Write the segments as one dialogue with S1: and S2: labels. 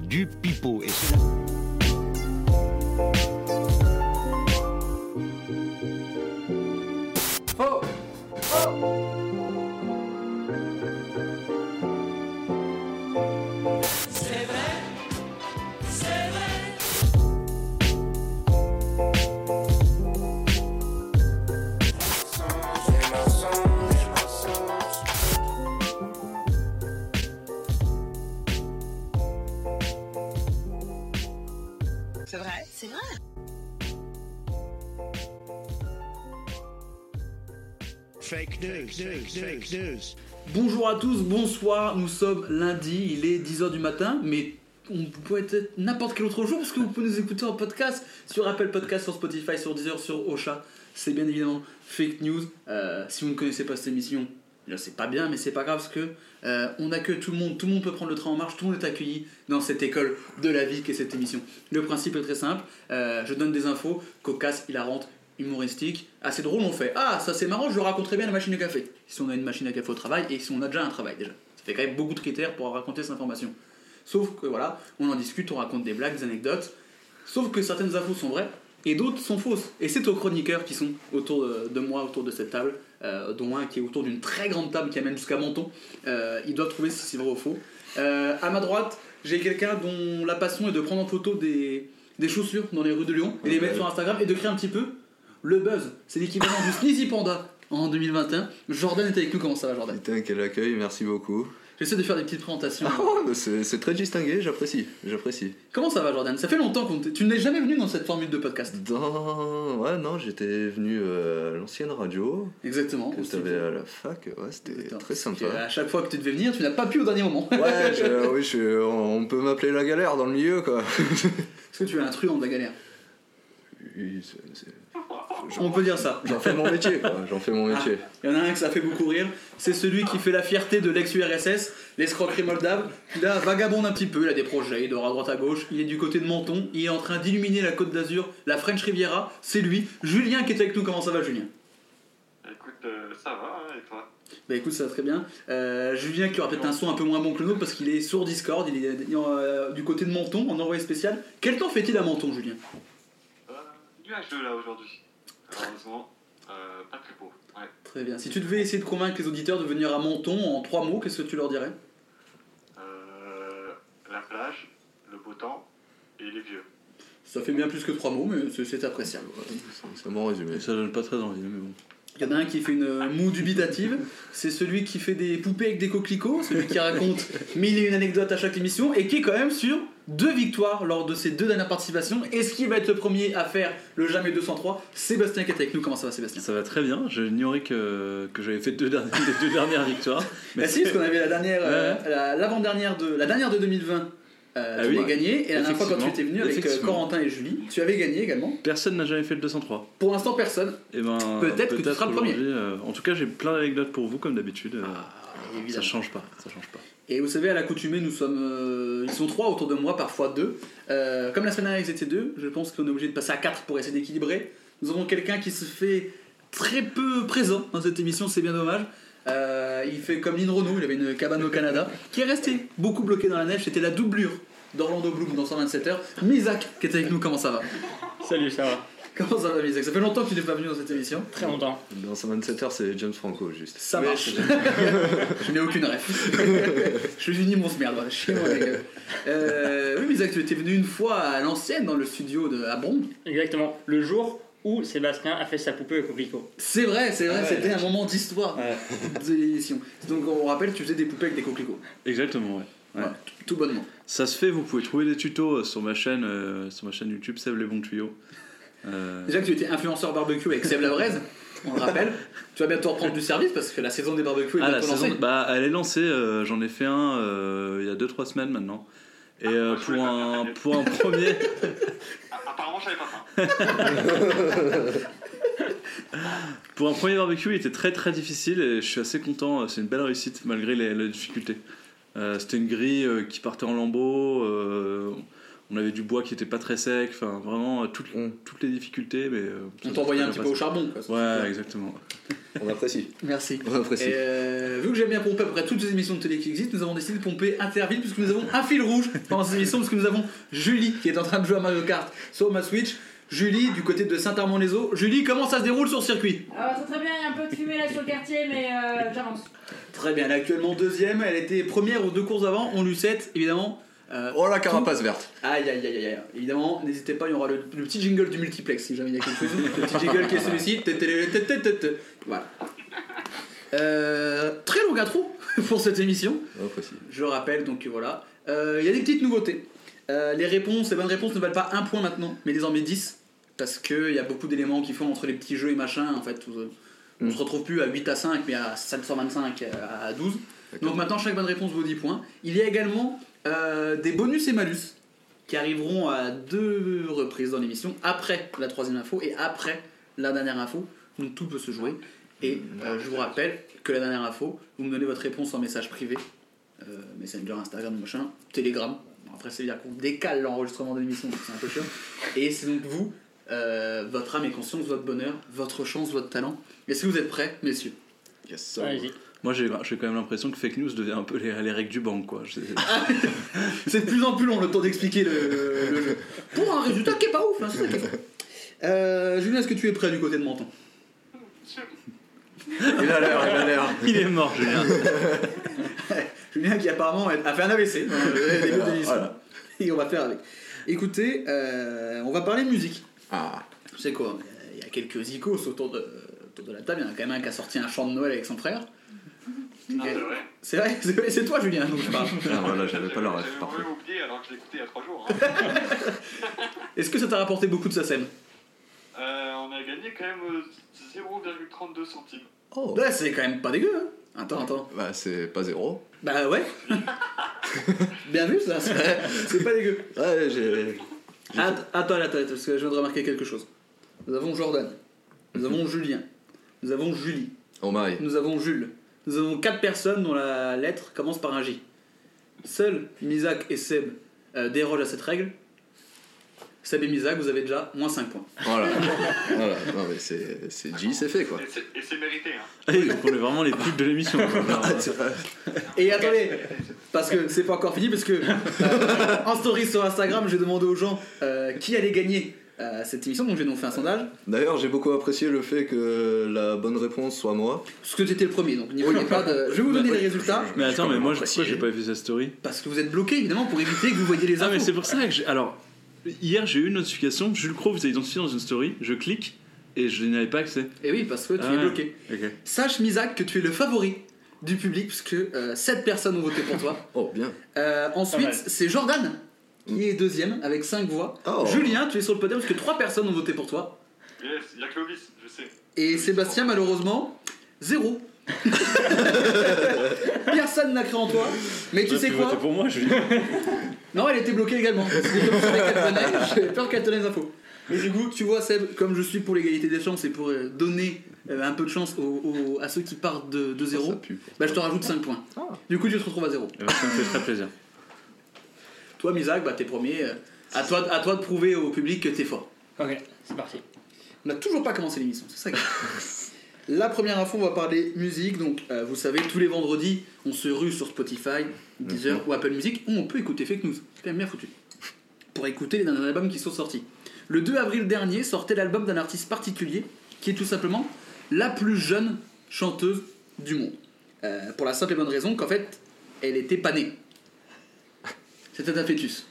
S1: du pipeau. Et c'est-
S2: C'est vrai C'est vrai
S1: Fake news, fake news.
S3: Bonjour à tous, bonsoir, nous sommes lundi, il est 10h du matin, mais on peut être n'importe quel autre jour parce que vous pouvez nous écouter en podcast sur Apple Podcast, sur Spotify, sur Deezer, sur Ocha. C'est bien évidemment fake news. Euh, si vous ne connaissez pas cette émission, là c'est pas bien, mais c'est pas grave parce que euh, on accueille tout le monde, tout le monde peut prendre le train en marche, tout le monde est accueilli dans cette école de la vie qu'est cette émission. Le principe est très simple, euh, je donne des infos cocasses, hilarantes, humoristiques, assez drôles, on fait Ah, ça c'est marrant, je le raconterai bien à la machine à café. Si on a une machine à café au travail et si on a déjà un travail déjà. Ça fait quand même beaucoup de critères pour raconter cette information. Sauf que voilà, on en discute, on raconte des blagues, des anecdotes. Sauf que certaines infos sont vraies et d'autres sont fausses. Et c'est aux chroniqueurs qui sont autour de, de moi, autour de cette table, euh, dont un qui est autour d'une très grande table qui amène jusqu'à Menton. Euh, ils doivent trouver si c'est vrai ou faux. Euh, à ma droite, j'ai quelqu'un dont la passion est de prendre en photo des, des chaussures dans les rues de Lyon et les mettre sur Instagram et de créer un petit peu le buzz. C'est l'équivalent du Sneezy Panda en 2021. Jordan est avec nous. Comment ça va, Jordan
S4: Putain, quel accueil, merci beaucoup. Ah,
S3: J'essaie de faire des petites présentations.
S4: C'est c'est très distingué, j'apprécie, j'apprécie.
S3: Comment ça va, Jordan Ça fait longtemps qu'on t- tu n'es jamais venu dans cette formule de podcast.
S4: Dans... Ouais, non, j'étais venu euh, à l'ancienne radio
S3: Exactement.
S4: que
S3: aussi.
S4: t'avais à la fac, ouais, c'était
S3: Attends,
S4: euh, très
S3: Parce que
S4: sympa.
S3: À chaque fois que tu devais venir, tu n'as pas pu au dernier moment.
S4: Ouais, je- ah oui, je- on peut m'appeler la galère dans le milieu, quoi.
S3: Est-ce que tu es un truand de la galère
S4: Oui, c'est- c'est-
S3: On peut dire ça.
S4: J'en fais mon métier, quoi, j'en fais mon métier.
S3: Il y en a un que ça fait beaucoup rire. C'est celui qui fait la fierté de l'ex-URSS, l'escroquerie moldave. Il a vagabonde un petit peu, il a des projets, il dort à droite à gauche. Il est du côté de Menton, il est en train d'illuminer la côte d'Azur, la French Riviera. C'est lui, Julien qui est avec nous. Comment ça va, Julien
S5: Écoute, euh, ça va, hein, et toi
S3: Bah écoute, ça va très bien. Euh, Julien qui aura peut-être un son un peu moins bon que le nôtre parce qu'il est sur Discord, il est euh, du côté de Menton en envoyé spécial. Quel temps fait-il à Menton, Julien
S5: euh, Nuageux là aujourd'hui. Heureusement, euh, pas très beau. Ouais.
S3: Très bien. Si tu devais essayer de convaincre les auditeurs de venir à Menton en trois mots, qu'est-ce que tu leur dirais
S5: Euh, la plage, le beau temps et les vieux.
S3: Ça fait bien plus que trois mots, mais c'est- c'est appréciable.
S4: C'est mon résumé.
S6: Ça donne pas très envie, mais bon.
S3: Il y en a un qui fait une euh, moue dubitative, c'est celui qui fait des poupées avec des coquelicots, celui qui raconte mille et une anecdotes à chaque émission, et qui est quand même sur deux victoires lors de ses deux dernières participations. Et ce qui va être le premier à faire le jamais 203, Sébastien qui est avec nous. Comment ça va Sébastien
S6: Ça va très bien, je ignorais que, que j'avais fait deux dernières, les deux dernières victoires.
S3: Bah si, parce qu'on avait la dernière, euh,
S6: Ouais.
S3: la- l'avant-dernière de la dernière de 2020. Euh,
S6: Ah
S3: tu
S6: oui.
S3: avais gagné et la dernière fois quand tu étais
S6: Effectivement.
S3: venu avec euh,
S6: Effectivement.
S3: Corentin et Julie, tu avais gagné également.
S6: Personne n'a jamais fait le 203.
S3: Pour l'instant personne.
S6: Et ben,
S3: Peut-être que tu seras le premier. Ah,
S6: aujourd'hui, euh, en tout cas, j'ai plein d'anecdotes pour vous, comme d'habitude. euh, ça
S3: évidemment.
S6: change pas, ça change pas.
S3: Et vous savez à l'accoutumée nous sommes euh, ils sont trois autour de moi parfois deux. Euh, comme la semaine dernière ils étaient deux, je pense qu'on est obligé de passer à quatre pour essayer d'équilibrer. Nous avons quelqu'un qui se fait très peu présent dans cette émission, c'est bien dommage. Euh, il fait comme Lynn Renault, il avait une cabane au Canada, qui est resté beaucoup bloqué dans la neige. C'était la doublure d'Orlando Bloom dans 127 heures. Misak qui est avec nous, comment ça va
S7: Salut, ça va
S3: Comment ça va Misak Ça fait longtemps que tu n'es pas venu dans cette émission.
S7: Très longtemps.
S4: Dans 127 heures, c'est James Franco, juste.
S3: Ça marche. je n'ai aucune ref. je suis une immense merde. voilà, chez moi, les gars. Euh, oui, mais Isaac, tu étais venu une fois à l'ancienne dans le studio de à Bron.
S7: Exactement. Le jour où Sébastien a fait sa poupée au coquelicot.
S3: C'est vrai, c'est vrai,
S7: Ouais.
S3: c'était un moment d'histoire
S7: Ouais.
S3: de l'émission. Donc on rappelle, tu faisais des poupées avec des coquelicots.
S6: Exactement, ouais.
S3: Voilà, tout- tout bonnement.
S6: Ça se fait, vous pouvez trouver des tutos euh, sur ma chaîne, euh, sur ma chaîne YouTube, Sève les bons tuyaux. Euh,
S3: Déjà que tu étais influenceur barbecue avec Seb Labrèze, on le rappelle. Tu vas bientôt reprendre du service parce que la saison des barbecues est
S6: ah, la
S3: bientôt lancée.
S6: saison, bah, elle est lancée, euh, j'en ai fait un euh, il y a 2-3 semaines maintenant. Et
S3: Ah,
S6: euh,
S5: je
S6: pour,
S5: voulais pas
S6: un,
S5: faire
S6: pour un premier.
S5: Ah, apparemment, j'avais pas faim.
S6: Pour un premier barbecue, il était très très difficile et je suis assez content. C'est une belle réussite malgré les, les difficultés. Euh, C'était une grille euh, qui partait en lambeaux. euh, on avait du bois qui était pas très sec. Enfin, vraiment euh, toutes,
S4: Mm.
S6: toutes les difficultés. Mais euh, ça
S3: On
S6: s'est
S3: t'envoyait
S6: très
S3: un
S6: bien
S3: petit peu au
S6: passé.
S3: charbon. quoi, ça,
S6: Ouais,
S3: c'est clair.
S6: exactement.
S4: On apprécie.
S3: Merci.
S4: On apprécie.
S3: Et, euh, vu que j'aime bien pomper à peu près toutes les émissions de télé qui existent, nous avons décidé de pomper Interville puisque nous avons un fil rouge pendant cette émission puisque nous avons Julie qui est en train de jouer à Mario Kart sur ma Switch. Julie du côté de Saint-Armand-les-Eaux. Julie, comment ça se déroule sur circuit
S8: Ah, c'est très bien, il y a un peu de fumée là sur le quartier, mais euh, j'avance.
S3: Très bien, elle est actuellement deuxième, elle était première aux deux courses avant, on lui souhaite évidemment. Euh,
S4: Oh la carapace verte.
S3: Aïe aïe aïe aïe aïe. Évidemment, n'hésitez pas, il y aura le, le petit jingle du multiplex si jamais il y a quelque chose. le petit jingle qui est celui-ci. Tétélétététété. Voilà. Euh, très long intro pour cette émission.
S4: On apprécie.
S3: Je rappelle donc que voilà. Euh, Il y a des petites nouveautés. Euh, les réponses, les bonnes réponses ne valent pas un point maintenant, mais désormais 10. Parce qu'il y a beaucoup d'éléments qui font entre les petits jeux et machin. En fait, on, on
S4: Mm.
S3: se retrouve plus à 8 à 5, mais à 725 euh, à à 12.
S4: D'accord.
S3: Donc maintenant, chaque bonne réponse vaut 10 points. Il y a également euh, des bonus et malus qui arriveront à deux reprises dans l'émission, après la troisième info et après la dernière info. Donc tout peut se jouer.
S4: Mm.
S3: Et euh, je vous rappelle que la dernière info, vous me donnez votre réponse en message privé, euh, Messenger, Instagram, machin, Telegram. Bon, après, c'est dire qu'on décale l'enregistrement de l'émission, donc c'est un peu chiant. Et c'est donc vous, euh, votre âme et conscience, votre bonheur, votre chance, votre talent. Est-ce que vous êtes prêts, messieurs
S4: Yes.
S7: Allez-y.
S6: Moi, j'ai j'ai quand même l'impression que fake news devient un peu les, les règles du banc, quoi. Je-
S3: C'est de plus en plus long le temps d'expliquer le, le jeu. Pour un résultat qui est pas ouf, hein, c'est ça qui est fou. Euh, Julien, est-ce que tu es prêt du côté de Menton
S4: Il a l'air, il a l'air.
S6: Il est mort, Julien.
S3: Julien qui apparemment a fait un AVC dans le début de l'émission.
S4: Voilà.
S3: Et on va faire avec. Écoutez, euh, on va parler musique.
S4: Ah,
S3: Tu sais quoi Il y a quelques icônes autour de, autour de la table. Il y en a quand même un qui a sorti un chant de Noël avec son frère.
S5: Ah, c'est vrai.
S3: C'est vrai, c'est c'est toi Julien dont je parle.
S4: ah, voilà, j'avais pas le ref,
S5: J'avais
S4: parfait.
S5: vraiment oublié alors que je l'ai écouté il y a trois jours. hein.
S3: Est-ce que ça t'a rapporté beaucoup de SACEM
S5: Euh, on a gagné quand même euh, 0,32 centimes.
S4: Oh.
S3: Bah c'est quand même pas dégueu. hein. Attends, attends.
S4: Bah, c'est pas zéro.
S3: Bah ouais. Bien vu ça. c'est- C'est pas dégueu.
S4: Ouais, j'ai.
S3: Att- Attends, attends, attends, parce que je viens de remarquer quelque chose. Nous avons Jordan. Nous avons Julien. Nous avons Julie.
S4: On marie.
S3: Nous avons Jules. Nous avons quatre personnes dont la lettre commence par un J. Seuls Misak et Seb euh, dérogent à cette règle. Seb et Misak, vous avez déjà moins 5 points.
S4: Voilà. voilà. Non, mais c'est c'est J, c'est fait quoi.
S5: Et c'est- Et c'est mérité. Hein.
S6: Ah, il- On est vraiment les putes de l'émission. quoi. Alors,
S4: C'est pas-
S3: Et attendez, parce que c'est pas encore fini, parce que euh, en story sur Instagram, j'ai demandé aux gens euh, qui allait gagner euh, cette émission, donc j'ai donc fait un sondage.
S4: D'ailleurs, j'ai beaucoup apprécié le fait que la bonne réponse soit moi.
S3: Parce que j'étais le premier, donc n'y voyez pas de. Je vais vous donner les résultats,
S6: Mais attends, mais moi, je-
S4: Apprécié.
S6: pourquoi j'ai pas vu sa story
S3: parce que vous êtes bloqué évidemment pour éviter que vous voyez les
S6: Ah, mais
S3: infos.
S6: c'est pour ça que j'ai. Alors, hier, j'ai eu une notification. Jules Crow vous a identifié dans une story. Je clique et je n'avais pas accès.
S3: Et oui, parce que tu
S6: Ah
S3: es
S6: ouais.
S3: bloqué.
S6: Ok.
S3: Sache, Misak, que tu es le favori du public, puisque 7 personnes ont voté pour toi.
S4: Oh, bien.
S3: Euh,
S7: Pas
S3: ensuite,
S7: mal.
S3: c'est Jordan qui est deuxième avec 5 voix.
S4: Oh.
S3: Julien, tu es sur le podium parce que 3 personnes ont voté pour toi.
S5: Yes, il y a Clovis, je sais.
S3: Et Sébastien, malheureusement, zéro. Personne n'a cru en toi. Mais tu sais quoi
S6: pour moi, Julien.
S3: Non, elle était bloquée également. C'était comme ça qu'elle venait, J'avais peur qu'elle te donne les infos. Mais du coup, tu vois, Seb, comme je suis pour l'égalité des chances et pour euh, donner euh, un peu de chance aux- aux- à ceux qui partent de, de zéro,
S4: Ça pue.
S3: bah, je te rajoute 5 points. Du coup, tu te retrouves à zéro.
S6: Ça me fait très plaisir.
S3: Toi, Misak, bah, t'es premier. euh, à, toi, à toi de prouver au public que t'es fort.
S7: Ok, c'est parti.
S3: On n'a toujours pas commencé l'émission, c'est ça. qui est- La première info, on va parler musique. Donc, euh, vous savez, tous les vendredis, on se rue sur Spotify, Deezer ou Apple Music, où on peut écouter Fake News. C'est quand même bien foutu. Pour écouter les derniers albums qui sont sortis. Le 2 avril dernier sortait l'album d'un artiste particulier, qui est tout simplement la plus jeune chanteuse du monde. Euh, pour la simple et bonne raison qu'en fait, elle était pas née. C'était un fœtus.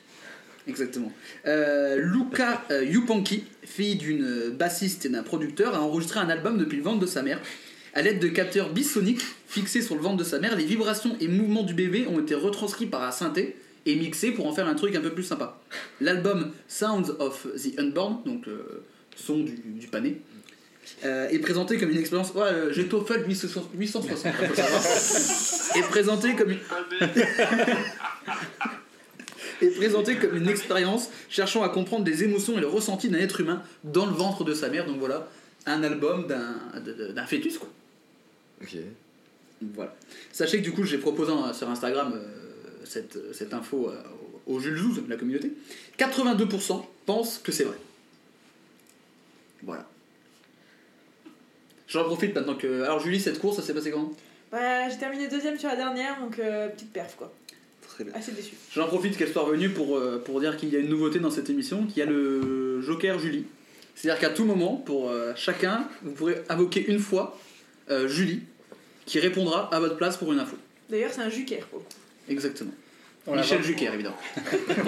S3: Exactement. Euh, Luca euh, Yupanqui, fille d'une euh, bassiste et d'un producteur, a enregistré un album depuis le ventre de sa mère. À l'aide de capteurs bisoniques fixés sur le ventre de sa mère, les vibrations et mouvements du bébé ont été retranscrits par un synthé et mixés pour en faire un truc un peu plus sympa. L'album Sounds of the Unborn, donc euh, son du, du pané, euh, est présenté comme une expérience. Ouais, euh, j'ai Toffel 860. 860, faut le savoir. est présenté comme une
S5: Pas de-
S3: est présenté comme une expérience cherchant à comprendre les émotions et le ressenti d'un être humain dans le ventre de sa mère. Donc voilà, un album d'un- de- de- d'un fœtus, quoi.
S4: Ok.
S3: Voilà. Sachez que du coup, j'ai proposé euh, sur Instagram euh, cette, cette info euh, au au Jules Zouz, la communauté. 82% pensent que c'est vrai. Voilà. J'en profite maintenant que. Alors, Julie, cette course, ça s'est passé comment
S9: Bah, j'ai terminé deuxième sur la dernière, donc euh, petite perf quoi.
S3: Très bien.
S9: Assez déçu.
S3: J'en profite qu'elle soit revenue pour, euh, pour dire qu'il y a une nouveauté dans cette émission, qu'il y a le Joker Julie. C'est-à-dire qu'à tout moment, pour euh, chacun, vous pourrez invoquer une fois euh, Julie, qui répondra à votre place pour une info.
S9: D'ailleurs, c'est un Juker quoi.
S3: Exactement.
S7: On la
S3: Michel
S7: voit.
S3: Juker, évidemment.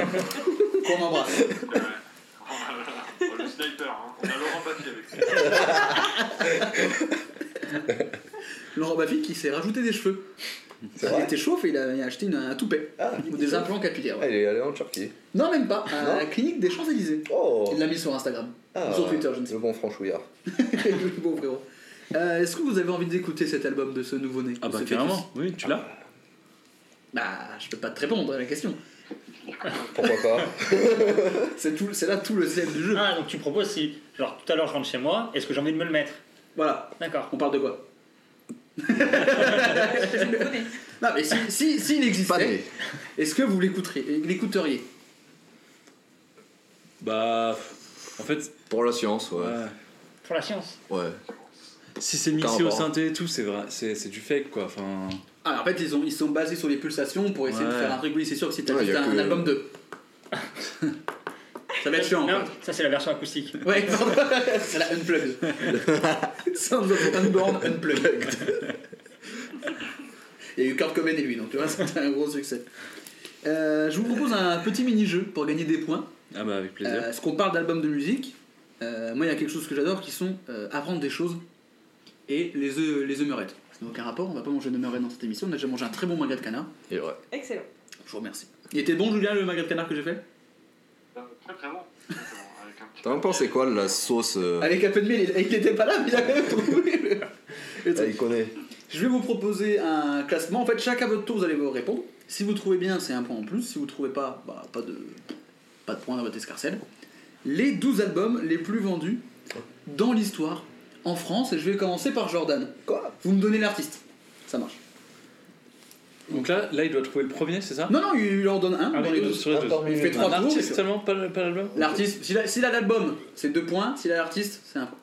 S3: Qu'on embrasse.
S5: Oh, le sniper, hein. on a Laurent Baffy avec nous.
S3: Laurent Baffy qui s'est rajouté des cheveux.
S4: C'est
S3: il
S4: vrai
S3: était chauffe et il a, il a acheté une- un toupet.
S4: Ah,
S3: Ou des implants capillaires. ouais.
S4: Ah, il est allé en Turquie.
S3: Non, même pas. À
S4: Non.
S3: la clinique des Champs-Élysées.
S4: Oh
S3: Il l'a mis sur Instagram.
S4: Ah,
S3: sur Twitter, je ne sais
S4: Le bon franchouillard.
S3: Le bon frérot. Euh, Est-ce que vous avez envie d'écouter cet album de ce nouveau-né
S6: Ah
S3: de
S6: bah
S3: ce
S6: carrément, oui, tu l'as
S3: fœtus Bah, je peux pas te répondre à la question.
S4: Pourquoi pas
S3: C'est tout- c'est là tout le sel du jeu.
S7: Ah, donc tu proposes si, genre tout à l'heure je rentre chez moi, est-ce que j'ai envie de me le mettre
S3: Voilà,
S7: D'accord.
S3: on parle de quoi
S9: Je le connais.
S3: Non, mais s'il si, si, s'il
S4: Pas
S3: existait,
S4: né.
S3: est-ce que vous l'écouteriez l'écouteriez
S6: Bah. En fait,
S4: Pour la science, ouais.
S6: ouais.
S7: Pour la science.
S4: Ouais.
S6: si c'est mixé
S4: Par
S6: au
S4: rapport.
S6: synthé et tout, c'est vrai, c'est c'est du fake quoi. Enfin,
S3: Ah, en fait, ils, ont, ils sont basés sur les pulsations pour essayer de
S6: Ouais.
S3: faire un truc. Oui, c'est sûr que si t'as
S4: Ouais,
S3: juste
S4: y a
S3: un,
S4: que-
S3: un album de. Ça va être chiant,
S7: Non,
S3: quoi.
S7: ça c'est la version acoustique.
S3: Ouais, pardon. c'est la unplugged. Sound of Unborn Unplugged. Il y a eu Kurt Cobain et lui, donc tu vois, c'était un gros succès. Euh, je vous propose un petit mini-jeu pour gagner des points.
S6: ah bah avec plaisir.
S3: Euh, ce qu'on parle d'albums de musique, euh, moi il y a quelque chose que j'adore qui sont euh, apprendre des choses et les œufs les œufs meurettes. Ça n'a aucun rapport, on va pas manger de meurettes dans cette émission, on a déjà mangé un très bon magret de canard.
S4: Il est vrai.
S9: Excellent.
S3: Je vous remercie. Il était bon Julien le magret de canard que j'ai fait
S5: Euh, Très très bon. Très, très bon, avec un petit
S4: T'en
S5: peu-
S4: penses c'est quoi la sauce euh,
S3: Avec un peu de miel, il, il était pas là, mais il a quand même trouvé le- le
S4: ah,
S3: truc.
S4: Il connaît.
S3: Je vais vous proposer un classement. En fait, chacun à votre tour, vous allez vous répondre. Si vous trouvez bien, c'est un point en plus. Si vous trouvez pas, bah, pas de pas de point dans votre escarcelle. Les 12 albums les plus vendus dans l'histoire en France. Et je vais commencer par Jordan.
S4: Quoi
S3: Vous me donnez l'artiste. Ça marche.
S6: Donc là, là, il doit trouver le premier, c'est ça
S3: Non, non, il il en donne un
S6: Ah,
S3: dans
S6: oui,
S3: les deux.
S6: sur les
S4: Ah,
S6: deux.
S4: parmi
S3: Il
S4: les
S3: fait
S4: deux.
S6: Un
S3: trois tours.
S6: artiste seulement, pas, le- pas l'album
S3: L'artiste, s'il a s'il a l'album, c'est deux points. S'il a l'artiste, c'est un point.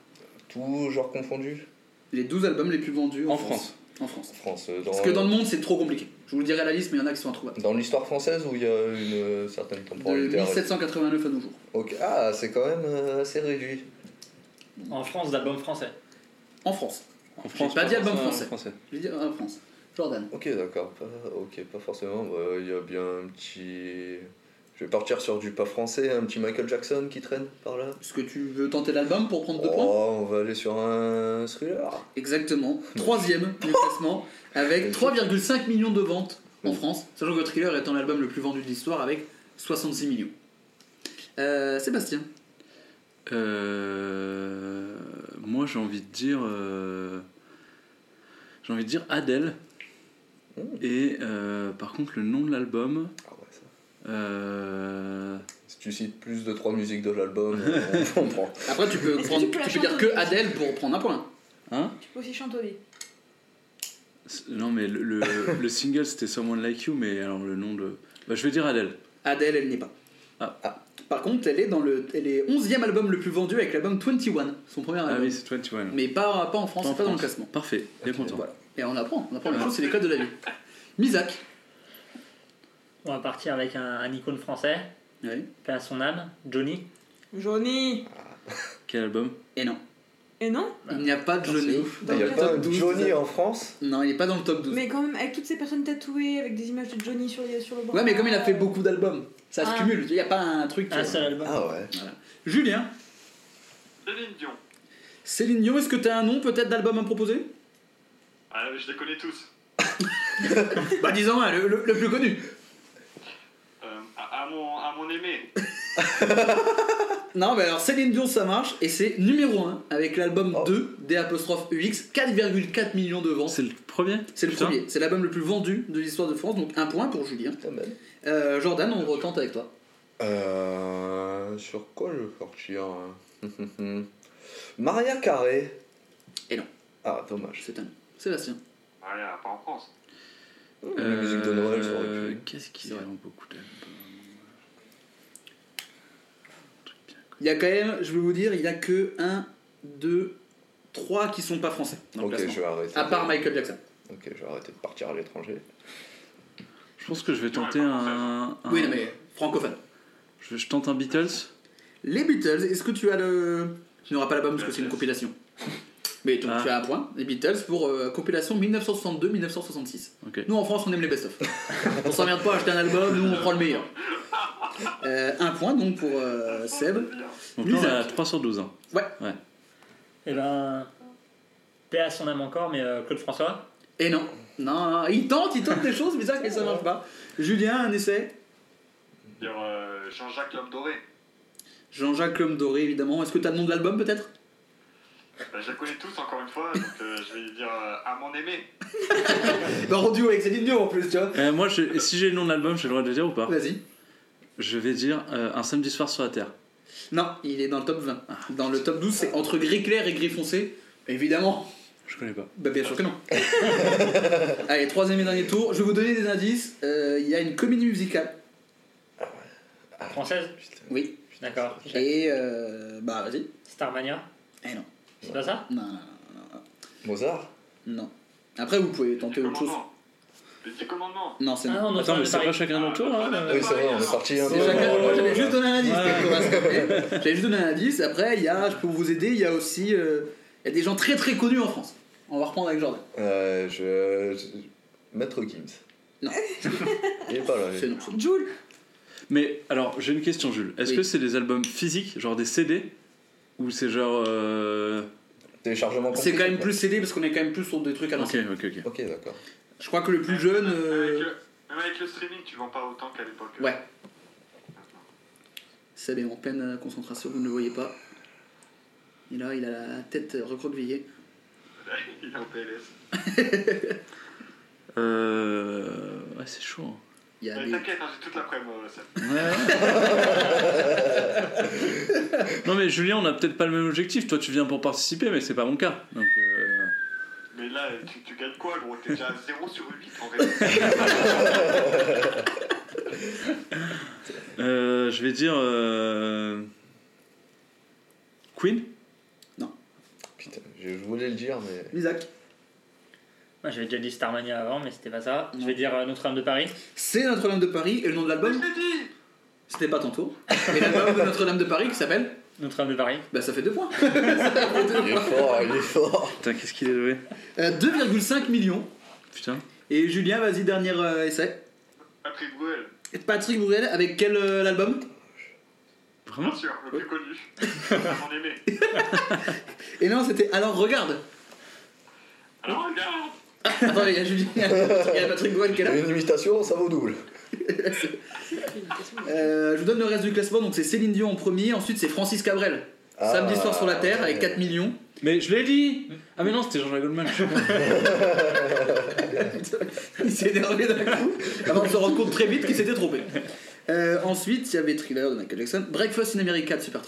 S4: Tout genre confondu
S3: Les 12 albums les plus vendus en,
S6: En France.
S3: En France.
S4: En France. euh, Dans,
S3: Parce que dans le monde, c'est trop compliqué. Je vous le dirai la liste, mais il y en a qui sont introuvables.
S4: dans l'histoire française où il y a une euh, certaine
S3: De
S4: temporalité.
S3: 1789 à nos jours.
S4: Ok. Ah, c'est quand même euh, assez réduit.
S7: En France, d'album français.
S3: En France.
S6: En France. hein.
S3: pas dit album
S6: forcément
S3: français. Je vais dire en France. Jordan.
S4: Ok, d'accord. Pas- Ok, pas forcément. bah, Il y a bien un petit. Je vais partir sur du pas français, un petit Michael Jackson qui traîne par là.
S3: Est-ce que tu veux tenter l'album pour prendre deux points
S4: Oh, on va aller sur un thriller.
S3: Exactement. Troisième du classement avec 3,5 millions de ventes en
S4: Mm.
S3: France, sachant que Thriller étant l'album le plus vendu de l'histoire avec 66 millions. Euh, Sébastien,
S6: Euh, moi, j'ai envie de dire. euh, J'ai envie de dire Adèle.
S3: Oh.
S4: Mmh.
S6: Et euh, par contre, le nom de l'album.
S4: Ah ouais, ça.
S6: euh,
S4: Si tu cites plus de trois musiques de l'album, euh, on, on prend.
S3: après tu peux,
S8: Est-ce que
S3: prendre-
S8: tu peux la
S3: tu peux dire
S8: chanter
S3: que Adèle pour prendre un point.
S6: Hein
S9: Tu peux aussi chantonner.
S6: C'est- Non, mais le, le- le single c'était Someone Like You, mais alors le nom de. Bah, je vais dire Adèle.
S3: Adèle, elle n'est pas.
S6: Ah.
S3: Par contre, elle est dans le, elle est 11e album le plus vendu avec l'album 21, son premier
S6: Ah
S3: album.
S6: oui, c'est 21.
S3: Mais pas, pas en France,
S6: en
S3: pas dans le
S6: France.
S3: classement. bah.
S6: Parfait, bien content. Ah,
S3: Voilà. Et on apprend, on apprend les choses, c'est les codes de la vie. Misak.
S7: On va partir avec un, un icône français,
S3: Oui.
S7: paix à son âme, Johnny.
S9: Johnny
S6: Quel album
S3: Et non.
S9: Et non
S3: Il n'y a pas de
S6: Ah, c'est
S3: Johnny.
S6: ouf.
S4: Il
S3: Dans
S4: n'y a
S3: le
S4: pas
S3: top
S4: un
S3: 12,
S4: Johnny
S3: c'est ça.
S4: en France
S3: Non, il n'est pas dans le top 12.
S9: Mais quand même, avec toutes ces personnes tatouées, avec des images de Johnny sur, les- sur le bras.
S3: Ouais, mais comme il a fait beaucoup d'albums, ça se
S9: Ah.
S3: cumule. Il n'y a pas un truc.
S7: Un
S3: euh,
S7: seul album.
S4: Ah ouais.
S3: Julien,
S5: Céline Dion.
S3: Céline Dion, est-ce que tu as un nom peut-être d'album à me proposer
S5: Ah, mais je les connais tous.
S3: Bah, disons un, le, le- le plus connu.
S5: Euh, à, à mon, à mon aimé.
S3: Non, mais alors Céline Dion, ça marche. Et c'est numéro 1 avec l'album
S4: Oh.
S3: 2 des apostrophes UX, 4,4 millions de ventes.
S6: C'est le premier
S3: C'est le
S6: Putain.
S3: premier. C'est l'album le plus vendu de l'histoire de France. Donc, un point pour Julien.
S4: Putain, Ben. man.
S3: Euh, Jordan, on retente avec toi.
S4: Euh, sur quoi je vais partir hein Maria Carré.
S3: Et non.
S4: Ah, dommage.
S3: C'est un. Sébastien.
S5: Ah, il y a pas en France.
S3: Euh,
S4: La musique de Noël, ça aurait pu.
S6: Euh, Qu'est-ce qu'il y a
S3: C'est
S6: beaucoup d'albums
S3: Il y a quand même, je vais vous dire, il y a que 1, 2, trois qui sont pas français dans le
S4: Ok,
S3: classement.
S4: je vais arrêter.
S3: À part
S4: de-
S3: Michael Jackson.
S4: Ok, je vais arrêter de partir à l'étranger.
S6: Je pense que je vais tenter un. un-
S3: Oui, non, mais francophone.
S6: Je, je tente un Beatles.
S3: Les Beatles, est-ce que tu as le. Tu n'auras pas l'album parce que c'est une compilation. Mais donc
S6: Ah.
S3: tu as un point, les Beatles pour euh, compilation 1962-1966.
S6: Ok.
S3: Nous en France on aime les best-of. on s'emmerde pas à acheter un album, nous on prend le meilleur. Euh, un point donc pour euh, Seb.
S6: Donc là, on est à
S3: Musique.
S6: 3 sur 12. hein.
S7: Et ben. Paix à son âme encore, mais euh, Claude François.
S3: Et non. Non, non, il tente, il tente des choses bizarres et ça marche pas. Julien, un essai.
S5: Dire euh, Jean-Jacques L'Homme Doré.
S3: Jean-Jacques L'Homme Doré évidemment. Est-ce que tu as le nom de l'album peut-être
S5: Bah, je les connais tous encore une fois, donc euh, je vais dire euh, à mon aimé.
S3: Bah en duo avec Céline Dion en plus, tu vois.
S6: Euh, moi, je- si j'ai le nom de l'album, j'ai le droit de le dire ou pas
S3: Vas-y.
S6: Je vais dire euh, Un samedi soir sur la Terre.
S3: Non, il est dans le top 20. Dans le top 12, c'est entre gris clair et gris foncé. Évidemment.
S6: Je connais pas.
S3: Bah bien sûr que non. Allez, troisième et dernier tour. Je vais vous donner des indices. Euh, Il y a une comédie musicale.
S7: Française
S4: Putain.
S3: Oui.
S7: D'accord.
S3: Et euh, bah vas-y.
S7: Starmania
S3: Eh non.
S7: C'est pas ça
S3: Non, non, non,
S4: Mozart
S3: non. non. Après, vous pouvez tenter autre chose.
S5: Commandement. Les dix commandements.
S3: Non, c'est
S7: Ah
S3: non.
S7: non, non,
S6: Attends, mais
S7: c'est
S6: c'est pas chacun notre tour hein là
S5: Ah,
S4: Oui, c'est vrai, on est parti un peu.
S3: C'est chacun-
S4: Oh là
S3: Moi,
S4: là
S3: j'avais
S4: là
S3: juste
S4: là.
S3: donné un indice.
S6: Ouais.
S3: peut-être qu'on va se calmer. J'avais juste donné un indice. Après, il y a, je peux vous aider, il y a aussi euh, il y a des gens très très connus en France. On va reprendre avec Jordan.
S4: Euh, je... je- Maître Gims.
S3: Non.
S4: Il est pas là. lui.
S3: C'est non. c'est non.
S9: Jules
S6: Mais alors, j'ai une question, Jules. Est-ce
S3: Oui.
S6: que c'est des albums physiques, genre des CD Ou c'est genre. euh,
S4: Téléchargement compris,
S3: C'est quand même
S4: quoi.
S3: plus CD parce qu'on est quand même plus sur des trucs à
S6: Ok,
S3: l'ancienne.
S6: ok, ok.
S4: Ok, d'accord.
S3: Je crois que le plus jeune.
S5: Ah, Avec
S3: euh,
S5: le- Même avec le streaming, tu vends pas autant qu'à l'époque.
S3: Ouais. Seb est en pleine euh, concentration, vous ne le voyez pas. Et là, il a la tête euh, recroquevillée.
S5: Il est en PLS.
S3: Ah,
S6: Euh... Ouais, c'est chaud. hein.
S3: Il y a
S5: Mais
S3: des-
S5: T'inquiète, hein, j'ai toute l'après-midi. euh, ça.
S6: non, mais Julien, on a peut-être pas le même objectif. Toi, tu viens pour participer, mais c'est pas mon cas. Donc, euh,
S5: Mais là, tu, tu gagnes quoi, gros T'es déjà à 0 sur 8 en réalité.
S6: euh, je vais dire. euh, Queen
S4: Putain, je voulais le dire, mais.
S3: Isaac.
S7: Moi j'avais déjà dit Starmania avant, mais c'était pas ça. Je
S3: Non.
S7: vais dire euh, Notre-Dame de Paris.
S3: C'est Notre-Dame de Paris et le nom de l'album,
S5: Je l'ai dit
S3: c'était pas ton tour. Et l'album de Notre-Dame de Paris qui s'appelle
S7: Notre-Dame de Paris.
S3: Bah, ça fait deux points. Ça fait deux
S4: Il
S3: points.
S4: est fort, il est fort.
S6: Putain, qu'est-ce qu'il est levé
S3: Euh, 2,5 millions.
S6: Putain.
S3: Et Julien, vas-y, dernier euh, essai.
S5: Patrick Bruel,
S3: Et Patrick Bruel avec quel euh, l'album
S6: Vraiment
S3: Hein?
S5: bien sûr, le plus connu. J'en aimé.
S3: Et non, c'était Alors regarde.
S5: Alors regarde
S3: Attendez, il y a Julien, il y a Patrick Bruel qui est là.
S4: Une imitation, ça vaut double.
S3: Euh, je vous donne le reste du classement. Donc c'est Céline Dion en premier, ensuite c'est Francis Cabrel.
S4: Ah,
S3: Samedi soir sur la Terre avec
S4: ouais.
S3: 4 millions.
S6: Mais je l'ai dit Ah, mais non, c'était Jean-Jacques Goldman.
S3: Il s'est énervé d'un coup avant de se rendre compte très vite qu'il s'était trompé. Euh, ensuite, il y avait Thriller de Michael Jackson, Breakfast in America de Super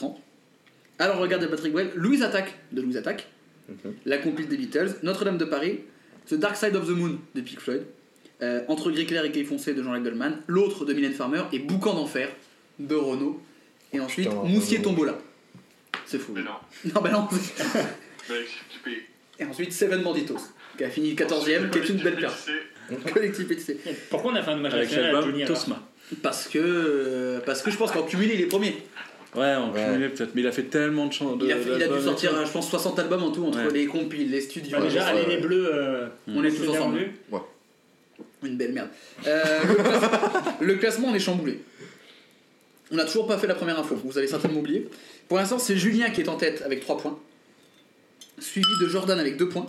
S3: Alors regarde de Patrick Well, Louise Attack de Louise Attack,
S4: Mhm.
S3: La compil des Beatles, Notre-Dame de Paris, The Dark Side of the Moon de Pink Floyd, euh, Entre gris clair et gris foncé de Jean-Luc Goldman, L'autre de Mylène Farmer et Boucan d'enfer de Renaud. Et ensuite,
S4: putain,
S3: Moussier
S4: Renaud.
S3: Tombola. C'est fou.
S5: Mais non,
S3: Non, bah non.
S5: mais tu payes.
S3: Et ensuite, Seven Banditos, qui a fini 14ème, qui est une belle perte. Collectif PTC.
S7: Pourquoi on a fait un hommage
S6: Avec
S7: national à
S6: l'album
S7: Johnny, alors
S6: Tosma.
S3: Parce que, euh, parce que je pense qu'en cumulé, il est premier.
S6: Ouais, on
S4: Ouais.
S6: cumulait peut-être. Mais il a fait tellement de chansons.
S3: Il a, il a dû sortir, euh, je pense, 60 albums en tout, entre
S6: Ouais.
S3: les compiles, les studios.
S7: Bah, déjà,
S4: Ouais,
S7: Allez
S4: ouais.
S7: les Bleus. euh,
S6: Mm.
S3: On est tous
S7: bien
S3: ensemble.
S7: venus.
S3: Une belle merde. Euh, le, classe- le classement, on est chamboulé. On n'a toujours pas fait la première info, vous allez certainement oublier. Pour l'instant, c'est Julien qui est en tête avec 3 points, suivi de Jordan avec 2 points,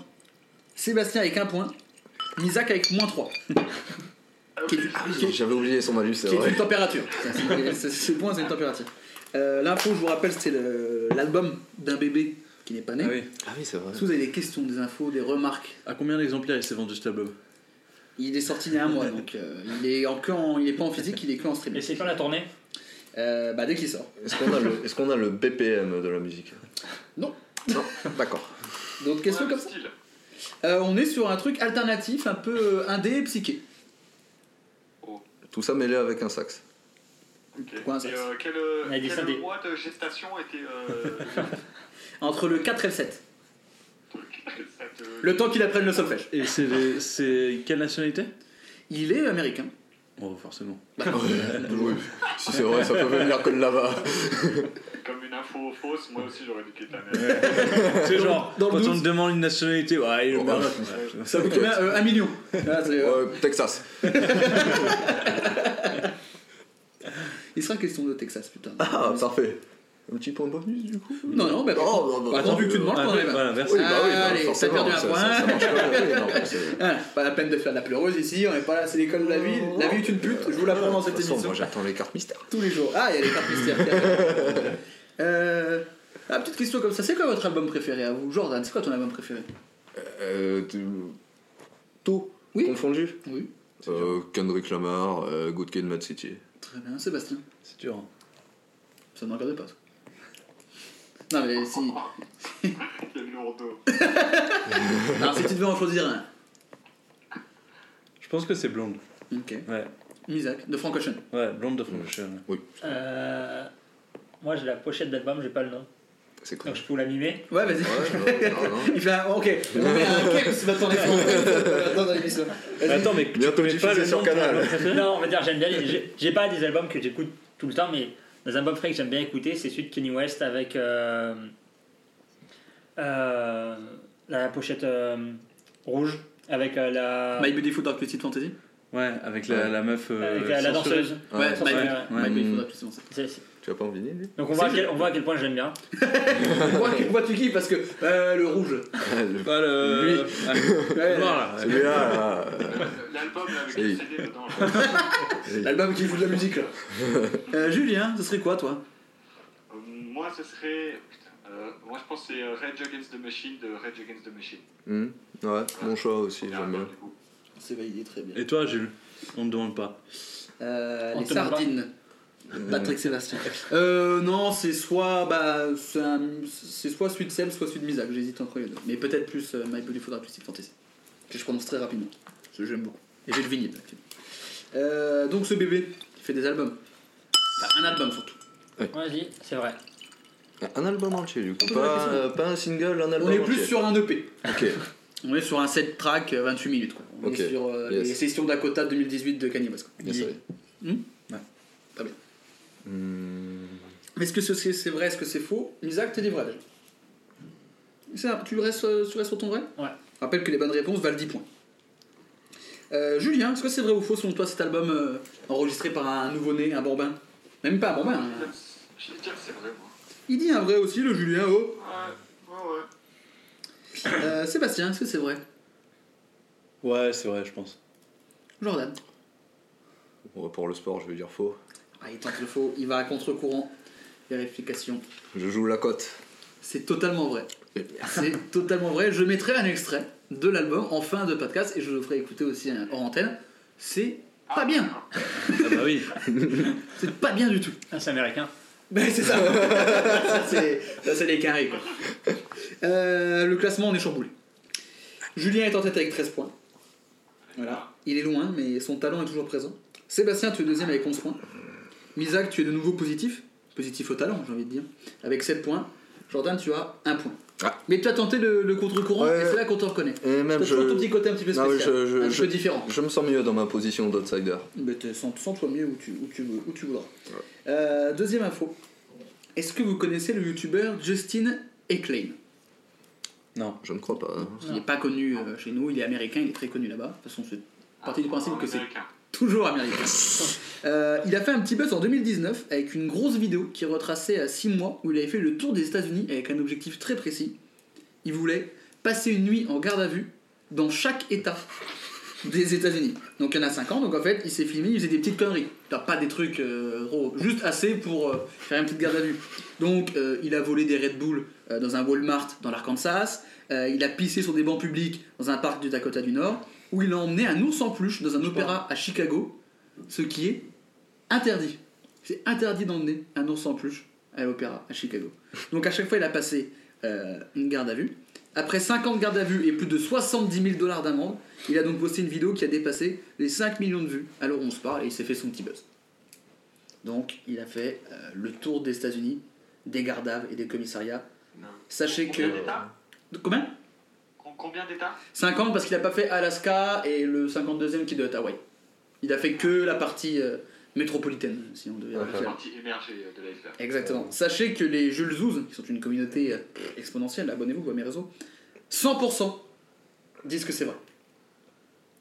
S3: Sébastien avec 1 point, Misak avec moins 3,
S7: Ah,
S3: qui est, ah qui est-
S4: J'avais oublié son malus, c'est
S3: qui est
S4: vrai.
S3: une température. C'est- c'est- C'est bon, c'est une température. Euh, L'info, je vous rappelle, c'est le- l'album d'un bébé qui n'est pas né.
S6: Ah oui.
S4: Ah oui, c'est vrai.
S3: Si vous avez des questions, des infos, des remarques,
S6: À combien d'exemplaires il s'est vendu cet album
S3: il est sorti il y a un mois, donc euh, il est en que en- il est pas en physique, il est que en
S7: Et
S3: streaming.
S7: c'est quand la tournée
S3: Euh, bah dès qu'il sort.
S4: Est-ce qu'on a, le- est-ce qu'on a le BPM de la musique
S3: Non.
S4: Non, d'accord.
S3: D'autres questions comme ça Euh, On est sur un truc alternatif, un peu euh, indé et psyché.
S4: Tout ça mêlé avec un sax.
S3: Pourquoi un
S5: Et
S3: sax
S5: euh, quel,
S7: On a
S5: euh,
S7: dit
S5: quel
S7: ça, des-
S5: mois de gestation était. euh,
S3: Entre le 4 et le 7.
S5: tout
S3: Le temps qu'il apprenne le solfège.
S6: Et c'est des- c'est quelle nationalité
S3: Il est américain.
S6: Oh, forcément.
S4: Oui, si c'est vrai, ça peut venir que de là-bas.
S5: Comme une info fausse, moi aussi j'aurais dit qu'il était américain.
S6: C'est genre,
S3: dans le
S6: quand on
S3: doute.
S6: te demande une nationalité, ouais, il est
S4: Oh,
S6: merde.
S3: Ça coûte combien Euh, Un million. Voilà, c'est, euh,
S4: Ouais, Texas.
S3: Il sera question de Texas, putain.
S4: Ah, parfait. Un petit point de bonus du coup
S3: Non, non, bah,
S4: Oh, non, non,
S3: bah,
S4: non,
S3: attendu que tu
S4: euh,
S3: demandes, je t'en
S6: Ah,
S3: ai marre.
S6: Voilà, merci.
S4: Oui, bah oui, bah,
S3: Allez, t'as
S4: forcément,
S3: perdu un
S4: ça-
S3: point.
S4: ça marche pas. Oui, non, mais c'est-
S3: Ah, pas la peine de faire la pleureuse ici, on n'est pas là, c'est l'école de la ville. La vie est une pute, je vous la prends dans cette
S4: Oh. De toute façon,
S3: émission
S4: Moi j'attends les cartes mystères.
S3: tous les jours. Ah, il y a les cartes mystères. carrément. euh, ah, petite question comme ça, c'est quoi votre album préféré à vous Jordan, c'est quoi ton album préféré
S4: Euh, tout- Tout
S3: Oui.
S4: confondu
S3: Oui.
S4: Euh, Kendrick Lamar, euh, Good Kid, Mad City.
S3: Très bien, Sébastien,
S6: C'est dur. hein.
S3: ça ne me regarde pas. ça. Non, mais si.
S5: Quel lourdeau.
S3: Alors, si tu devais en choisir un.
S6: Je pense que c'est blonde.
S3: Ok.
S6: Ouais,
S3: Misak, de Frank Ocean.
S6: ouais blonde de Franchon.
S7: Euh, Moi, j'ai la pochette d'album, j'ai pas le nom.
S4: C'est cool.
S7: Donc, je peux vous la mimer.
S3: Ouais, vas-y.
S4: Ouais, non, non.
S3: Il fait un. Ok, on met un caps maintenant les Français dans l'émission.
S6: Mais attends, mais tu
S4: Bientôt
S6: connais pas
S4: diffusé
S6: le
S4: sur
S6: nom de ton
S4: Canal.
S6: album préféré
S7: non, on va dire, j'aime bien. les- J'ai j'ai pas des albums que j'écoute tout le temps, mais dans un album frais que j'aime bien écouter, c'est celui de Kenny West avec euh, euh, la pochette euh, rouge, avec euh, la,
S3: My Beautiful Dark Twisted Fantasy
S6: Ouais, avec la, la meuf. euh,
S7: avec, la- la
S6: sorcereuse.
S7: danseuse.
S3: Ouais,
S7: Ouais,
S3: My,
S7: ouais,
S3: My
S4: ouais.
S3: Beautiful Dark Twisted Fantasy.
S7: C'est- c'est-
S4: Tu vas pas en vinyle lui
S7: Donc, on voit, à
S3: Si,
S7: quel, on voit à quel point je l'aime bien.
S3: Pourquoi pourquoi tu kiffes Parce que euh, le rouge.
S4: Ah, le-
S6: Ah, le...
S4: Lui.
S6: Ah,
S3: Ouais,
S6: noir, là.
S4: Celui-là, là, euh,
S5: L'album là, avec
S4: Oui.
S5: les CD dedans. là.
S3: L'album qui fout de la musique là. Euh, Julien, ce serait quoi toi
S5: Euh, Moi ce serait. putain, euh, moi je pense que c'est euh, Rage Against the Machine de Rage Against the Machine.
S4: hmm, ouais, mon choix aussi,
S5: Ah,
S4: j'aime bien.
S5: du coup.
S3: C'est validé très bien.
S6: Et toi, Jules On ne demande pas.
S3: Euh,
S7: On
S3: les
S7: te demande pas.
S3: sardines. Patrick Sébastien. Euh, non, c'est soit bah, c'est un- c'est soit celui de Seb, soit celui de Misak. J'hésite entre les deux. Mais peut-être plus euh, My Beautiful Dark Twisted Fantasy. Que je prononce très rapidement. Parce que j'aime beaucoup. Et j'ai le vinyle. là, actuellement. Euh, donc ce bébé qui fait des albums. Enfin, un album surtout.
S7: Vas-y, c'est vrai.
S4: Un album entier du coup,
S3: On peut la
S4: pas,
S3: question.
S4: euh, pas un single, un
S3: On
S4: album
S3: est
S4: entier.
S3: plus sur un E EP.
S4: Ok,
S3: On est sur un set track euh, 28 minutes. Quoi. On
S4: Ok.
S3: est sur euh,
S4: Yes.
S3: les sessions Dakota 2018 de Kanye West. quoi.
S4: bien sûr.
S3: Hmm Ouais. Très bien.
S4: Hmm,
S3: Mais est-ce que ce- c'est c'est vrai, est-ce que c'est faux Isaac, t'es des vrais déjà. C'est un- tu, restes, euh, tu restes sur ton vrai
S7: Ouais.
S3: Rappelle que les bonnes réponses valent 10 points. Euh, Julien, est-ce que c'est vrai ou faux selon toi cet album euh, enregistré par un nouveau-né, un bourbin Même pas un bourbin. un-
S5: Je vais dire que c'est vrai moi.
S3: Il dit un vrai aussi, le Julien. Oh.
S5: Ouais, ouais, ouais.
S3: Euh, Sébastien, est-ce que c'est vrai
S6: Ouais, c'est vrai, je pense.
S3: Jordan
S4: on va Pour le sport, je vais dire faux.
S3: Ah, il tente le faux, il va à contre-courant. Vérification.
S4: Je joue la cote.
S3: C'est totalement vrai.
S4: Et-
S3: C'est totalement vrai. Je mettrai un extrait de l'album en fin de podcast et je le ferai écouter aussi en antenne. C'est pas bien.
S6: Ah bah oui.
S3: C'est pas bien du tout.
S7: Ah, c'est américain.
S3: Mais Ben, c'est ça. ça, c'est, ça, c'est les carrés. quoi. Euh, le classement, on est chamboulé. Julien est en tête avec 13 points. Voilà. Il est loin, mais son talent est toujours présent. Sébastien, tu es deuxième avec 11 points. Misak, tu es de nouveau positif. Positif au talent, j'ai envie de dire. Avec 7 points. Jordan, tu as 1 point.
S4: Ah.
S3: Mais tu as tenté le, le contre-courant
S4: Ouais.
S3: et c'est là qu'on te reconnaît.
S4: Et
S3: T'as
S4: même
S3: toujours ton
S4: je,
S3: petit côté un petit peu
S4: Non,
S3: spécial,
S4: mais je- je-
S3: un petit
S4: je-
S3: peu différent.
S4: je me sens mieux dans ma position d'outsider.
S3: Mais t'es- sens- sens-toi mieux où tu, où tu, veux- où tu voudras. Euh, deuxième info. Est-ce que vous connaissez le youtubeur Justin Eclain
S6: Non.
S4: Je ne crois pas. hein.
S3: Il n'est pas connu euh, chez nous, il est américain, il est très connu là-bas. De toute façon, c'est parti du principe
S5: En
S3: que c'est
S5: américain.
S3: toujours américain. Euh, il a fait un petit buzz en 2019 avec une grosse vidéo qui retraçait à 6 mois où il avait fait le tour des États-Unis avec un objectif très précis. Il voulait passer une nuit en garde à vue dans chaque État des États-Unis. Donc il y en a 5 ans, donc en fait il s'est filmé, il faisait des petites conneries. Enfin, pas des trucs euh, gros, juste assez pour euh, faire une petite garde à vue. Donc euh, il a volé des Red Bull euh, dans un Walmart dans l'Arkansas, Euh, il a pissé sur des bancs publics dans un parc du Dakota du Nord, où il a emmené un ours en peluche dans un opéra à Chicago, ce qui est interdit. C'est interdit d'emmener un ours en peluche à l'opéra à Chicago. Donc à chaque fois, il a passé euh, une garde à vue. Après 50 gardes à vue et plus de 70 000 dollars d'amende, il a donc posté une vidéo qui a dépassé les 5 millions de vues. Alors on se parle et il s'est fait son petit buzz. Donc il a fait euh, le tour des États-Unis, des gardaves et des commissariats.
S5: Non.
S3: Sachez que.
S5: Combien d'États
S3: De- Combien
S5: Com- Combien d'états
S3: 50 parce qu'il a pas fait Alaska et le 52e qui doit être Hawaï. Il a fait que la partie euh, métropolitaine, si on devait
S4: Ouais.
S5: La
S3: appeler ça.
S5: partie émergée euh, de l'iceberg.
S3: Exactement. Sachez que les Jules Zouz, qui sont une communauté euh, exponentielle, abonnez-vous à mes réseaux, 100% disent que c'est vrai.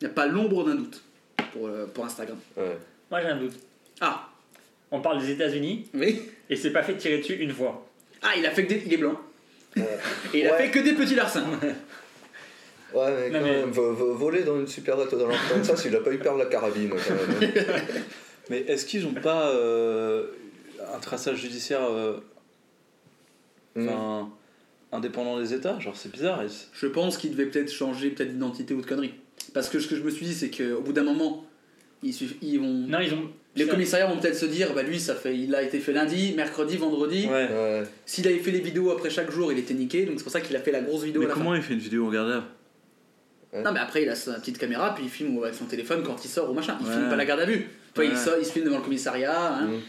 S3: Il n'y a pas l'ombre d'un doute pour, euh, pour Instagram.
S4: Ouais.
S7: Moi, j'ai un doute.
S3: Ah,
S7: On parle des États-Unis
S3: oui.
S7: et c'est pas fait tirer dessus une fois.
S3: Ah, il a fait que des... Il est blanc.
S4: Ouais.
S3: Et il a
S4: Ouais.
S3: fait que des petits larcins.
S4: Ouais, mais
S7: Non,
S4: quand
S7: mais-
S4: même, vo- vo- voler dans une supérette dans l'enfant comme ça, s'il a pas eu peur de la carabine, quand même. hein.
S6: Mais est-ce qu'ils n'ont pas euh, un traçage judiciaire euh,
S4: Mm.
S6: enfin, indépendant des États Genre, c'est bizarre. ils-
S3: Je pense qu'il devait peut-être changer peut-être d'identité ou de conneries. Parce que ce que je me suis dit, c'est qu'au bout d'un moment, ils, suff- ils vont...
S7: Non, ils ont.
S3: Les
S7: ça-
S3: commissariats vont peut-être se dire, bah lui, ça fait, il a été fait lundi, mercredi, vendredi.
S6: Ouais.
S4: Hmm. Ouais.
S3: S'il avait fait les vidéos après chaque jour, il était niqué, donc c'est pour ça qu'il a fait la grosse vidéo
S6: Mais
S3: à la
S6: comment il fait une vidéo regardable
S3: fin. Non, mais après, il a sa petite caméra, puis il filme avec son téléphone quand il sort ou machin. Il
S6: Ouais.
S3: filme pas la garde à vue. Toi, il,
S6: Ouais.
S3: sort, il se filme devant le commissariat. hein.
S4: Mm.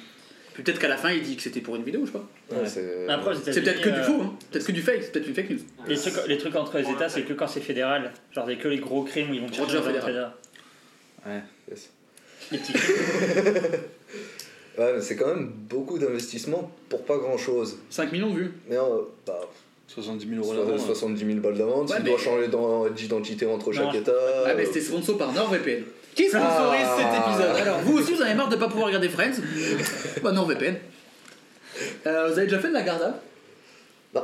S3: Puis peut-être qu'à la fin, il dit que c'était pour une vidéo, je sais pas.
S4: Ouais, c'est-
S7: Après, aux États-Unis,
S3: C'est peut-être que du
S7: euh,
S3: faux, hein. peut-être que du fake, c'est peut-être une fake news.
S7: Les trucs, les trucs entre les
S5: Pour le
S7: États,
S5: fait.
S7: c'est que quand c'est fédéral. Genre, c'est que les gros crimes où ils vont chercher
S3: Roger
S7: les gens
S3: Federer.
S7: fédéraux.
S4: Yes.
S7: Les petits crimes.
S4: Ouais, mais c'est quand même beaucoup d'investissement pour pas grand chose.
S3: 5 millions de vues.
S4: Mais euh, bah,
S6: 70 000 euros
S4: so-
S6: l'avant. hein.
S4: 70 000 balles d'amende,
S3: Ouais,
S4: il
S3: mais-
S4: doit changer d'en- d'identité entre chaque
S7: je-
S4: état.
S3: Ah, mais
S4: euh,
S3: c'était sponsor par NordVPN. Qui sponsorise
S4: Ah.
S3: cet épisode Alors, vous aussi, vous en avez marre de pas pouvoir regarder Friends Bah, NordVPN. Euh, vous avez déjà fait de la garde à
S4: Non.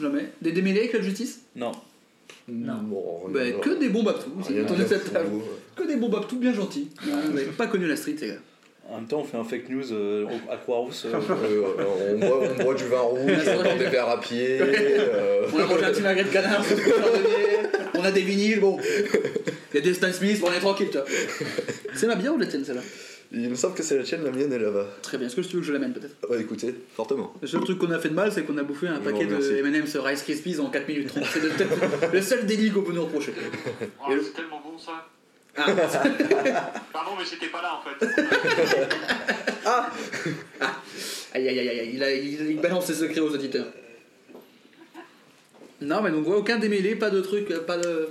S3: Jamais. Des démêlés avec la justice
S6: Non.
S7: Non.
S4: bon,
S3: Bah,
S4: rien-
S3: que des bombes à tout.
S4: rien de fou.
S3: Que des bombes à tout bien gentils. Vous n'avez pas connu la street, les gars.
S6: En même temps, on fait un fake news euh, au- à Croix-Rousse. euh,
S4: Euh, euh, on, boit, on boit du vin rouge,
S3: Ouais, c'est
S4: on
S3: vrai.
S4: prend des verres à pied. euh,
S3: On a mangé un petit magret de canard, sur le chardonnay, on a des vinyles, bon. Il y a des Stan Smith, bon, on est tranquille, tu vois. C'est ma bière ou la tienne, celle-là
S4: Il me semble que c'est la tienne, la mienne est là-bas.
S3: Très bien. Est-ce que tu veux que je l'amène, peut-être
S4: Ouais, écoutez, fortement.
S3: Le seul truc qu'on a fait de mal, c'est qu'on a bouffé un
S4: Je
S3: paquet
S4: vous remercie.
S3: de M&M's Rice Krispies en 4 minutes 30. C'est le- peut-être le seul délit qu'on peut nous reprocher.
S5: Oh,
S3: Et le-
S5: c'est tellement bon ça.
S3: Ah.
S5: Pardon, mais j'étais pas là en fait.
S3: Aïe aïe aïe aïe, il, a- il- il balance ses secrets aux auditeurs. Non, mais donc, ouais, aucun démêlé, pas de truc, euh, pas de.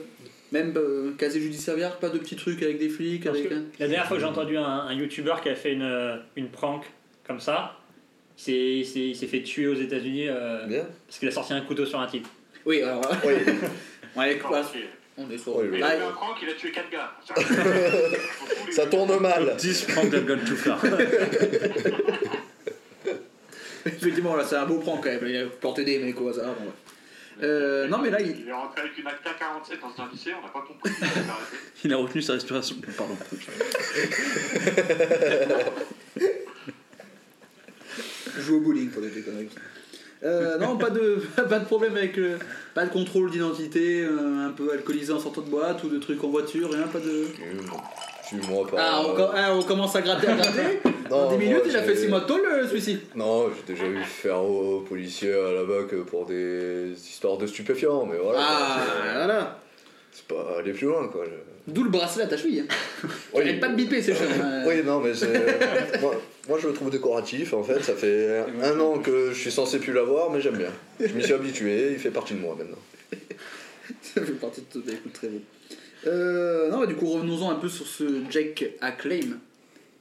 S3: Même euh, casier judiciaire, pas de petits trucs avec des flics,
S7: Parce
S3: avec.
S7: que
S3: un-
S7: La dernière fois que j'ai entendu un, un YouTuber qui a fait une, euh, une prank comme ça, il s'est- il s'est il s'est fait tuer aux États-Unis euh,
S4: Bien.
S7: parce qu'il a sorti un couteau sur un type.
S3: Oui, alors.
S4: Oui.
S3: on est quoi
S5: Ok.
S3: On est sur.
S4: Oui, oui.
S5: Il
S3: Ah,
S5: a eu un crank, il a tué 4 gars.
S4: Ça tourne mal.
S6: 10 prank that got too far.
S3: effectivement, là, c'est un beau prank quand même. Il a planté des mecs au hasard. bon, ouais. Euh, non, mais là, il-
S5: Il est rentré avec une Acta 47 dans un lycée, on n'a pas compris. Il s'est arrêté.
S6: Il a retenu sa respiration. Pardon.
S3: joue au bowling pour des conneries. Euh, non, pas de, pas de problème avec le- Pas de contrôle d'identité, euh, un peu alcoolisé en sortant de boîte ou de trucs en voiture, rien, pas de.
S4: Suis-moi pas.
S3: Ah, on, com- ah, on commence à gratter, à gratter. Dans
S4: Non,
S3: 10
S4: moi,
S3: minutes, il a
S4: j'ai-
S3: fait 6 mois de tôle, euh, celui-ci.
S4: Non, j'ai déjà eu faire aux policiers à la BAC pour des histoires de stupéfiants, mais voilà.
S3: Ah,
S4: quoi, c'est-
S3: là là.
S4: C'est pas aller plus loin, quoi. je-
S3: D'où le bracelet à ta cheville. hein.
S4: Oui.
S3: Arrête pas de biper, ces choses. hein.
S4: Oui, non, mais c'est- moi, moi, je le trouve décoratif, en fait. Ça fait un an que je suis censé plus l'avoir, mais j'aime bien. Je m'y suis habitué, il fait partie de moi maintenant.
S3: Ça fait partie de tout. Bah, écoute, très bien. Euh, non, bah, du coup, revenons-en un peu sur ce Jack Acclaim.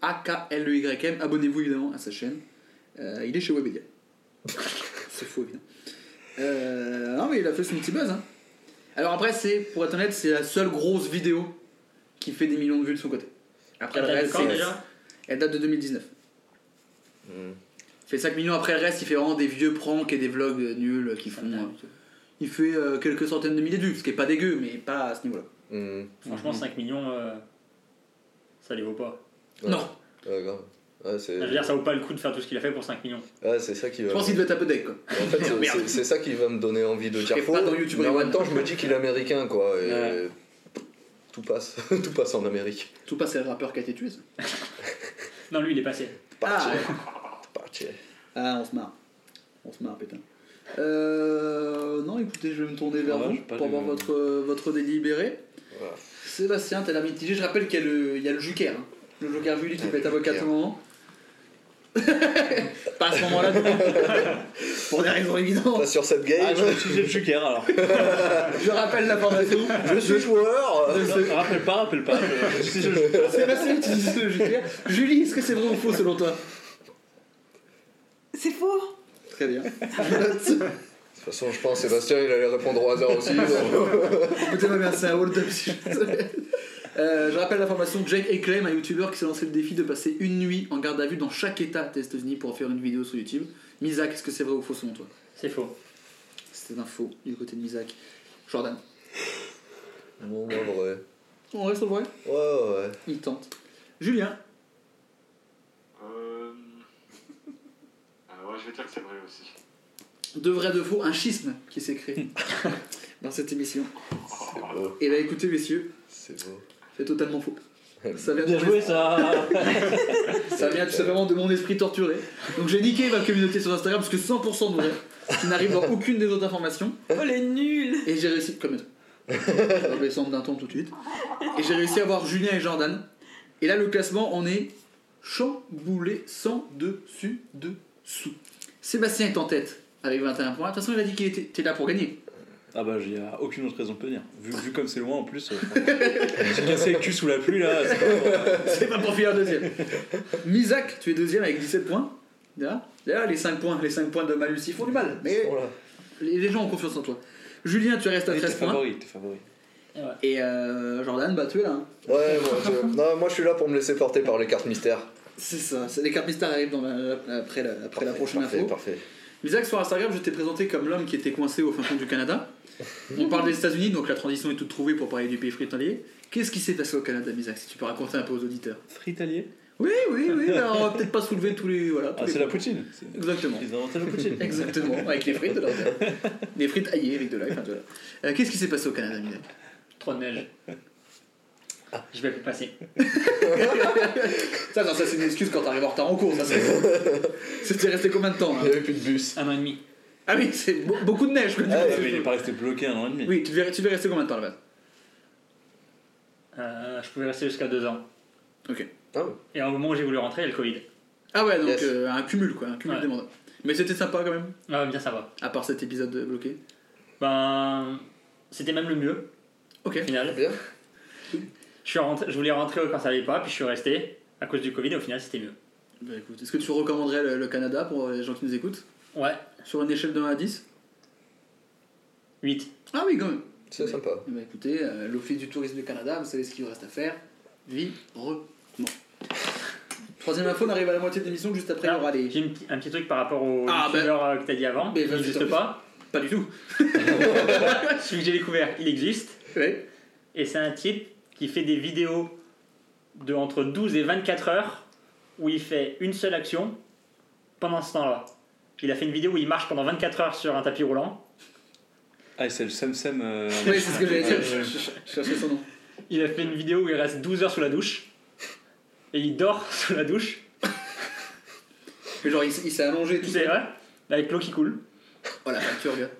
S3: A-K-L-E-Y-M. E Abonnez-vous évidemment à sa chaîne. Euh, il est chez Webedia. c'est fou, évidemment. Euh, non, mais il a fait son petit buzz. hein. Alors après, c'est, pour être honnête, c'est la seule grosse vidéo qui fait des millions de vues de son côté. Après, le
S7: Ah, T'as
S3: reste,
S7: quand
S3: c'est-
S7: déjà
S3: elle date de 2019.
S4: Mm.
S3: Il fait 5 millions après le reste, il fait vraiment des vieux pranks et des vlogs euh, nuls euh, qui font.
S7: Ah,
S3: euh, il fait euh, quelques centaines de milliers de vues, ce qui est pas dégueu, mais pas à ce niveau-là.
S4: Mm.
S7: Franchement,
S3: Mhm.
S7: 5 millions, euh, ça les vaut pas.
S4: Ouais.
S3: Non,
S4: Ouais, grave. Ouais, c'est
S3: Euh.
S7: Je veux dire, ça vaut pas le coup de faire tout ce qu'il a fait pour 5 millions.
S4: ouais, c'est ça qui va.
S3: je pense qu'il doit être un peu deck quoi.
S4: En fait, c'est-
S3: Merde.
S4: c'est- c'est ça qui va me donner envie de dire
S3: serai
S4: faux.
S3: pas dans YouTube
S4: mais en
S3: Rewind.
S4: même temps, je me dis qu'il est américain, quoi. Et
S6: Ouais.
S4: Tout passe, tout passe en Amérique.
S3: Tout pas, c'est le rappeur qui a été tué, ça.
S7: Non, lui, il est passé.
S3: Ah, ouais.
S4: Parti.
S3: Ah, on se marre. On se marre, putain. Euh, non, écoutez, je vais me tourner vers
S6: Ah,
S3: vous
S6: j'ai pas
S3: pour
S6: lu.
S3: avoir votre, euh, votre délibéré.
S4: Voilà.
S3: Sébastien, t'as l'air mitigé. Je rappelle qu'il y a le, il y a le Joker. hein. Le Joker Vully qui
S4: Ah,
S3: peut
S4: le
S3: être avocat à
S4: Joker.
S3: tout moment. Pas à ce moment-là. du coup. pour des raisons évidentes.
S4: Pas sur cette game.
S6: Ah, je vais utiliser le joker alors.
S3: Je rappelle la formation.
S4: je suis joueur.
S6: Non, rappelle pas, rappelle pas. Je- je- je- je-
S3: Sébastien utilise le joker. Julie, est-ce que c'est vrai ou faux selon toi
S9: C'est faux
S3: Très bien.
S4: De toute façon, je pense Sébastien, il allait répondre au hasard aussi. donc.
S3: Écoutez-moi bien, c'est un hold-up si je suis désolé. Euh, je rappelle la formation Jake Eclaim, un youtubeur qui s'est lancé le défi de passer une nuit en garde à vue dans chaque état des États-Unis pour en faire une vidéo sur YouTube. Misak, est-ce que c'est vrai ou faux selon toi
S7: C'est faux.
S3: C'était un faux du côté de Misak. Jordan.
S4: Bon, non, vrai.
S3: On reste au vrai
S4: Ouais, ouais.
S3: Il tente. Julien.
S5: Euh... euh, ouais, je vais dire que c'est vrai aussi.
S3: De vrai de faux, un schisme qui s'est créé dans cette émission.
S4: C'est beau.
S3: Et bah écoutez messieurs,
S4: C'est beau.
S3: c'est totalement faux. Ça vient de
S7: Bien
S3: mon
S7: joué ça
S3: Ça vient tout simplement de mon esprit torturé. Donc j'ai niqué ma communauté sur Instagram parce que 100% de vrai, qui n'arrive dans aucune des autres informations.
S9: Oh, les nuls
S3: Et j'ai réussi, comme ça, je descendre d'un ton tout de suite. Et j'ai réussi à voir Julien et Jordan. Et là, le classement, on est chamboulé sans dessus dessous. Sébastien est en tête avec 21 points. De toute façon, il a dit qu'il était t'es là pour gagner.
S6: Ah bah, il n'y a aucune autre raison de tenir. Vu, vu comme c'est loin en plus, euh, j'ai cassé le cul sous la pluie là. c'est pas bon.
S3: C'est pas pour finir deuxième. Misak, tu es deuxième avec 17 points. Là, là, les 5 points, les 5 points de Malus, ils font du mal. Mais
S4: Voilà.
S3: les les gens ont confiance en toi. Julien, tu restes à
S6: T'es
S3: 13 points.
S6: favori, t'es favori.
S3: Et euh, Jordan, bah tu es là. hein.
S4: Ouais, moi je... Non, moi je suis là pour me laisser porter par les cartes mystères.
S3: C'est ça. c'est- Les cartes mystères arrivent dans la- la- après la, après la
S4: Parfait,
S3: prochaine
S4: parfait,
S3: info.
S4: Parfait.
S3: Misak, sur Instagram, je t'ai présenté comme l'homme qui était coincé au fin fond du Canada. On parle des États-Unis, donc la transition est toute trouvée pour parler du pays frontalier. Qu'est-ce qui s'est passé au Canada, Misak, si tu peux raconter un peu aux auditeurs
S6: Fritalier
S3: Oui, oui, oui, alors on va peut-être pas soulever tous les. Voilà, tous
S6: Ah,
S3: les
S6: c'est la poutine. c'est-
S3: Exactement.
S6: Ils ont inventé la poutine.
S3: Exactement, avec les frites de l'ordre. Des frites aillées avec de l'ail, enfin de la- Euh, Qu'est-ce qui s'est passé au Canada, Misak
S7: Trop de neige. Je vais plus passer.
S3: Ça, non, ça c'est une excuse quand t'arrives en retard en cours, ça c'est. C'était resté combien de temps là
S4: Il n'y avait plus de bus.
S7: Un an et demi.
S3: Ah oui, c'est be- beaucoup de neige. quoi, du
S4: Ah
S3: coup.
S6: Ouais, mais il est pas resté bloqué un an et demi.
S3: Oui, tu devais, tu devais rester combien de temps là-bas
S7: Euh, je pouvais rester jusqu'à deux ans.
S3: Ok.
S7: Et au moment où j'ai voulu rentrer, il y a le Covid.
S3: Ah ouais, donc
S4: Yes.
S3: euh, un cumul quoi, un cumul
S7: Ouais.
S3: des mandats. Mais c'était sympa quand même,
S7: Ah, bien ça va.
S3: à part cet épisode de bloqué.
S7: Ben, c'était même le mieux
S3: Ok.
S7: au final.
S4: Bien.
S7: Je, suis rentré, je voulais rentrer quand ça allait pas, puis je suis resté à cause du Covid, et au final c'était mieux.
S3: Bah, écoute, Est-ce que tu recommanderais le, le Canada pour les gens qui nous écoutent
S7: Ouais,
S3: Sur une échelle de 1 à 10
S7: 8.
S3: Ah oui, quand même.
S4: C'est sympa.
S3: Eh ben, écoutez, euh, l'Office du tourisme du Canada, vous savez ce qu'il vous reste à faire. Virement. Troisième info, on arrive à la moitié de l'émission, juste après il y aura les-
S7: J'ai une p- un petit truc par rapport au
S3: Ah, ben.
S7: youtubeur euh, que t'as dit avant,
S3: Mais
S7: il
S3: vas-y,
S7: n'existe
S3: t'en-
S7: pas.
S3: Pas du tout.
S7: Celui que j'ai découvert, il existe.
S3: Ouais.
S7: Et c'est un type qui fait des vidéos de entre 12 et 24 heures où il fait une seule action pendant ce temps-là. Il a fait une vidéo où il marche pendant 24 heures sur un tapis roulant.
S6: Ah, c'est le Samsem. euh,
S3: Oui, c'est ce que j'allais dire.
S6: Ouais,
S3: Je,
S6: ouais.
S3: je- je cherchais son nom.
S7: Il a fait une vidéo où il reste 12 heures sous la douche. Et il dort sous la douche.
S3: Mais genre, il, s- il s'est allongé tout
S7: C'est
S3: seul.
S7: vrai Avec l'eau qui coule.
S3: Oh la facture, gars.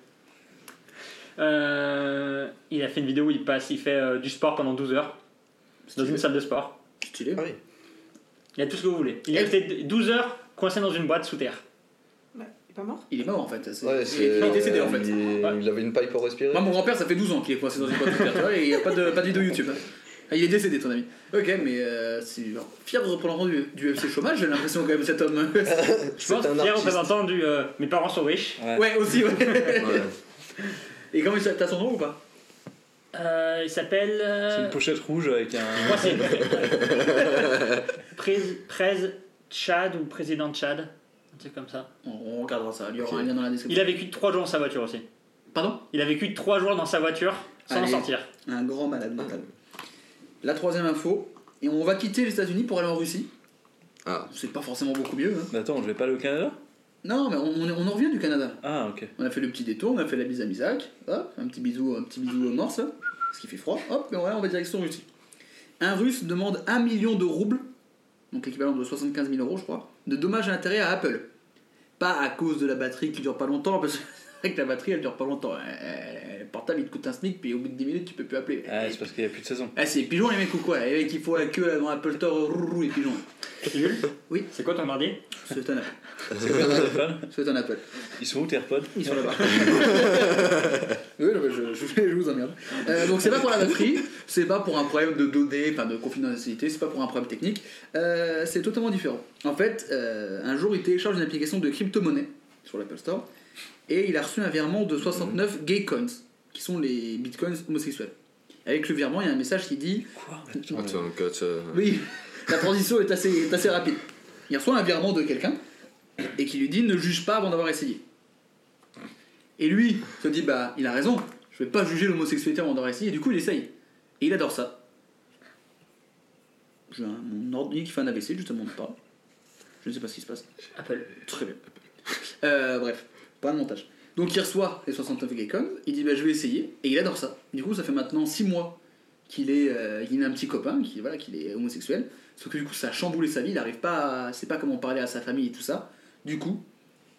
S7: Euh, il a fait une vidéo où il passe, il fait euh, du sport pendant 12 heures. Dans une salle de sport.
S3: Stylé.
S4: Ah oui.
S7: Il y a tout ce que vous voulez. Il est
S3: Et-
S7: resté 12 heures coincé dans une boîte sous terre.
S9: Bah, Il est pas mort
S3: Il est mort en fait. c'est-
S4: Ouais,
S3: il, est, il est décédé en fait.
S4: Il,
S7: Ouais.
S4: il avait une paille pour respirer.
S3: Moi, mon grand-père, ça fait 12 ans qu'il est coincé dans une boîte de terre, tu vois, et il n'y a pas de, pas de vidéo YouTube. hein. Ah, Il est décédé, ton ami. Ok, mais euh, c'est genre fier représentant du, du FC chômage, j'ai l'impression quand même cet homme.
S7: Je pense
S4: un
S7: fier
S4: artiste.
S7: représentant du euh, Mes parents sont riches.
S3: ouais, aussi, ouais.
S4: Ouais.
S3: Et comment il s'appelle T'as son nom ou pas
S7: Euh, il s'appelle. euh,
S6: C'est une pochette rouge avec
S7: je
S6: un.
S7: crois que c'est- Prés- Prés Tchad ou président de Tchad. Un truc comme ça.
S3: on, on regardera ça, il y aura
S4: Ok.
S3: un lien dans la
S7: Il
S3: description.
S7: a vécu 3 jours dans sa voiture aussi.
S3: Pardon
S7: Il a vécu 3 jours dans sa voiture sans en
S3: Allez.
S7: sortir.
S3: Un grand malade mental. La troisième info, et on va quitter les États-Unis pour aller en Russie.
S4: Ah.
S3: C'est pas forcément beaucoup mieux. hein.
S6: Mais attends, je vais pas aller au Canada
S3: Non, mais on, on, on en revient du Canada.
S6: Ah, ok.
S3: On a fait le petit détour, on a fait la bise à Misak, hop, un petit bisou, un petit bisou au morse, là, parce qu'il fait froid, hop, et voilà, on va direction Russie. Un russe demande 1 million de roubles, donc l'équivalent de 75 000 euros, je crois, de dommages à intérêt à Apple. Pas à cause de la batterie qui dure pas longtemps, parce que vrai que la batterie elle dure pas longtemps. Euh, le portable il te coûte un smic, puis au bout de 10 minutes tu peux plus appeler.
S6: Ah, c'est parce qu'il n'y a plus de saison.
S3: Ah, c'est les pigeons les mecs ou quoi Eh, Les mecs ils font la queue devant Apple Store, rourou les pigeons.
S7: Jules
S3: Oui.
S7: C'est quoi ton ordi
S3: C'est un appel. C'est un appel.
S6: Ils sont où tes AirPods
S3: Ils sont là-bas. oui, non, mais je, je, je vous emmerde. Euh, donc c'est pas pour la batterie, c'est pas pour un problème de données, enfin de confidentialité, c'est pas pour un problème technique. Euh, c'est totalement différent. En fait, euh, un jour il télécharge une application de crypto-monnaie sur l'Apple Store et il a reçu un virement de 69 gay coins, qui sont les bitcoins homosexuels. Avec le virement, il y a un message qui dit Ah,
S4: Attends, que ça-
S3: oui, la transition est assez, est assez rapide. Il reçoit un virement de quelqu'un et qui lui dit ne juge pas avant d'avoir essayé. Et lui se dit bah il a raison, je vais pas juger l'homosexualité avant d'avoir essayé. Et du coup il essaye et il adore ça. J'ai un- mon ordi qui fait un AVC justement de parle. Je ne sais pas ce qui se passe.
S7: Apple.
S3: Très bien. Euh, bref, pas de montage. Donc il reçoit les 69 Gaycons, il dit bah, je vais essayer, et il adore ça. Du coup, ça fait maintenant 6 mois qu'il est, euh, il a un petit copain, qui voilà, qu'il est homosexuel. Sauf que du coup, ça a chamboulé sa vie, il n'arrive pas, à, sait pas comment parler à sa famille et tout ça. Du coup,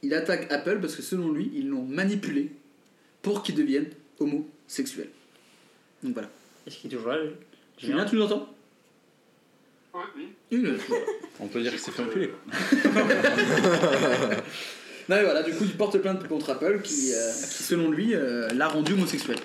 S3: il attaque Apple parce que selon lui, ils l'ont manipulé pour qu'il devienne homosexuel. Donc voilà.
S7: Est-ce qu'il est toujours là
S3: Julien, tu nous entends
S5: Ouais, oui.
S3: Oui, oui, oui.
S6: On peut dire qu'il s'est fait enculer.
S5: quoi.
S3: Non, mais voilà, du coup, il porte plainte contre Apple qui, euh, qui selon lui, euh, l'a rendu homosexuel.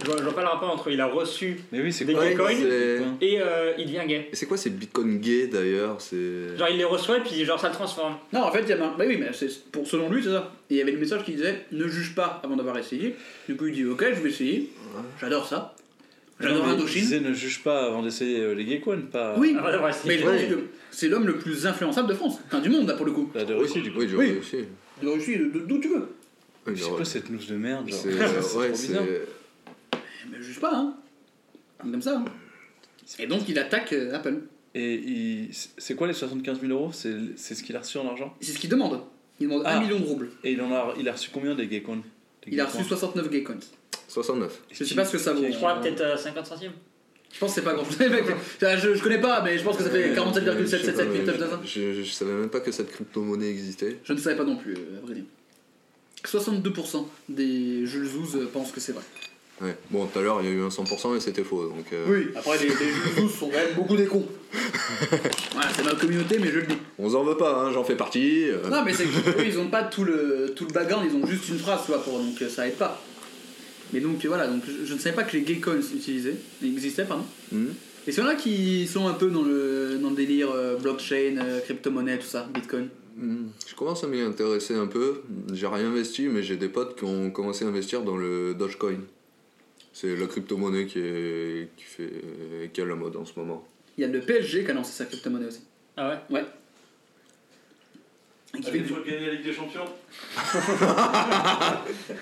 S7: Je vois, je vois pas le rapport entre il a reçu
S6: Mais oui, c'est
S7: Des
S6: quoi
S4: Ouais,
S7: bitcoins
S4: c'est-
S6: Bitcoin.
S7: et euh, il devient gay.
S4: Et c'est quoi ces bitcoins gays d'ailleurs C'est.
S7: Genre il les reçoit et puis genre ça le transforme.
S3: Non, en fait, il y avait un- bah oui, mais c'est pour selon lui, c'est ça. Et il y avait le message qui disait ne juge pas avant d'avoir essayé. Du coup, il dit ok, je vais essayer. J'adore ça. J'adore
S6: Non, mais
S3: Indochine.
S6: il disait, ne juge pas avant d'essayer euh, les Geekwon, pas.
S3: Oui,
S7: Ah, voilà, voilà, c'est-
S3: mais je
S4: Ouais.
S3: pense que c'est l'homme le plus influençable de France, enfin du monde là pour le coup.
S6: Bah, de
S4: Oui,
S6: Russie, du coup.
S4: Oui, du
S3: Oui.
S4: Russie.
S3: De Russie, de- de- d'où tu veux.
S4: Oui,
S6: C'est
S4: genre,
S6: quoi cette news de merde genre
S4: c'est- euh,
S6: C'est
S4: Ouais,
S6: trop bizarre.
S4: c'est.
S3: Mais juge pas, hein. Comme ça. hein. Et donc, il attaque euh, Apple.
S6: Et il- c'est quoi les 75 000 euros C'est c'est ce qu'il a reçu en argent
S3: C'est ce qu'il demande. Il demande
S6: Ah.
S3: 1 million de roubles.
S6: Et il, en a, il a reçu combien des Geekwon
S3: Il a reçu 69 gay coins.
S4: 69.
S3: Je sais pas ce que ça vaut.
S7: Je crois peut-être euh, 50 centimes.
S3: Je pense que c'est pas grand chose. je, je connais pas, mais je pense que ça fait
S4: Euh, je sais pas,
S3: 47,77789.
S4: Je, je, je savais même pas que cette crypto-monnaie existait.
S3: Je ne savais pas non plus, euh, à vrai dire. 62% des Jules Zouz euh, pensent que c'est vrai.
S4: Ouais. Bon, tout à l'heure, il y a eu un 100% et c'était faux. Donc, euh,
S3: Oui, après les, les Jules Zouz sont quand même beaucoup des cons. voilà, c'est ma communauté, mais je le dis.
S4: On s'en veut pas, hein, j'en fais partie. euh,
S3: Non, mais c'est que eux, ils ont pas tout le, tout le background, ils ont juste une phrase, tu vois, pour, donc euh, ça aide pas. Mais donc euh, voilà, donc je, je ne savais pas que les gay coins utilisaient, existaient, pardon.
S4: hmm.
S3: Et ceux là qui sont un peu dans le, dans le délire euh, blockchain, euh, crypto-monnaie, tout ça, bitcoin.
S4: Hmm. Je commence à m'y intéresser un peu. J'ai réinvesti, mais j'ai des potes qui ont commencé à investir dans le Dogecoin. C'est la crypto-monnaie qui, est, qui, fait, euh, qui est à la mode en ce moment.
S3: Il y a le PSG qui a lancé sa crypto-monnaie aussi.
S7: Ah ouais
S3: Et qui fait du-
S6: gagner la Ligue des Champions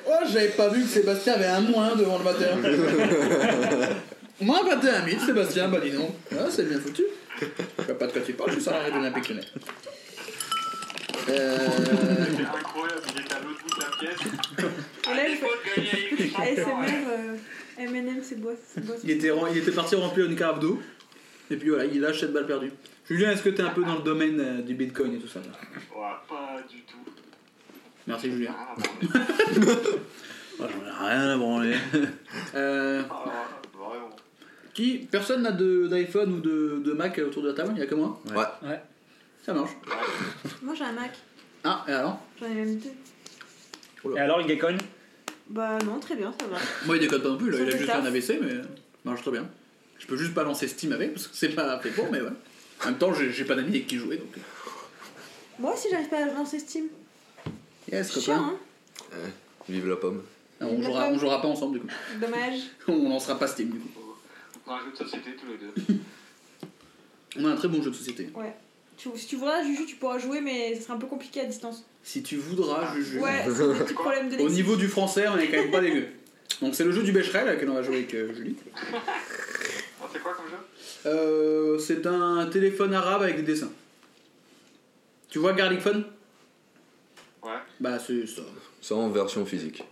S3: Oh, j'avais pas vu que Sébastien avait un moins devant le matin. moins 21 000, Sébastien, bah dis donc. Ah, c'est bien foutu. Je sais pas de quoi tu parles, je suis salarié de l'Olympique Lyonnais. Euh...
S5: C'est incroyable, il était à l'autre bout de la pièce.
S9: Et là, il faut.
S5: Allez,
S9: ASMR, euh, MM, c'est bois. c'est bois.
S3: Il, était, ren- il était parti remplir une carafe d'eau, et puis voilà, il lâche cette balle perdue. Julien, est-ce que t'es un peu dans le domaine euh, du bitcoin et tout ça là
S5: Pas du tout.
S3: Merci Julien.
S5: Ah, bon,
S6: Ah, J'en ai rien à branler.
S3: Euh,
S5: ah, vraiment.
S3: qui Personne n'a de- d'iPhone ou de, de Mac autour de la table Il y a que moi
S4: Ouais.
S7: Ouais.
S3: Ça marche.
S9: Moi, j'ai un Mac.
S3: Ah, et alors
S9: J'en ai même deux.
S7: Et alors le Gaycon
S9: Bah, non, très bien, ça va.
S3: Moi, il décode pas non plus, là.
S9: Ça
S3: il a
S9: fait
S3: juste
S9: taf.
S3: un AVC, mais euh, marche très bien. Je peux juste pas lancer Steam avec, parce que c'est pas fait pour, mais ouais. En même temps, j'ai j'ai pas d'amis avec qui jouer, donc. euh.
S9: Moi aussi, j'arrive pas à lancer Steam.
S3: Yes,
S9: C'est
S3: copain.
S9: chiant, hein
S4: Vive la pomme.
S3: Ah, on, jouera, on jouera pas ensemble, du coup.
S9: Dommage.
S3: On lancera pas Steam, du coup.
S5: On a un jeu de société tous les deux.
S3: On a un très bon jeu de société.
S9: Tu- si tu voudras, Juju, tu pourras jouer, mais ça sera un peu compliqué à distance.
S3: Si tu voudras, Juju.
S9: Ouais, c'est un petit problème de
S3: Au
S9: lexique.
S3: niveau du français, on est quand même pas dégueu. Donc, c'est le jeu du Becherel, auquel on va jouer avec euh, Julie.
S5: Ah, C'est quoi comme jeu
S3: Euh, c'est un téléphone arabe avec des dessins. Tu vois Garlic Phone
S5: Ouais,
S3: Bah, c'est ça.
S4: Ça en version physique.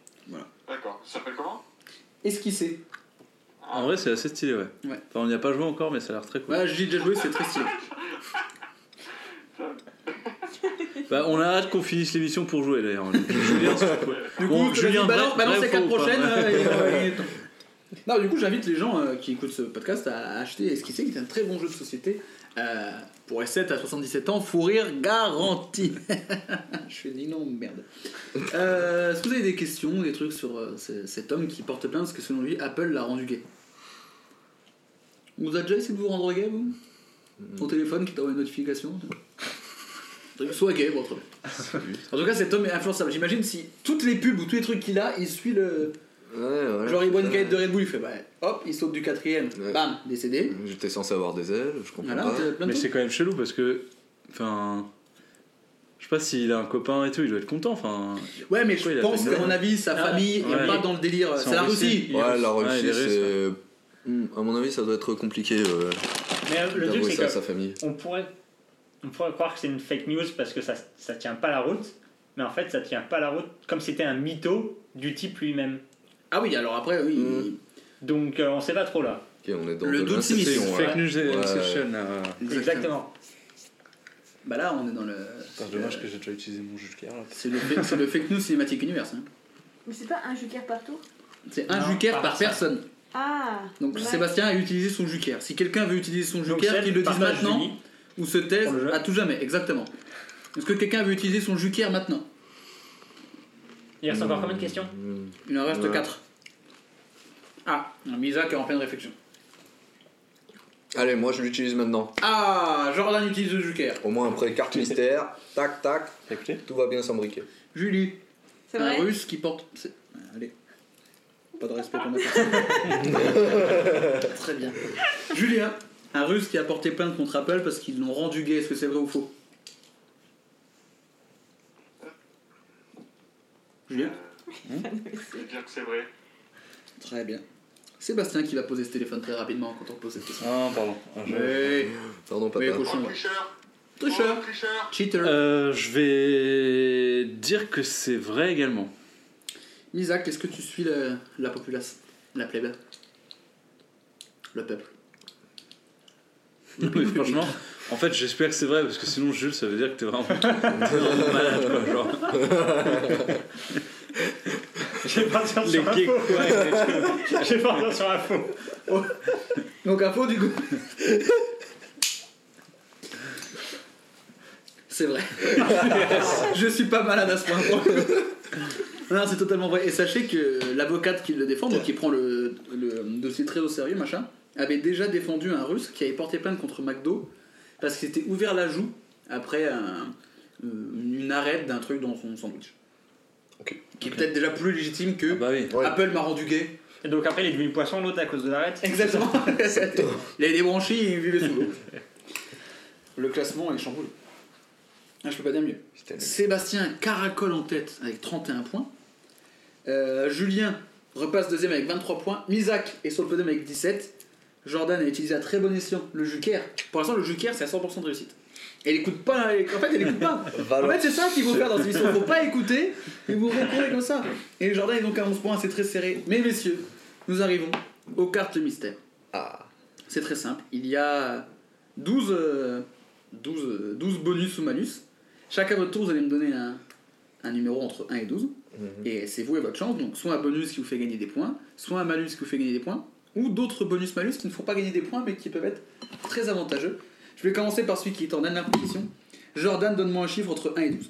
S5: d'accord. Ça s'appelle comment
S3: Esquissé.
S6: En vrai, c'est assez stylé, ouais.
S3: Ouais.
S6: Enfin, on n'y a pas joué encore, mais ça a l'air très cool.
S3: Ouais, j'ai déjà joué, c'est très stylé.
S6: Bah, on a hâte qu'on finisse l'émission pour jouer d'ailleurs. Julien, c'est quoi
S3: Du coup,
S6: Bon,
S3: je
S6: Julien,
S3: dis, bah
S6: vrai-
S3: non, bah non,
S6: vrai
S3: c'est
S6: ou
S3: quatre
S6: faux,
S3: prochaines.
S6: pas
S3: euh, et, euh, et- Non, du coup, j'invite les gens euh, qui écoutent ce podcast à acheter ce qui c'est qui est un très bon jeu de société euh, pour S7 à 77 ans, fou rire garanti. je suis dit non, merde. Euh, Est-ce que vous avez des questions, des trucs sur euh, ce- cet homme qui porte plainte parce que selon lui, Apple l'a rendu gay Vous avez déjà essayé de vous rendre gay, vous
S6: Hmm.
S3: Ton téléphone qui t'envoie une notification Soit gay, bon, très bien. En tout cas, cet homme est influençable. J'imagine si toutes les pubs ou tous les trucs qu'il a, il suit le. Genre, il boit une canette de Red Bull, il fait bah, hop, il saute du quatrième,
S4: Ouais.
S3: bam, décédé.
S4: J'étais censé avoir des ailes, je comprends
S3: Voilà,
S4: pas.
S3: t'as plein de
S6: Mais
S3: trucs.
S6: c'est quand même chelou parce que. Enfin. Je sais pas s'il a un copain et tout, il doit être content. Enfin.
S3: Ouais, mais
S6: je
S3: je
S6: il a
S3: pense
S6: fait
S3: qu'à
S6: une-
S3: mon avis, sa
S7: Ah,
S3: famille
S6: ouais.
S3: est pas dans le délire.
S6: C'est
S3: C'est la
S6: en Russie.
S3: Russie.
S6: Il est
S4: Ouais,
S6: russe.
S4: la
S6: Ouais, il
S4: Russie,
S6: est russe,
S4: c'est. Hmm, À mon avis, ça doit être compliqué euh,
S7: Mais euh, le truc,
S4: d'avouer
S7: c'est
S4: ça
S7: que
S4: à sa famille.
S7: on pourrait, on pourrait croire que c'est une fake news parce que ça, ça tient pas la route, mais en fait ça tient pas la route comme c'était un mytho du type lui-même.
S3: Ah oui, alors après, oui.
S4: Mm.
S7: Donc euh, on sait pas trop là.
S4: Ok, on est dans
S3: Le
S4: de
S3: doute
S6: C'est
S4: l'inception,
S6: une
S3: s'immisce.
S4: ouais.
S6: fake news euh.
S4: Ouais.
S6: session.
S7: Exactement.
S3: Bah là, on est dans le.
S6: C'est dommage que j'ai déjà utilisé mon jus de là.
S3: C'est le, fa- c'est le fake news cinématique universe. hein.
S9: Mais c'est pas un Joker partout
S3: C'est un
S7: Non,
S3: joker
S7: par
S3: par
S7: ça.
S3: personne.
S9: Ah
S3: Donc
S9: ouais.
S3: Sébastien a utilisé son joker. Si quelqu'un veut utiliser son
S7: Donc,
S3: joker,
S7: Seb
S3: qu'il le dise
S7: partage
S3: maintenant.
S7: Julie.
S3: ou se taise
S7: Pour le jeu.
S3: à tout jamais, exactement. Est-ce que quelqu'un veut utiliser son Juker maintenant
S7: Il reste encore combien de questions
S4: Hmm.
S3: Il en reste
S4: Ouais.
S3: 4. Ah, Misa est en pleine réflexion.
S4: Allez, moi je l'utilise maintenant.
S3: Ah, Jordan utilise le Juker.
S4: Au moins après carte mystère, tac tac,
S6: T'as écouté
S4: tout va bien s'embriquer.
S3: Julie,
S9: C'est
S3: un
S9: vrai
S3: russe qui porte. c'est- Allez. Pas de respect pour ma personne. Très bien. Julien, un russe qui a porté plainte contre Apple parce qu'ils l'ont rendu gay. Est-ce que c'est vrai ou faux Julien
S5: Je vais dire que c'est vrai.
S3: Très bien. Sébastien qui va poser ce téléphone très rapidement quand on pose cette question.
S6: Ah, pardon.
S3: Mais-
S4: Pardon papa.
S3: mais cochon,
S5: Oh,
S3: ouais.
S5: tricheur
S3: Tricheur.
S5: Oh, tricheur
S3: Cheater.
S6: Euh, je vais dire que c'est vrai également.
S3: Isaac, est-ce que tu suis le- la populace La plèbe Le peuple
S6: Oui, franchement, en fait, j'espère que c'est vrai parce que sinon, Jules, ça veut dire que t'es vraiment, t'es vraiment malade. Quoi, genre.
S7: J'ai partir
S6: Les
S7: sur un
S6: geeks,
S7: faux. J'ai partir sur un faux.
S3: Donc à faux du coup C'est vrai. Je suis pas malade à ce point. non, c'est totalement vrai. Et sachez que l'avocate qui le défend, donc qui prend le, le dossier très au sérieux, machin, avait déjà défendu un russe qui avait porté plainte contre McDo parce qu'il s'était ouvert la joue après un- euh, une arête d'un truc dans son sandwich.
S4: Ok.
S3: Qui est peut-être déjà plus légitime que
S6: Ah bah oui.
S4: Ouais.
S3: Apple m'a rendu gay.
S7: Et donc après il est devenu poisson l'autre à cause de l'arête.
S3: Exactement. il avait des branchies et il vivait sous l'eau. Le classement est chamboulé. Ah, je peux pas dire mieux.
S4: C'était nul.
S3: Sébastien caracole en tête avec 31 points. Euh, Julien repasse deuxième avec 23 points. Misak est sur le podium avec 17. Jordan a utilisé à très bon escient le Juker. Pour l'instant, le Juker, c'est à 100% de réussite. Elle écoute pas. elle- En fait, elle écoute pas. En fait, c'est ça qu'il faut faire dans cette émission. Faut pas écouter et vous répondez comme ça. Et Jordan est donc à 11 points, c'est très serré. Mais messieurs, nous arrivons aux cartes mystères.
S4: Ah.
S3: C'est très simple. Il y a 12, euh, 12, euh, 12 bonus ou malus. Chacun à votre tour, vous allez me donner un, un numéro entre 1 et 12.
S4: Mhm.
S3: Et c'est vous et votre chance. Donc, soit un bonus qui vous fait gagner des points, soit un malus qui vous fait gagner des points, ou d'autres bonus-malus qui ne font pas gagner des points mais qui peuvent être très avantageux. Je vais commencer par celui qui est en dernière position. Jordan, donne-moi un chiffre entre 1 et 12.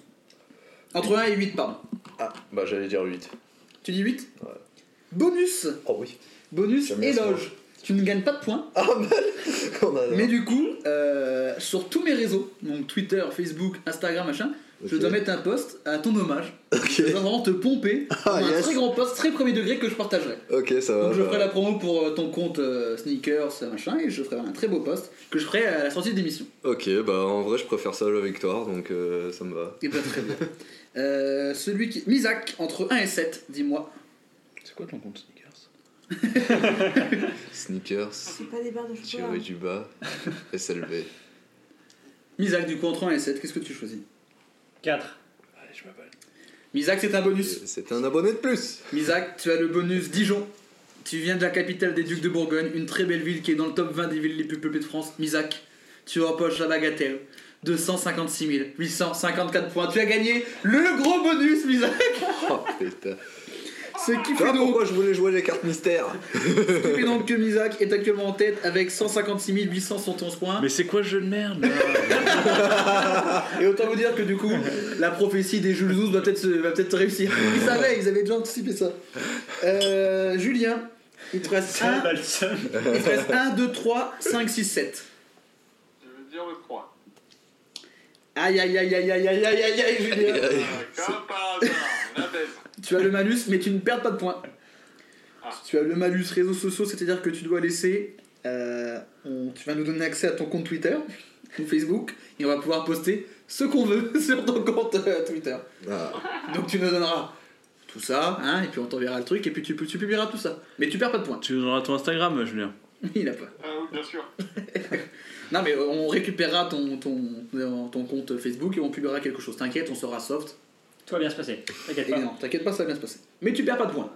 S3: Entre 1 et 8, pardon.
S4: Ah, bah j'allais dire 8.
S3: Tu dis 8
S4: Ouais.
S3: Bonus
S4: Oh oui.
S3: Bonus
S4: J'aime bien ce
S3: éloge. Tu ne gagnes pas de points.
S4: Ah mal On a-
S3: Mais du coup, euh, sur tous mes réseaux, donc Twitter, Facebook, Instagram, machin, je
S4: Ok.
S3: dois mettre un post à ton hommage.
S4: Ok,
S3: Je dois vraiment te pomper pour
S4: Ah,
S3: un
S4: yes. Euh,
S3: très grand post, très premier degré que je partagerai.
S4: ok, ça va.
S3: Donc je
S4: ça
S3: ferai
S4: va.
S3: la promo pour euh, ton compte euh, sneakers, euh, machin, et je ferai un très beau post que je ferai à la sortie de l'émission.
S4: Ok, bah en vrai, je préfère ça à la victoire, donc euh, ça me va.
S3: Et bien très bien. Euh, celui qui. Misak, entre 1 et 7, dis-moi.
S6: C'est quoi ton compte sneakers
S4: Sneakers,
S9: C'est pas des barres de chocolat.
S4: tiré du bas, SLV.
S3: Misak, du coup, entre 1 et 7, qu'est-ce que tu choisis
S7: 4.
S6: Allez, je m'appelle.
S3: Misak, c'est un bonus.
S4: C'est un abonné de plus
S3: Misak, tu as le bonus Dijon. Tu viens de la capitale des Ducs de Bourgogne, une très belle ville qui est dans le top 20 des villes les plus peuplées de France. Misak, tu empoches la bagatelle. 256 854 points. Tu as gagné le gros bonus, Misak.
S4: Oh putain.
S3: Ce qui
S4: Tu vois
S3: fait donc
S4: pourquoi je voulais jouer les cartes mystères
S3: Ce qui fait donc que Misak est actuellement en tête avec 156 871 points.
S6: Mais c'est quoi ce jeu de merde là
S3: Et autant vous dire que du coup, la prophétie des Jules Zouz va peut-être se- va peut-être réussir. Ils savaient, ils avaient déjà anticipé ça. Euh, Julien, il te reste
S7: Ah,
S3: 1,
S7: bah, le seum.
S3: il te reste 1 2, 3, 5, 6, 7.
S5: Je veux dire le 3.
S3: Aïe aïe aïe aïe aïe aïe aïe aïe aïe Julien.
S5: Comme par hasard, Euh, Ah, la baise.
S3: Tu as le malus, mais tu ne perds pas de points. Tu as le malus réseaux sociaux, c'est-à-dire que tu dois laisser. euh, on- tu vas nous donner accès à ton compte Twitter ou Facebook, et on va pouvoir poster ce qu'on veut sur ton compte euh, Twitter.
S4: Ah,
S3: Donc tu nous donneras tout ça, hein, et puis on t'enverra le truc, et puis tu, tu publieras tout ça. Mais tu perds pas de points.
S6: Tu nous donneras ton Instagram, Julien.
S3: Il a pas.
S5: Ah oui, bien sûr.
S3: Non, mais on récupérera ton, ton, ton compte Facebook et on publiera quelque chose. T'inquiète, on sera soft.
S7: Tout va bien se passer. T'inquiète
S3: Et
S7: pas.
S3: non, t'inquiète pas, ça va bien se passer. Mais tu perds pas de points.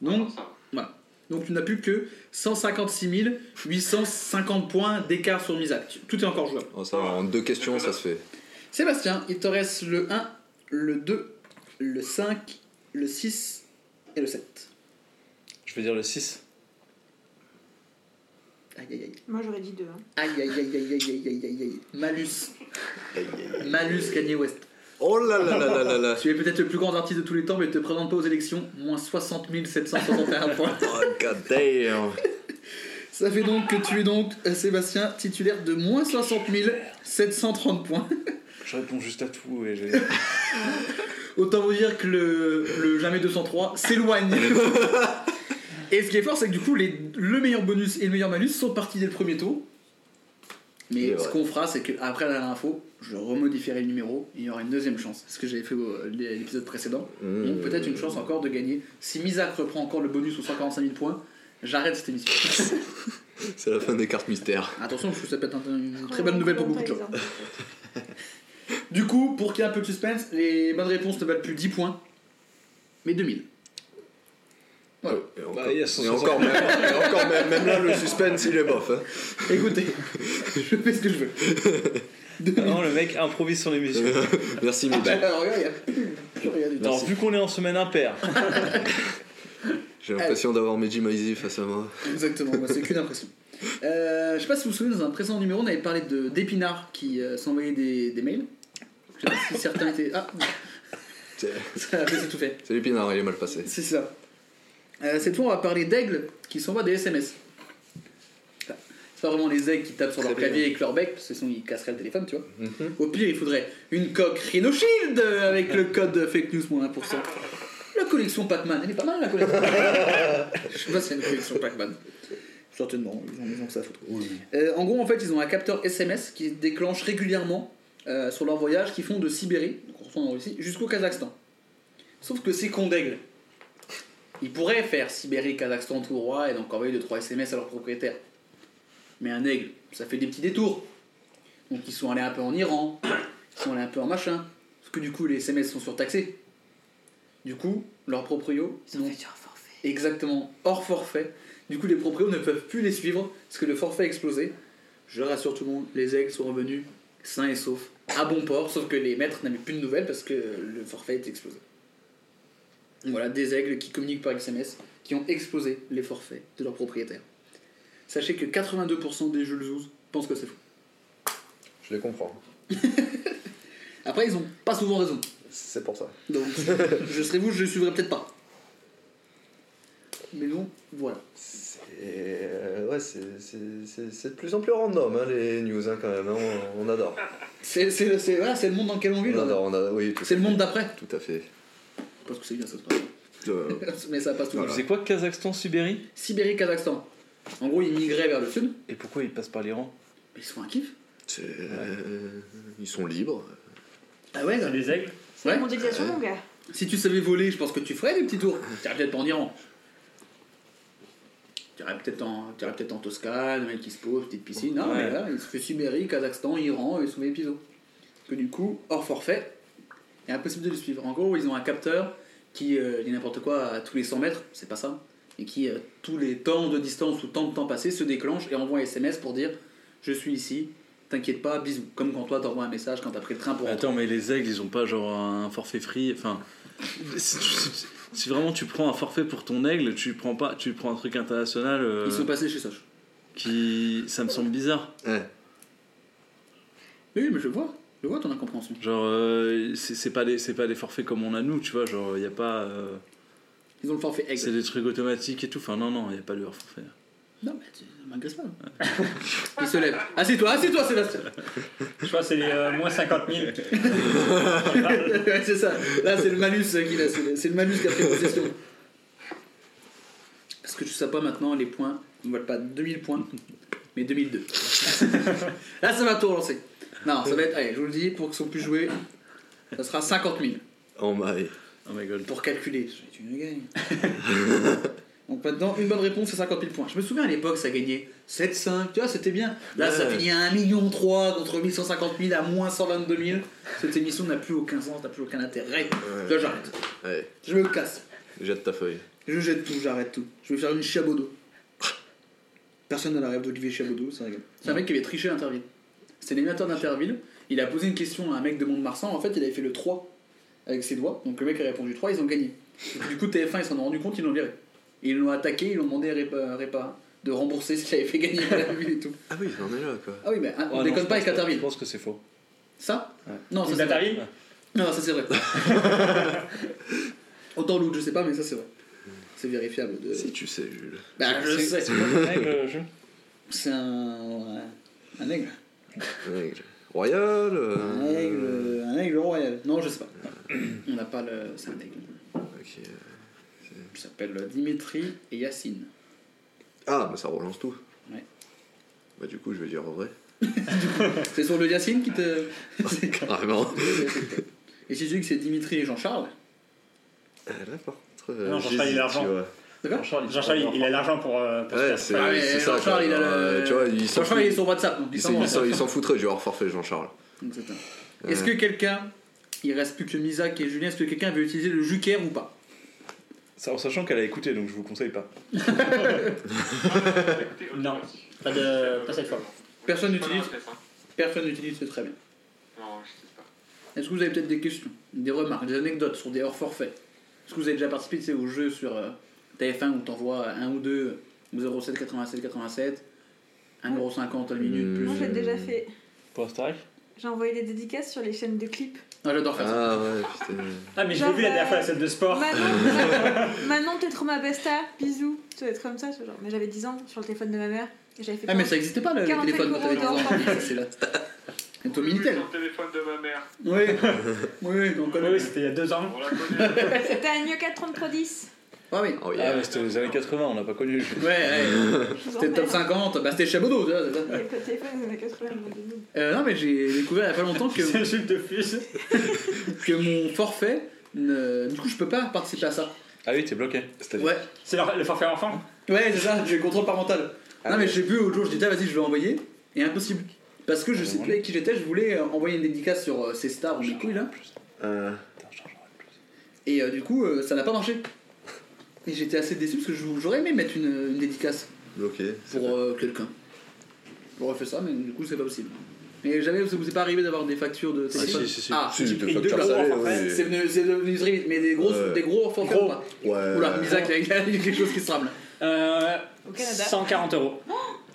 S3: Donc,
S5: Ça va.
S3: Donc tu n'as plus que 156 850 points d'écart sur Misak. Tu- Tout est encore jouable.
S4: oh, ça va, en deux questions, ça se fait.
S3: Sébastien, il te reste le 1, le 2, le 5, le 6 et le 7.
S6: Je vais dire le 6.
S3: Aïe aïe aïe.
S9: Moi j'aurais dit deux. hein.
S3: Aïe aïe aïe aïe aïe aïe aïe aïe aïe. Malus. Malus Kanye West.
S4: Oh là là là là là là
S3: Tu es peut-être le plus grand artiste de tous les temps, mais ne te présente pas aux élections. Moins 60 761 points.
S4: Oh god damn
S3: Ça fait donc que tu es donc, euh, Sébastien, titulaire de moins 60 730 points.
S6: Je réponds juste à tout et j'ai.
S3: Autant vous dire que le, le jamais 203 s'éloigne. et ce qui est fort, c'est que du coup, les, le meilleur bonus et le meilleur malus sont partis dès le premier tour.
S4: Il
S3: Mais
S4: est
S3: ce
S4: vrai.
S3: qu'on fera, c'est qu'après la dernière info, je remodifierai le numéro et il y aura une deuxième chance. C'est ce que j'avais fait au- euh, l'épisode précédent.
S4: Mmh. Hmm,
S3: Donc peut-être une chance encore de gagner. Si Misak reprend encore le bonus aux 145 000 points, j'arrête cette émission.
S4: C'est la fin des cartes mystères.
S3: Attention, je trouve que ça peut être un-
S9: Oh,
S3: une très bonne nouvelle pour beaucoup de gens. Du coup, pour qu'il y ait un peu de suspense, les bonnes réponses ne valent plus 10 points, mais 2000. Ouais.
S4: Et encore,
S6: Bah, il y a
S4: et encore même, et encore même, même là, le suspense, il est bof. Hein.
S3: Écoutez, je fais ce que je veux. 2000.
S6: Non, le mec improvise son émission.
S4: Merci, Midge.
S3: Bah, Alors, regarde, il n'y a plus, plus rien du tout.
S6: Alors, vu qu'on est en semaine impair,
S4: J'ai l'impression d'avoir Meji Maizy face à moi.
S3: Exactement, moi, c'est qu'une impression. Euh, je sais pas si vous vous souvenez, dans un précédent numéro, on avait parlé de- d'épinards qui euh, s'envoyaient des, des mails. Je sais pas si certains étaient. Ah,
S4: C'est
S3: ça a fait c'est tout fait.
S4: c'est l'épinard, il est mal passé.
S3: C'est ça. Euh, cette fois, on va parler d'aigles qui s'envoient des SMS. Enfin, C'est pas vraiment les aigles qui tapent sur leur
S4: Très bien. Mhm.
S3: clavier avec leur bec, parce que sinon ils casseraient le téléphone, tu vois. Au pire, il faudrait une coque Rhino Shield euh, avec le code fake news moins 1%. La collection Pac-Man, elle est pas mal la collection. Je sais pas si c'est une collection Pac-Man. Certainement, ils ont, ils ont que ça à foutre. Euh, en gros, en fait, ils ont un capteur SMS qui se déclenche régulièrement euh, sur leur voyage qui font de Sibérie, donc on retourne en Russie, jusqu'au Kazakhstan. Sauf que c'est con d'aigle. Ils pourraient faire Sibérie, Kazakhstan, tout droit et donc envoyer 2-3 SMS à leurs propriétaires. Mais un aigle, ça fait des petits détours. Donc ils sont allés un peu en Iran, ils sont allés un peu en machin. Parce que du coup, les SMS sont surtaxés. Du coup, leurs proprios. Ils ont Exactement, hors forfait. Du coup, les proprios ne peuvent plus les suivre parce que le forfait a explosé. Je rassure tout le monde, les aigles sont revenus sains et saufs à bon port, sauf que les maîtres n'avaient plus de nouvelles parce que le forfait est explosé. Voilà, des aigles qui communiquent par SMS, qui ont explosé les forfaits de leurs propriétaires. Sachez que 82% des Jules Zouz pensent que c'est fou.
S4: Je les comprends.
S3: Après, ils ont pas souvent raison.
S4: C'est pour ça.
S3: Donc, je serais vous, je suivrai peut-être pas. Mais non, voilà.
S4: Ouais, c'est de plus en plus random, hein, les news, quand même. hein. On, adore.
S3: C'est c'est- c'est- voilà, c'est le monde dans lequel on vit. là.
S4: oui,
S3: C'est le monde d'après.
S4: Tout à fait. Euh,
S3: Parce que c'est bien, ça se passe. Mais ça passe tout le
S6: vous
S3: temps.
S6: faisiez quoi Kazakhstan, Sibérie
S3: Sibérie, Kazakhstan. En gros, ils migraient vers le sud,
S6: Et pourquoi il passe par l'Iran
S3: mais ils sont un kiff.
S4: C'est- euh, Ils sont libres.
S3: Ah ouais,
S7: C'est des aigles.
S9: C'est
S3: Ouais.
S9: la mondialisation, mon gars.
S3: Si tu savais voler, je pense que tu ferais des petits tours. Tu peut-être pas en Iran. Tu peut-être en, t'irais peut-être en Toscane, un mec qui se pose, petite piscine. Non,
S6: Ouais.
S3: mais là, il se fait Sibérie, Kazakhstan, Iran et soumet épisode. Parce que du coup, hors forfait, il est impossible de le suivre. En gros, ils ont un capteur qui euh, dit n'importe quoi à tous les 100 mètres, c'est pas ça, et qui, euh, tous les temps de distance ou temps de temps passé, se déclenche et envoie un SMS pour dire je suis ici, t'inquiète pas, bisous. Comme quand toi t'envoies un message quand t'as pris le train pour.
S6: Bah, Attends, mais les aigles, ils ont pas genre un forfait free. Enfin, si, tu- si vraiment tu prends un forfait pour ton aigle, tu prends pas, tu prends un truc international euh,
S3: Ils sont passés chez Soch.
S6: qui, ça me semble bizarre.
S4: Ouais.
S3: Oui, mais je vois, je vois ton incompréhension.
S6: Genre, euh, c'est c'est pas des, c'est pas des forfaits comme on a nous, tu vois. Genre, y a pas, euh,
S3: Ils ont le forfait
S6: c'est
S3: aigle.
S6: des trucs automatiques et tout. Enfin, non, non, y a pas de leur forfait.
S3: Non, mais tu ça m'agresse pas. Il se lève. Assieds-toi, assieds-toi, Sébastien.
S7: Je crois que c'est les euh, moins 50 000.
S3: Ouais, c'est ça. Là, c'est le malus euh, qu'il a. C'est le, c'est le malus qui a pris possession. Parce que tu sais pas maintenant les points. On ne pas 2000 points, mais 2002. Là, ça va tout relancer. Non, ça va être. Allez, je vous le dis, pour que si on puisse jouer, ça sera 50 000.
S4: Oh my.
S6: Oh my god.
S3: Pour calculer. C'est une gagne. Donc maintenant, une bonne réponse, c'est 50 000 points. Je me souviens à l'époque, ça gagnait 7-5. Tu vois, c'était bien. Là, ça
S4: Ouais.
S3: finit à 1 million contre 1150 000 à moins 122 000. Cette émission n'a plus aucun sens, n'a plus aucun intérêt. Là,
S4: Ouais.
S3: j'arrête.
S4: Ouais.
S3: Je me casse.
S4: Jette ta feuille.
S3: Je jette tout, j'arrête tout. Je vais faire une Chabaudot. Personne n'a la rêve d'Olivier Chabaudot, ça rigole. C'est un mec qui avait triché à Interville. C'était l'animateur d'Interville. Il a posé une question à un mec de Mont-de-Marsan. En fait, il avait fait le 3 avec ses doigts. Donc le mec a répondu 3, ils ont gagné. Du coup, TF1, ils s'en ont rendu compte, ils l'ont viré. Et ils l'ont attaqué, ils l'ont demandé à Répa, Répa de rembourser ce qu'il avait fait gagner à la ville et tout.
S4: Ah oui, on est là quoi.
S3: Ah oui, mais hein, on
S6: Ah, non,
S3: déconne
S6: je
S3: pas
S6: pense
S3: avec Interville.
S6: Je pense que c'est faux.
S3: Ça
S6: Ouais.
S3: Non, ça
S7: Les
S3: c'est vrai.
S7: Atari
S3: Non, ça c'est vrai. Autant l'autre, je sais pas, mais ça c'est vrai. C'est vérifiable. De...
S4: Si tu sais, Jules.
S3: Bah, je
S7: C'est-
S3: sais.
S7: C'est quoi le règle, euh, jeu
S3: C'est un. Un aigle.
S4: Un aigle. Royal. euh,
S3: Un aigle, un aigle royal. Non, je sais pas. On n'a pas le. C'est un aigle.
S4: ok.
S3: Il s'appelle Dimitri et Yacine.
S4: Ah, mais ça relance tout.
S3: Ouais.
S4: Bah du coup, je vais dire vrai.
S3: C'est sur le Yacine qui te.
S4: Carrément.
S3: et si tu dis que c'est Dimitri et Jean-Charles,
S4: Ah, là, par contre,
S7: Non, j'en parle, il a
S4: j'hésite,
S7: l'argent.
S4: tu vois.
S3: d'accord
S7: Jean-Charles, il a l'argent pour. euh, pour se
S4: Ouais,
S7: faire.
S4: c'est
S3: Ah, mais
S4: c'est ça.
S3: Jean-Charles,
S4: quoi.
S3: il a le-
S4: Euh, Tu vois, il s'en
S3: Jean-Charles
S4: fout.
S3: il est sur hein. WhatsApp, donc il
S4: Il
S3: s'en
S4: s'en-
S3: branle.
S4: il s'en- il s'en foutrait, je vais avoir forfait Jean-Charles.
S3: Donc, c'est un- Est-ce que quelqu'un. Il reste plus que Misak et Julien, est-ce que quelqu'un veut utiliser le Juker ou pas
S6: Ça, en sachant qu'elle a écouté, donc je vous conseille pas.
S5: Ah, bah, Écoutez, euh, on
S7: Non.
S5: est parti.
S7: Pas de- pas cette fois.
S3: Personne
S5: Non, non,
S3: n'utilise
S5: je laisse, hein.
S3: Personne n'utilise, c'est très bien.
S5: Non, je sais pas.
S3: Est-ce que vous avez peut-être des questions, des remarques, des anecdotes sur des hors forfaits Est-ce que vous avez déjà participé tu sais, au jeu sur euh, TF1 où t'envoie un ou deux euh, au 07 87 87 1,50€ la minute
S4: Hmm.
S3: plus.
S9: Moi, j'ai déjà fait.
S6: Pour Star
S9: J'ai envoyé des dédicaces sur les chaînes de clips.
S3: Ah, j'adore faire ça.
S4: Ah ouais, putain.
S7: Ah, mais je l'ai
S9: Genre,
S7: vu la dernière
S9: euh,
S7: fois à la salle de sport.
S9: Manon, Manon t'es trop ma besta, bisous. Ça doit être comme ça, ce genre. Mais j'avais 10 ans sur le téléphone de ma mère. Et j'avais fait
S3: Ah, mais
S9: quarante-
S3: ça n'existait pas le, le
S9: 47
S3: téléphone quand t'avais 10
S9: euros
S3: ans.
S9: d'enfant.
S3: C'est là. C'est au
S5: J'ai vu
S3: Minitel.
S5: sur le téléphone de ma mère.
S3: Oui, oui, donc on
S7: Oui, oui, c'était il y a deux ans.
S5: On la connaît.
S9: C'était un Nokia 33 10.
S3: Ah oui.
S4: Oh,
S6: Ah,
S4: yeah.
S6: mais c'était les années 80, on n'a pas connu.
S3: Ouais, ouais. c'était top 50, bah c'était Chabodeau, tu vois, c'est ça.
S9: Le téléphone, on a 80 bisous.
S3: Euh, non, mais j'ai découvert il n'y a pas longtemps que,
S7: C'est le truc de fuse.
S3: que mon forfait, ne- du coup, je peux pas participer à ça.
S6: Ah oui, t'es bloqué.
S3: Ouais,
S7: C'est leur- le forfait enfant
S3: Ouais, c'est ça, j'ai le contrôle parental.
S4: Ah
S3: non, mais j'ai vu l'autre jour, je disais, vas-y, je vais envoyer, et impossible. Parce
S4: Ah
S3: que je sais plus avec qui j'étais, je voulais euh, envoyer une dédicace sur euh, ces stars, ou mes couilles là,
S4: Euh,
S3: et euh, du coup, euh, ça n'a pas marché. Et j'étais assez déçu parce que je- j'aurais aimé mettre une, une dédicace
S4: ok. c'est
S3: pour euh, quelqu'un. J'aurais fait ça, mais du coup, c'est pas possible. Mais jamais, ça vous est pas arrivé d'avoir des factures de téléphone
S6: si, si, si.
S3: Ah,
S4: Si, de
S7: et deux
S4: facture
S7: gros
S4: salée,
S7: forfaits,
S4: oui.
S3: c'est venu, c'est devenu très vite, mais des gros,
S4: Ouais.
S3: des gros forfaits
S7: Gros.
S3: ou pas
S4: Ouais.
S3: Oula, Isaac, il y a quelque chose qui se rame là.
S7: Euh,
S9: Au Canada.
S7: 140 euros.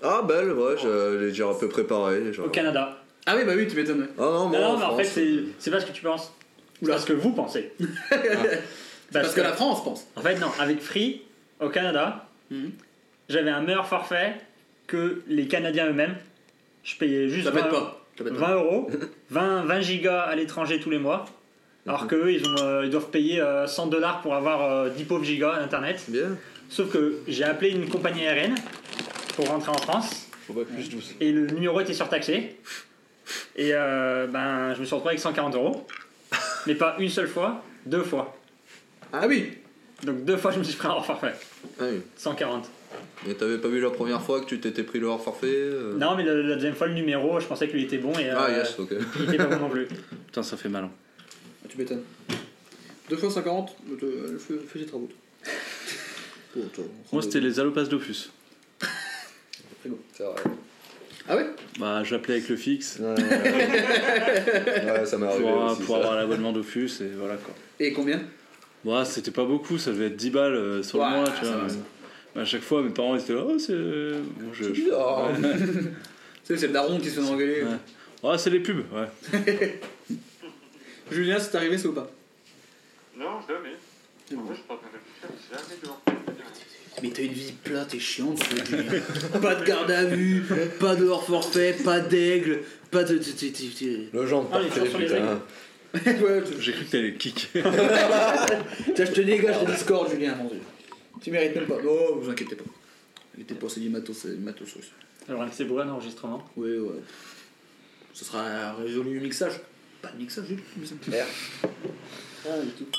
S4: Ah, belle, ouais, j'allais dire à peu près pareil. Genre.
S7: Au Canada.
S3: Ah oui, bah oui, tu m'étonnes. ouais.
S4: Ah non, moi,
S7: Non, non, mais
S4: France,
S7: en fait, c'est c'est pas ce que tu penses. C'est
S3: Oula.
S7: pas ce que vous pensez.
S3: Parce que la France pense.
S7: En fait, non, avec Free, au Canada,
S3: Mhm.
S7: j'avais un meilleur forfait que les Canadiens eux-mêmes. Je payais juste
S3: Ça pète
S7: 20,
S3: pas. Ça pète pas.
S7: 20 euros, 20, 20 gigas à l'étranger tous les mois. Alors
S3: Hmm.
S7: que eux, ils, ont, euh, ils doivent payer euh, 100 dollars pour avoir euh, 10 pauvres gigas à internet.
S4: Bien.
S7: Sauf que j'ai appelé une compagnie aérienne pour rentrer en France
S6: Faut pas plus douce.
S7: et le numéro était surtaxé. Et euh, ben, je me suis retrouvé avec 140 euros. Mais pas une seule fois, deux fois.
S3: Ah oui
S7: Donc deux fois, je me suis pris un hors forfait.
S4: Ah oui.
S7: 140.
S4: Et t'avais pas vu la première fois que tu t'étais pris le hors forfait euh
S7: Non, mais le- la deuxième fois, le numéro, je pensais qu'il était bon et euh,
S4: Ah, yes, ok.
S7: il était pas bon non plus.
S6: Putain, ça fait mal. hein.
S3: Ah, Tu m'étonnes. 2 fois 50, je te- fais fais tes travaux. Bon, attends, on s'en
S6: Moi, c'était
S3: va.
S6: les allopaces d'Opus.
S4: C'est vrai.
S3: Ah ouais
S6: Bah, j'appelais avec le fixe
S4: Ouais, ouais, ça m'est arrivé
S6: pour,
S4: aussi.
S6: pour
S4: ça.
S6: avoir l'abonnement d'Opus et voilà quoi.
S3: Et combien
S6: Bah, c'était pas beaucoup, ça devait être 10 balles euh, sur
S3: Ouais,
S6: le mois, tu
S3: ça
S6: vois.
S3: va,
S6: mais-
S3: ça.
S6: mais À chaque fois, mes parents ils étaient là, oh, c'est. Bon, je- je-
S3: bizarre.
S6: Ouais.
S3: Tu sais, Oh. c'est le daron qui se fait engueuler.
S6: Ouais. Ah, c'est les pubs, ouais.
S3: Julien, c'est arrivé ça ou pas
S5: Non, jamais. En vrai, je crois que je jamais devant.
S3: Mais t'as une vie plate et chiante, ce Julien. pas de garde à vue, pas de hors forfait, pas d'aigle, pas de. tu- tu- tu- tu-
S4: Le genre de
S7: Ah, les
S4: portrait,
S7: chansons, les
S4: putain.
S3: Ouais, tu-
S6: J'ai cru que t'allais kick.
S3: Tiens, je te dégage de Discord, Julien, mon dieu. Tu mérites même pas. Oh, vous inquiétez pas. Inquiétez pas, c'est du matos, c'est du matos aussi.
S7: Alors, c'est pour un enregistrement.
S3: Oui, ouais. Ce sera résolu au mixage. Pas de mixage, Julien. il me semble. Ah, du tout.
S7: Donc,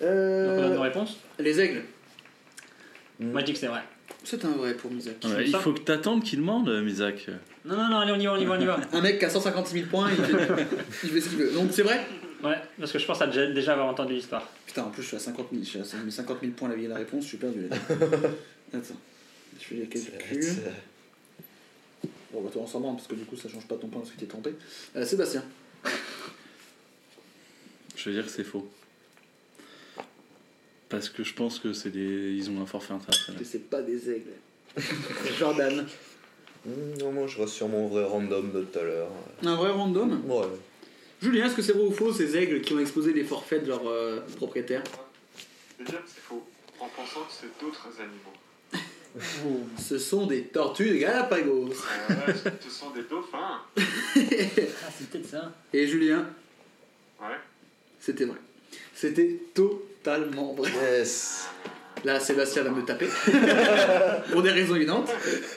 S7: on a
S3: Euh,
S7: nos réponses
S3: les aigles,
S7: Moi, je dis que c'est vrai.
S3: c'est un vrai pour Misak.
S6: Ouais, il faut que t'attendes qu'il demande, euh, Misak.
S7: Non, non, non, allez, on y va, on y va, on y va.
S3: Un mec qui a 156 000 points, il fait, il fait ce qu'il veut. Donc c'est vrai
S7: Ouais, parce que je pense à déjà, déjà avoir entendu l'histoire.
S3: Putain, en plus je suis à 50 000, je suis à 50 000 points la vie de la réponse, je suis perdu là. Attends, je fais les calculs. Bon, bah toi on s'en branle, parce que du coup ça change pas ton point parce que t'es trompé. Euh, Sébastien,
S6: Je veux dire que c'est faux. Parce que je pense que c'est des. Ils ont un
S3: que
S6: forfait international.
S3: c'est pas des aigles. Jordan.
S4: Hum, Non, moi je reste sur mon vrai random de tout à l'heure.
S3: Un vrai random.
S4: Ouais.
S3: Julien, est-ce que c'est vrai ou faux ces aigles qui ont exposé les forfaits de leurs euh, propriétaires
S5: Déjà, c'est faux. En pensant que c'est d'autres animaux.
S3: Ce sont des tortues de Galapagos.
S5: Euh, ouais, ce sont des dauphins.
S7: Ah, c'est peut-être ça.
S3: Et Julien,
S5: Ouais.
S3: c'était vrai. C'était totalement vrai.
S4: Yes
S3: Là, Sébastien va me taper. Pour des raisons évidentes.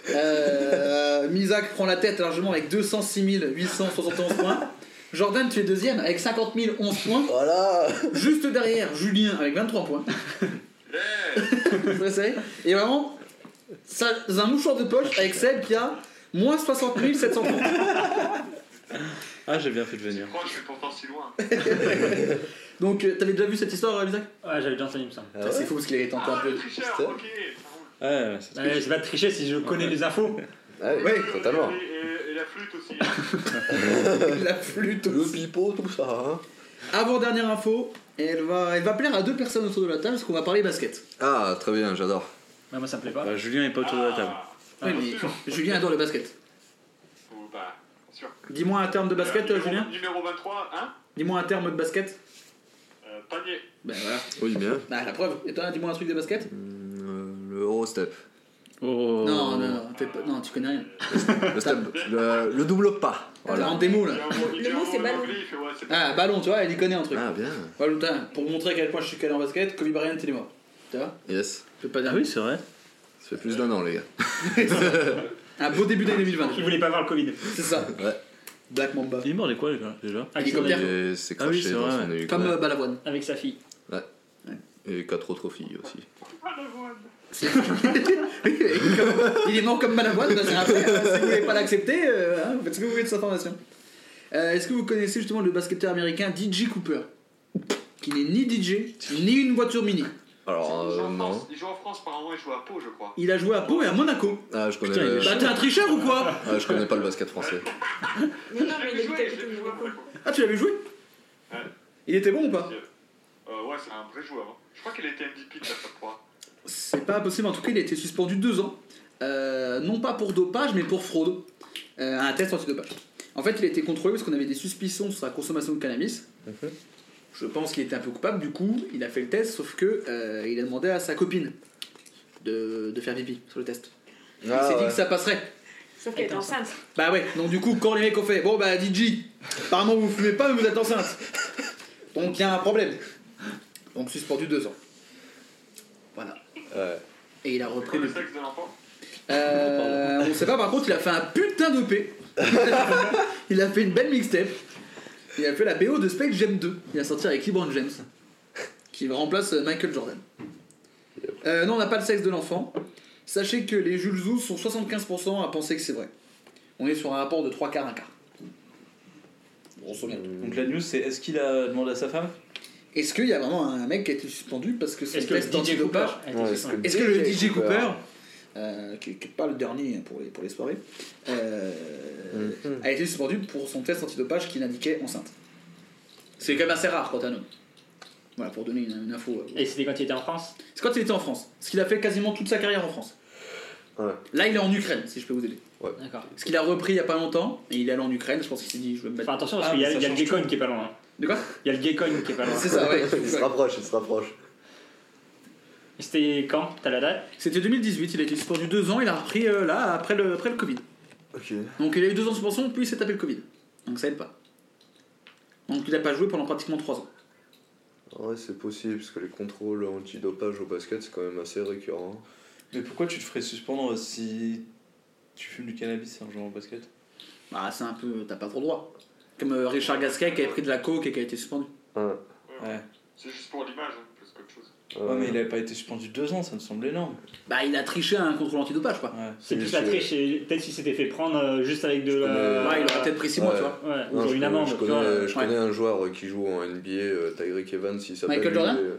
S3: Euh, Misak prend la tête largement avec 206 871 points. Jordan, tu es deuxième avec 50 011 points.
S4: Voilà
S3: Juste derrière, Julien avec 23 points.
S5: Yeah
S3: Vous savez Et vraiment, ça, c'est un mouchoir de poche avec Seb qui a moins 60 700 points.
S6: Ah, j'ai bien fait de venir.
S5: Je crois que je suis pourtant si loin.
S3: Donc, euh, t'avais déjà vu cette histoire, euh, Misak
S7: Ouais, j'avais déjà entendu, il me semble.
S4: Ah ouais
S3: C'est fou parce qu'il avait tenté un
S5: Ah,
S3: peu.
S5: le tricheur,
S4: Putain.
S5: ok.
S6: Ouais, c'est
S7: Ouais, je vais Euh, pas tricher si je connais les infos.
S4: Ah oui,
S3: Ouais.
S4: totalement.
S5: Et, et- et la flûte aussi.
S3: La flûte
S4: Le
S3: aussi.
S4: pipeau, tout ça. Hein.
S3: Avant-dernière info, elle va, elle va plaire à deux personnes autour de la table parce qu'on va parler basket.
S4: Ah, très bien, j'adore.
S7: Mais moi, ça me plaît pas.
S6: Bah, Julien est pas autour de la table.
S5: Ah,
S3: Oui,
S5: bien
S3: mais
S5: sûr.
S3: Julien adore le basket.
S5: Ou bah, bien sûr.
S3: Dis-moi un terme de basket,
S5: Euh,
S3: euh,
S5: numéro-
S3: Julien.
S5: Numéro 23, hein
S3: Dis-moi un terme de basket.
S5: Euh, Panier.
S3: Ben voilà.
S4: Oui, bien.
S3: Bah, la preuve. Et toi, dis-moi un truc de basket
S4: Hum, euh, le Eurostep.
S6: Oh.
S3: Non, non, non, t'es pas- non, tu connais rien.
S4: Le, step- le, le double pas.
S3: En
S4: Voilà.
S3: démo,
S5: Il y
S3: là.
S5: a un mot- il y a
S9: Le
S5: un
S9: mot, c'est
S5: en
S9: ballon.
S5: anglais, il fait, ouais, c'est
S3: Ah, ballon, tu vois, elle y connaît un truc.
S4: Ah, bien.
S3: Voilà, putain, pour montrer à quel point je suis calé en basket, Kobe Bryant, il est mort. Tu vois
S4: Yes.
S3: Je peux pas dire.
S6: Ah oui, c'est vrai.
S4: Ça fait plus d'un an, les gars.
S3: Un beau début d'année 2020.
S7: Ils voulaient pas voir le Covid.
S3: C'est ça.
S4: Ouais.
S3: Black Mamba.
S6: Il est mort des quoi, les gars, déjà
S3: Hélicoptère.
S4: Et c'est
S6: Ah oui,
S4: craché
S6: c'est
S4: dans
S6: vrai,
S4: son
S6: ouais.
S4: hélico.
S3: Comme euh, Balavoine.
S7: Avec sa fille.
S4: Et quatre autres filles aussi.
S5: pas la voile.
S3: il est mort comme Balavoine, bah, c'est un fait. hein. Si vous voulez pas l'accepter, euh, hein, faites ce que vous voulez de cette information. Euh, Est-ce que vous connaissez justement le basketteur américain DJ Cooper Qui n'est ni DJ, ni une voiture mini.
S4: Alors,
S5: Il joue
S4: euh,
S5: en France.
S4: non.
S5: Il joue en France, apparemment, il joue à Pau, je crois.
S3: Il a joué à Pau et à Monaco.
S4: Ah, je connais,
S6: Putain, il est
S4: le-
S3: Bah t'es un tricheur ou quoi
S4: ah, je connais pas le basket français.
S9: Mais non, mais
S5: Je
S9: il
S5: l'ai
S9: habite
S5: joué, je
S9: à côté
S5: l'ai
S9: de
S5: joué à
S9: Monaco.
S5: Monaco.
S3: Ah tu l'avais joué
S5: Ouais.
S3: Il était bon ou pas
S5: Euh, ouais, c'est un vrai joueur. hein. Je crois qu'il était MVP de la top 3.
S3: C'est pas possible, en tout cas il a été suspendu deux ans. Euh, non pas pour dopage mais pour fraude. Euh, un test antidopage. En fait il a été contrôlé parce qu'on avait des suspicions sur sa consommation de cannabis. Je pense qu'il était un peu coupable, du coup il a fait le test sauf que euh, il a demandé à sa copine de, de faire pipi sur le test. il s'est dit que ça passerait.
S9: Sauf qu'elle est enceinte.
S3: Bah ouais, donc du coup, quand les mecs ont fait Bon bah DJ, apparemment vous fumez pas mais vous êtes enceinte. Donc il y a un problème. Donc suspendu deux ans. Voilà.
S4: Ouais.
S3: Et il a
S5: C'est quoi
S3: repris
S5: le
S3: depuis.
S5: sexe de l'enfant
S3: Euh, on sait pas, par contre, il a fait un putain d'OP. il a fait une belle mixtape. Il a fait la BO de Space Jam 2. Il a sorti avec LeBron James, qui remplace euh, Michael Jordan. Euh, non, on n'a pas le sexe de l'enfant. Sachez que les Jules Zou sont 75% à penser que c'est vrai. On est sur un rapport de 3 quarts, 1 quart. Grosso modo.
S6: Donc la news, c'est est-ce qu'il a demandé à sa femme
S3: Est-ce qu'il y a vraiment un mec qui a été suspendu parce que son
S7: Est-ce que
S3: test
S7: DJ Cooper
S3: antidopage
S7: a été
S4: Ouais,
S7: suspendu
S3: Est-ce que le DJ Cooper euh, qui n'est pas le dernier hein, pour les, pour les soirées, euh, a été suspendu pour son test antidopage qui l'indiquait enceinte. C'est quand même assez rare quand un homme. Voilà, pour donner une, une info. euh.
S7: Et c'était quand il était en France
S3: C'est quand il était en France. Ce qu'il a fait quasiment toute sa carrière en France.
S4: Ouais.
S3: Là, il est en Ukraine, si je peux vous aider.
S7: D'accord.
S3: Ce qu'il a repris il y a pas longtemps, et il est allé en Ukraine, je pense qu'il s'est dit, je vais me
S7: Enfin,
S3: battre.
S7: attention, parce
S3: Ah,
S7: qu'il y a,
S3: mais ça
S7: il y a le
S3: change
S7: Gekon qui est pas loin. hein.
S3: De quoi
S7: Il y a le Gekon qui est pas loin.
S3: C'est ça, ouais.
S4: il se rapproche, il se rapproche.
S7: Et C'était quand T'as la date
S3: C'était 2018, il a été suspendu deux ans, il a repris euh, là, après le, après le Covid.
S4: Ok.
S3: Donc il a eu deux ans de suspension, puis il s'est tapé le Covid. Donc ça aide pas. Donc il a pas joué pendant pratiquement trois ans.
S4: Ouais, c'est possible, parce que les contrôles antidopage au basket, c'est quand même assez récurrent.
S6: Mais pourquoi tu te ferais suspendre si tu fumes du cannabis en jouant au basket
S3: Bah c'est un peu, t'as pas trop droit. Comme euh, Richard Gasquet qui avait pris de la coke et qui a été suspendu.
S4: Ouais.
S6: Ouais.
S5: C'est juste pour l'image, hein, plus qu'autre chose.
S6: Ouais, mais il avait pas été suspendu deux ans, ça me semble énorme.
S3: Bah il a triché à un contrôle antidopage quoi.
S6: Ouais.
S7: C'est
S4: Oui,
S7: plus la
S4: c'est-
S7: triche, et peut-être s'il s'était fait prendre euh, juste avec de
S4: Euh,
S7: la.
S3: ouais, il aurait peut-être pris six mois,
S4: ouais.
S3: tu vois.
S7: Ouais,
S4: Non,
S7: ou
S4: je,
S7: une
S4: connais-
S7: amende.
S4: je
S7: tu vois.
S4: connais, je
S3: ouais.
S4: connais un joueur qui joue en NBA, euh, Tyreek Evans, il s'appelle.
S3: Michael
S4: lui,
S3: Jordan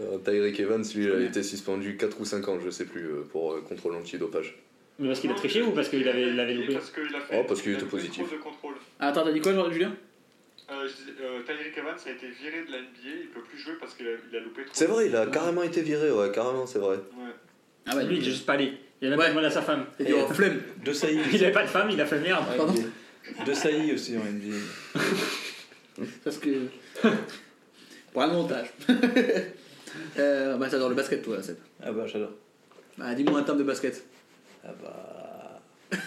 S4: euh, euh, Tyreek Evans, lui, il a
S3: connais.
S4: été suspendu 4 ou 5 ans, je sais plus, euh, pour euh, contrôle antidopage.
S7: Mais parce qu'il a triché ou parce qu'il avait, il avait loupé
S5: Parce qu'il a fait
S4: Oh, parce qu'il
S5: il a
S4: était
S5: fait
S4: positif.
S5: trop de contrôle.
S3: Ah, Attends, t'as dit quoi Julien
S5: Euh, je disais, euh, Tyreek Evans a été viré de la NBA, il peut plus jouer parce qu'il a, il a loupé trop.
S4: C'est vrai, il a carrément été viré, ouais, carrément, c'est vrai.
S5: Ouais.
S3: Ah ouais,
S7: Lui, il est juste pas allé. Il a même
S3: Ouais.
S7: pas demandé à sa femme.
S3: Il dit, oh, flemme.
S6: De Sailly.
S7: Il avait pas de femme, il a fait merde.
S3: Pardon
S6: De Sailly aussi en NBA.
S3: Parce que. Pour un montage. euh, bah t'adores le basket toi, Seb.
S6: Ah bah j'adore.
S3: Bah dis-moi un terme de basket.
S6: Ah bah.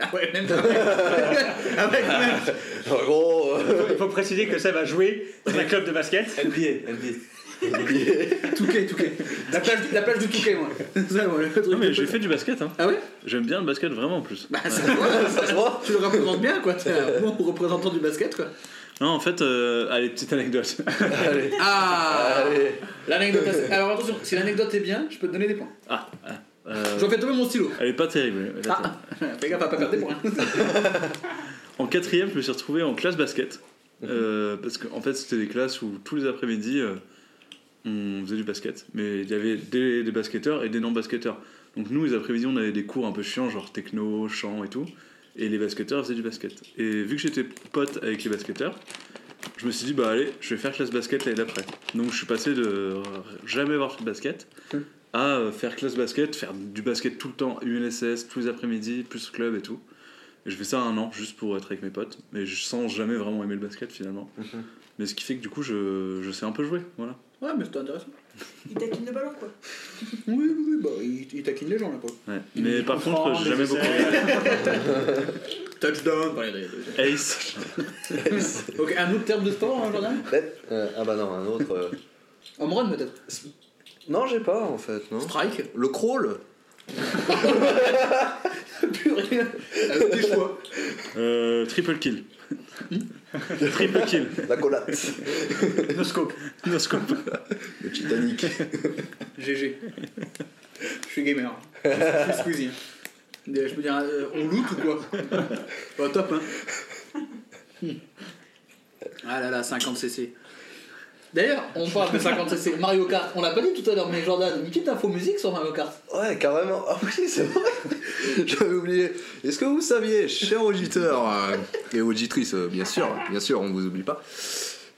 S3: Ah ouais, même. ah ouais, quand même.
S4: En gros, euh,
S7: Il faut préciser que ça va jouer dans un club de basket.
S6: NBA, NBA.
S3: Touquet, Touquet. La plage, la plage de Touquet, moi. C'est ça, moi, le truc
S6: Non mais
S3: de-
S6: j'ai fait du basket, hein.
S3: Ah ouais
S6: J'aime bien le basket vraiment en plus.
S3: Bah, ça, se voit, ça se voit. Tu le représentes bien, quoi. T'es un bon représentant du basket, quoi.
S6: Non, en fait, euh, allez, petite anecdote.
S4: allez,
S3: Ah
S4: allez.
S3: L'anecdote. assez- Alors attention, si l'anecdote est bien, je peux te donner des points.
S6: Ah, ah, euh,
S3: Je fais tomber mon stylo.
S6: elle est pas terrible. elle est pas
S3: Ah.
S6: terrible.
S3: Fais gaffe à pas perdre des points.
S6: En quatrième, je me suis retrouvé en classe basket. Euh, parce qu'en en fait, c'était des classes où tous les après-midi, euh, on faisait du basket. Mais il y avait des, des basketteurs et des non-basketteurs. Donc nous, les après-midi, on avait des cours un peu chiants, genre techno, chant et tout. Et les basketteurs faisaient du basket. Et vu que j'étais pote avec les basketteurs, je me suis dit, bah allez, je vais faire classe basket l'année d'après. Donc je suis passé de jamais voir de basket à euh, faire classe basket, faire du basket tout le temps, UNSS, tous les après-midi, plus club et tout. Et je fais ça un an juste pour être avec mes potes, mais je sens jamais vraiment aimer le basket finalement.
S7: Mhm.
S6: Mais ce qui fait que du coup je, je sais un peu jouer, voilà.
S3: Ouais, mais c'était intéressant.
S9: Il taquine le ballon, quoi.
S3: Oui, oui, oui, bah, il, il taquine les gens, là, quoi.
S6: Ouais. Mais par
S7: comprend,
S6: contre, j'ai
S7: mais
S6: jamais
S7: je
S6: beaucoup
S3: Touchdown. Bon, allez, allez, allez.
S6: Ace.
S3: Ok, un autre terme de sport, hein, Jordan
S4: Peut-être- euh, ah bah non, un autre. euh.
S3: Home run, peut-être.
S4: Non, j'ai pas en fait, non.
S3: Strike.
S4: Le crawl
S3: Purée. Avec des choix.
S6: Euh, triple kill. triple kill.
S4: La collate,
S7: No scope.
S6: No scope.
S4: le Titanic.
S3: GG. Je suis gamer. Je suis Squeezie. Je peux dire, euh, on loot ou quoi Bah, Top, hein. Hmm. Ah là là, 50cc. D'ailleurs, on parle de 50cc. Mario Kart, on l'a pas dit tout à l'heure, mais Jordan, une petite info musique sur Mario Kart.
S4: Ouais, carrément. Ah oui, c'est vrai. J'avais oublié. Est-ce que vous saviez, chers auditeurs euh, et auditrices, euh, bien sûr, bien sûr, on vous oublie pas,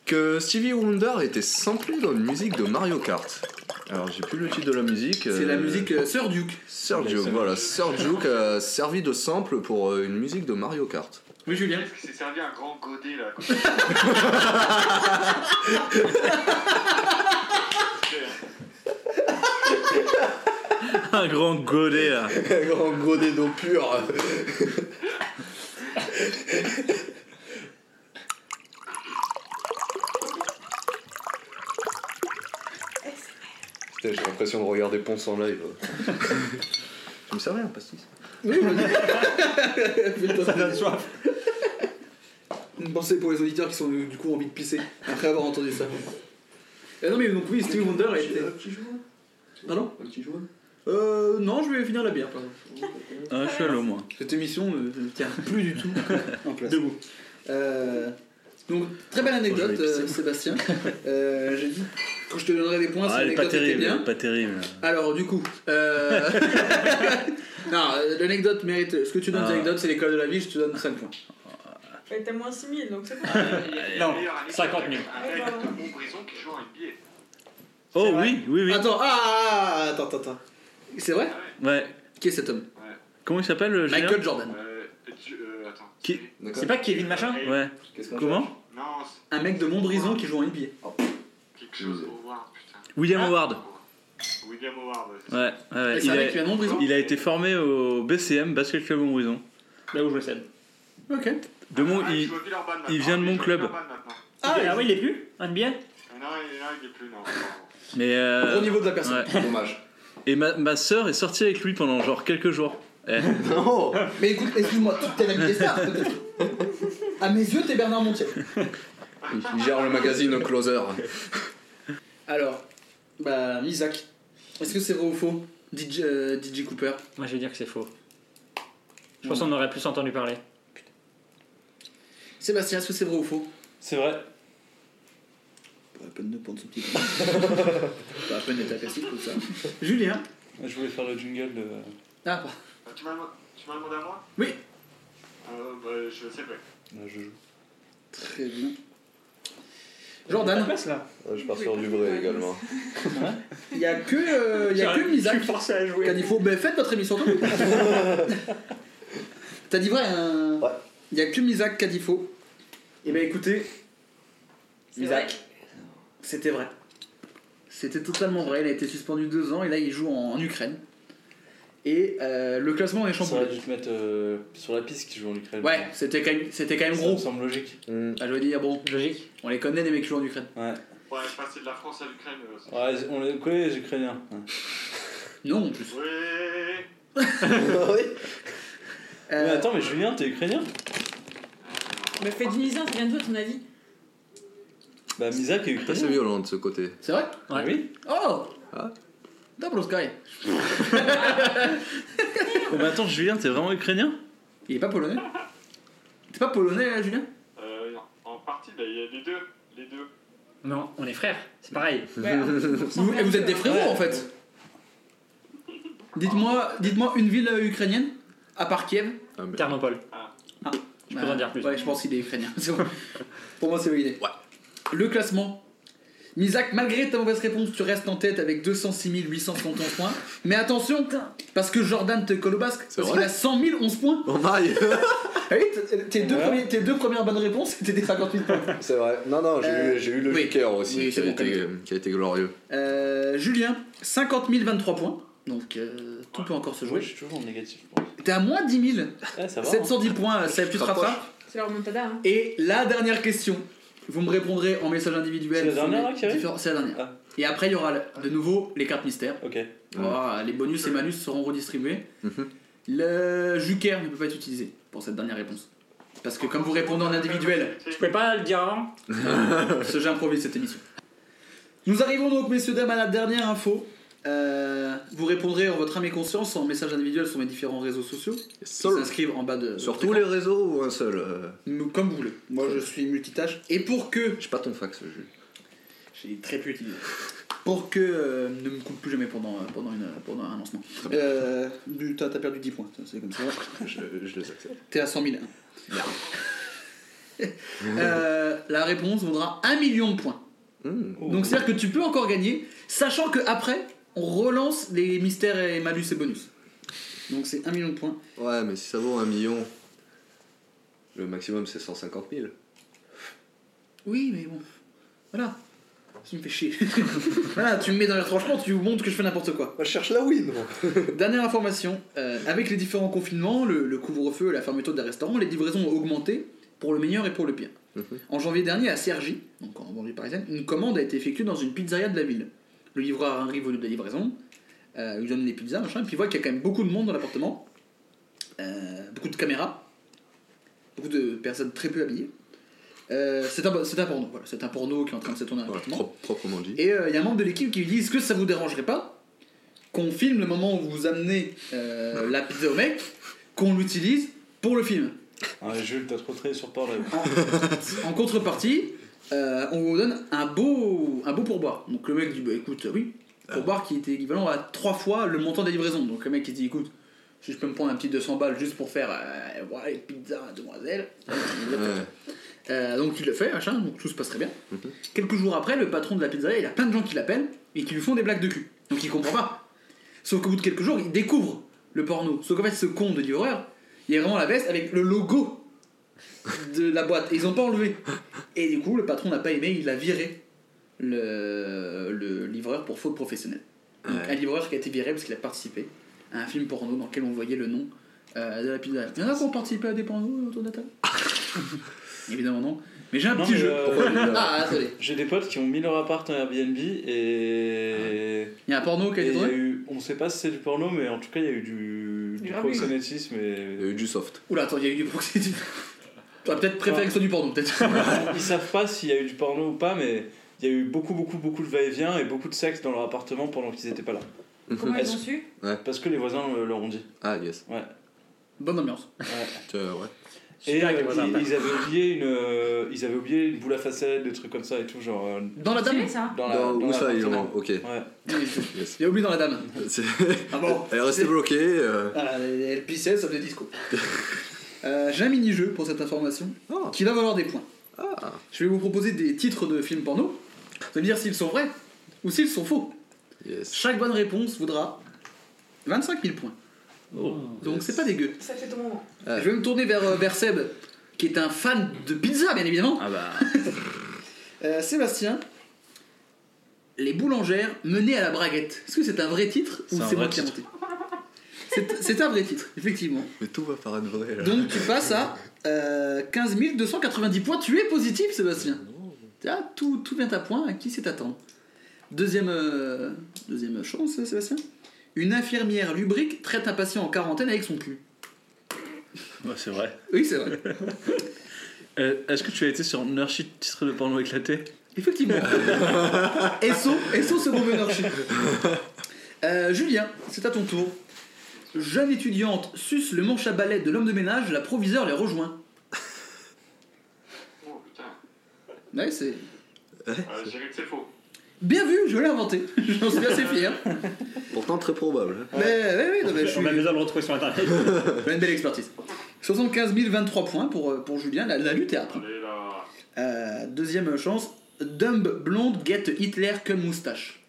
S4: que Stevie Wonder était samplé dans une musique de Mario Kart. Alors, j'ai plus le titre de la musique.
S3: C'est
S4: euh,
S3: la musique euh, Sir Duke.
S4: Sir Duke, voilà. Sir Duke a servi de sample pour euh, une musique de Mario Kart.
S3: Oui, Julien.
S5: Est-ce qu'il s'est servi un grand godet là quoi.
S6: un grand godet là.
S4: Un grand godet d'eau pure.
S9: Eh,
S4: Putain, j'ai l'impression de regarder Ponce en live. Je me servais un pastis.
S3: Une pensée pour les auditeurs qui sont euh, du coup envie de pisser après avoir entendu ça. Euh, non mais donc oui, Stevie Wonder était. Pardon Euh non, je vais finir la bière. Pardon.
S6: Ah, je suis allé au moins.
S3: Cette émission ne ne tient plus du tout en place.
S7: Debout.
S3: Euh, donc très belle anecdote,
S6: Oh, je vais
S3: euh, Sébastien. Euh, J'ai dit Quand je te donnerai des points,
S6: Ah,
S3: c'est
S6: elle est pas terrible,
S3: bien.
S6: elle est pas terrible.
S3: Alors, du coup. euh, non, euh, l'anecdote mérite. Ce que tu donnes,
S6: Ah.
S3: l'anecdote, c'est l'école de la vie, je te donne 5 points.
S9: Ouais, T'as moins 6000 donc c'est bon.
S3: Non,
S7: 50 000.
S5: Avec Montbrison qui joue en NBA.
S6: Oh oui, oui, oui.
S3: Attends, ah, ah, ah, attends, attends, attends. C'est vrai
S6: Ouais.
S3: Qui est cet homme
S6: Comment il s'appelle le génial
S3: Michael Jordan.
S5: Euh, tu- euh, attends.
S6: Qui Ah,
S7: C'est pas Kevin Machin
S6: Ouais.
S4: Qu'est-ce qu'on
S6: Comment
S5: Non, c'est
S3: Un mec de Montbrison qui joue en NBA.
S5: quelque chose Howard, putain.
S6: Oh.
S5: Ah.
S6: William Howard.
S5: William Howard. c'est-
S6: Ouais. ouais, ouais.
S3: Ah. Et
S6: Il,
S3: c'est un mec qui vient
S6: a,
S3: de Montbrison
S6: il a été formé au BCM, Basket Club Montbrison.
S7: Là où je cède.
S3: Ok.
S6: De mon,
S5: Ah, il
S6: il-
S5: joue à Villeurbanne maintenant.
S6: il vient de
S5: Ah,
S6: mon
S5: joue à
S6: club.
S5: Villeurbanne maintenant.
S7: Ah, oui, il est plus NBA
S5: Ah Non, il non, il est plus, non.
S6: Mais euh,
S3: Au niveau de la personne.
S6: ouais.
S4: Dommage.
S6: Et ma, ma sœur est sortie avec lui pendant genre quelques jours. Eh.
S4: Non
S3: Mais écoute, excuse-moi, t'es l'ami des stars, peut-être. À mes yeux, t'es Bernard Montiel.
S4: Il gère le magazine Closer.
S3: Alors, bah, Isaac, est-ce que c'est vrai ou faux DJ, euh, DJ Cooper
S7: Moi, je vais dire que c'est faux. Je pense qu'on aurait plus entendu parler.
S3: Sébastien, est-ce que c'est vrai ou faux
S6: C'est vrai.
S3: Pas la peine de prendre ce petit Pas la peine d'être agacé comme ça. Julien
S6: Je voulais faire le jingle de.
S3: Ah, bah,
S5: Ah, Tu m'as demandé- tu m'as demandé à moi
S3: Oui.
S5: Euh, bah, je sais pas.
S3: très bien. Jordan,
S7: place là.
S4: Je pars sur du vrai également.
S3: il n'y a que, euh, y a que
S7: Je
S3: Isaac
S7: suis forcé à
S3: qui a
S7: jouer.
S3: dit faux. Mais faites votre émission, toi. T'as dit vrai, hein
S4: Ouais.
S3: Il n'y a que Isaac qui a dit faux. Eh ben écoutez,
S9: C'est
S3: Isaac, c'était vrai. C'était totalement vrai. Il a été suspendu deux ans et là il joue en, en Ukraine. Et euh, le classement est champion.
S6: dû te mettre euh, sur la piste qui joue en Ukraine.
S3: Ouais, c'était quand même, c'était quand même gros.
S6: semble logique.
S4: Mmh.
S3: Ah, je veux dire, bon,
S7: Logique.
S3: on les connaît les mecs qui jouent en Ukraine.
S6: Ouais.
S5: Ouais, passer de la France à l'Ukraine. euh, c'est-
S6: Ouais, on les connaît les Ukrainiens.
S3: Non, en plus.
S5: Ouais.
S3: Euh,
S6: Mais attends, mais Julien, t'es Ukrainien
S9: Mais fais du misère, ça vient de toi ton avis.
S6: Bah, Mizak est
S4: Assez
S6: Ukrainien.
S4: violent de ce côté.
S3: C'est vrai
S7: Ouais.
S6: Oui.
S3: Oh
S4: Ah.
S3: Double Sky.
S6: Oh, mais attends, Julien, t'es vraiment Ukrainien
S3: Il est pas polonais T'es pas polonais, là, Julien
S5: Euh, en partie, bah, il y a les deux. Les deux.
S7: Non, on est frères. C'est pareil.
S9: Ouais,
S3: Euh, vous, et vous êtes des frérots
S6: Ouais.
S3: en fait. Dites-moi, dites-moi une ville euh, ukrainienne à part Kiev.
S4: Ah, mais-
S7: Ternopole.
S3: Je
S7: peux en dire plus.
S3: Ouais, je pense qu'il est ukrainien. C'est bon. Pour moi, c'est validé.
S4: Ouais.
S3: Le classement. Misak, malgré ta mauvaise réponse, tu restes en tête avec 206 871 points. Mais attention, parce que Jordan te colle au basque.
S4: C'est
S3: Parce
S4: vrai
S3: qu'il a 100 011 points.
S4: Oh my
S3: Ah oui, t- tes deux,
S6: Ouais.
S3: premiers- tes deux premières bonnes réponses, c'était des 58 points.
S4: C'est vrai. Non, non, j'ai
S3: Euh,
S4: eu, j'ai eu le
S3: oui.
S4: Joker aussi
S3: Oui,
S4: qui,
S3: c'est
S4: a
S3: bon,
S4: été, qui a été glorieux.
S3: Euh, Julien, 50 023 points. Donc euh, tout peut encore se jouer.
S6: je suis toujours en négatif, je pense.
S3: T'es à moins 10 000.
S6: Ouais, ça va. hein.
S3: 710 points, ça tu te rattrapes.
S9: C'est leur montada. Hein.
S3: Et la dernière question, vous me répondrez en message individuel.
S6: C'est la dernière,
S3: sur les
S6: là, qui arrive
S3: différents- C'est la dernière.
S6: Ah.
S3: Et après, il y aura le- de nouveau les cartes mystères.
S6: Ok.
S3: On va voir, les bonus et malus seront redistribués. Le Juker ne peut pas être utilisé pour cette dernière réponse. Parce que comme vous répondez en individuel,
S7: Je pouvais pas le dire avant.
S3: ce j'improvise cette émission. Nous arrivons donc, messieurs, dames, à la dernière info. Euh, vous répondrez en votre âme et conscience en message individuel sur mes différents réseaux sociaux qui
S4: Sur,
S3: s'inscrivent en bas de.
S4: sur
S3: votre
S4: tous
S3: écran.
S4: les réseaux ou un seul euh,
S3: Nous, Comme vous voulez. Moi, je suis multitâche. Et pour que
S4: J'ai pas ton fax, Jules.
S3: J'ai très peu utilisé. Pour que euh, ne me coupe plus jamais pendant, euh, pendant, une, pendant un lancement. Euh, du- T'as t'as perdu 10 points, ça, c'est comme ça.
S4: Je, je les accepte.
S3: T'es à 100 000. Euh, la réponse vaudra 1 million de points.
S4: Hmm.
S3: Donc c'est-à-dire que tu peux encore gagner, sachant que après on relance les mystères et malus et bonus. Donc c'est 1 million de points.
S4: Ouais, mais si ça vaut un million, le maximum c'est 150 000.
S3: Oui, mais bon. Voilà. Tu me fais chier. voilà, tu me mets dans les retranchements, tu montres que je fais n'importe quoi.
S4: Moi, je cherche la win.
S3: Dernière information, euh, avec les différents confinements, le, le couvre-feu et la fermeture des restaurants, les livraisons ont augmenté pour le meilleur et pour le pire.
S4: Mhm.
S3: En janvier dernier, à Cergy, donc en banlieue parisienne, une commande a été effectuée dans une pizzeria de la ville. Le livreur arrive au lieu de la livraison, euh, il donne les pizzas, machin, et puis il voit qu'il y a quand même beaucoup de monde dans l'appartement, euh, beaucoup de caméras, beaucoup de personnes très peu habillées. Euh, c'est un, c'est un porno, voilà, c'est un porno qui est en train de se tourner dans l'appartement.
S4: proprement dit.
S3: Et il y a un membre de l'équipe qui lui dit Est-ce que ça vous dérangerait pas qu'on filme le moment où vous amenez euh, la pizza au mec, qu'on l'utilise pour le film
S6: Ah, Jules, t'as trop traîné sur par là.
S3: En contrepartie, euh, on vous donne un beau, un beau pourboire. Donc le mec dit bah écoute, euh, oui, pourboire qui était équivalent à trois fois le montant des livraisons. Donc le mec il dit écoute, si je peux me prendre un petit 200 balles juste pour faire euh, voilà, une pizza à demoiselle. Euh, donc il le fait, machin, donc tout se passe très bien. Quelques jours après, le patron de la pizzeria, il a plein de gens qui l'appellent et qui lui font des blagues de cul. Donc il comprend pas. Sauf qu'au bout de quelques jours, il découvre le porno. Sauf qu'en fait, ce con de livreur, il est vraiment la veste avec le logo de la boîte. Et ils ont pas enlevé. Et du coup, le patron n'a pas aimé, il a viré le, le livreur pour faute professionnelle. Donc,
S4: Ouais.
S3: Un livreur qui a été viré parce qu'il a participé à un film porno dans lequel on voyait le nom euh, de la pizzeria. Il y en a qui ont participé à des pornos autour de la table Évidemment non. Mais j'ai un
S6: Non,
S3: petit
S6: mais,
S3: jeu.
S6: euh,
S3: Ah, désolé.
S6: J'ai des potes qui ont mis leur appart en Airbnb et.
S7: Ah.
S3: Il y a un porno qui a
S6: et
S3: été
S6: il y a
S3: tourné
S6: eu- On sait pas si c'est du porno, mais en tout cas, il y a eu du, du
S7: Ah
S3: Grave.
S6: proxénétisme et.
S4: Euh, Du soft.
S3: Oula, attends, il y a eu du proxénétisme. T'aurais peut-être préféré que ce soit du porno, peut-être.
S6: Ils savent pas s'il y a eu du porno ou pas, mais il y a eu beaucoup, beaucoup, beaucoup de va-et-vient et beaucoup de sexe dans leur appartement pendant qu'ils étaient pas là.
S10: Comment ils
S6: Est-ce-
S10: ont su
S6: Parce que les voisins euh, leur ont dit.
S4: Ah, yes.
S6: Ouais.
S3: Bonne ambiance.
S6: ouais.
S4: Euh, ouais.
S6: Et
S7: Super,
S6: euh,
S7: les voisins.
S6: ils, ils avaient oublié une, euh, ils avaient oublié une boule à facettes, des trucs comme ça et tout, genre euh,
S3: Dans la dame
S10: C'est ça
S6: dans la.
S4: Dans-
S6: dans
S4: où ça, ils
S6: l'appartement.
S4: l'ont Ok.
S6: Ouais.
S3: Il
S4: Yes.
S3: y a oublié dans la dame.
S4: C'est-
S3: Ah bon
S4: Elle est restée bloquée. euh.
S3: Voilà, elle pissait, ça faisait disco. Euh, j'ai un mini-jeu pour cette information
S6: Ah.
S4: Oh.
S3: qui va valoir des points. Je vais vous proposer des titres de films porno. Vous allez me dire s'ils sont vrais ou s'ils sont faux.
S4: Yes.
S3: Chaque bonne réponse vaudra 25 000 points.
S6: Oh,
S3: Donc c'est pas dégueu.
S9: Ça fait ton moment.
S6: Ah.
S3: Je vais me tourner vers, euh, vers Seb, qui est un fan de pizza, bien évidemment.
S6: Ah bah.
S3: Euh, Sébastien, Les boulangères menées à la braguette. Est-ce que c'est un vrai titre ou
S6: C'est un
S3: c'est moi
S6: vrai
S3: qui ai
S6: titre.
S3: inventé C'est- C'est un vrai titre, effectivement.
S4: Mais tout va paraître vrai là.
S3: Donc tu passes à euh, 15 290 points. Tu es positif, Sébastien. Ah, tout, tout vient à point. À qui c'est attendre Deuxième, euh, deuxième chance, euh, Sébastien. Une infirmière lubrique traite un patient en quarantaine avec son cul.
S6: Ouais, bah, c'est vrai.
S3: Oui, c'est vrai.
S6: Euh, Est-ce que tu as été sur un archi titre de porno éclaté
S3: Effectivement. SO, SO second meneur chez nous. Euh, Julien, c'est à ton tour. Jeune étudiante suce le manche à balai de l'homme de ménage, la proviseure les rejoint.
S5: Oh putain.
S3: Ouais, c'est...
S5: Euh, J'ai vu que c'est faux.
S3: Bien vu, je l'ai inventé. J'en suis assez fier.
S4: Pourtant très probable. hein.
S3: Mais ouais, ouais, non, mais je suis...
S7: On a besoin de le retrouver sur internet.
S3: J'ai une belle expertise. 75 023 points pour, euh, pour Julien, la, la lutte est âpre.
S5: Allez là.
S3: Euh, deuxième chance, Dumb blonde guette Hitler comme moustache.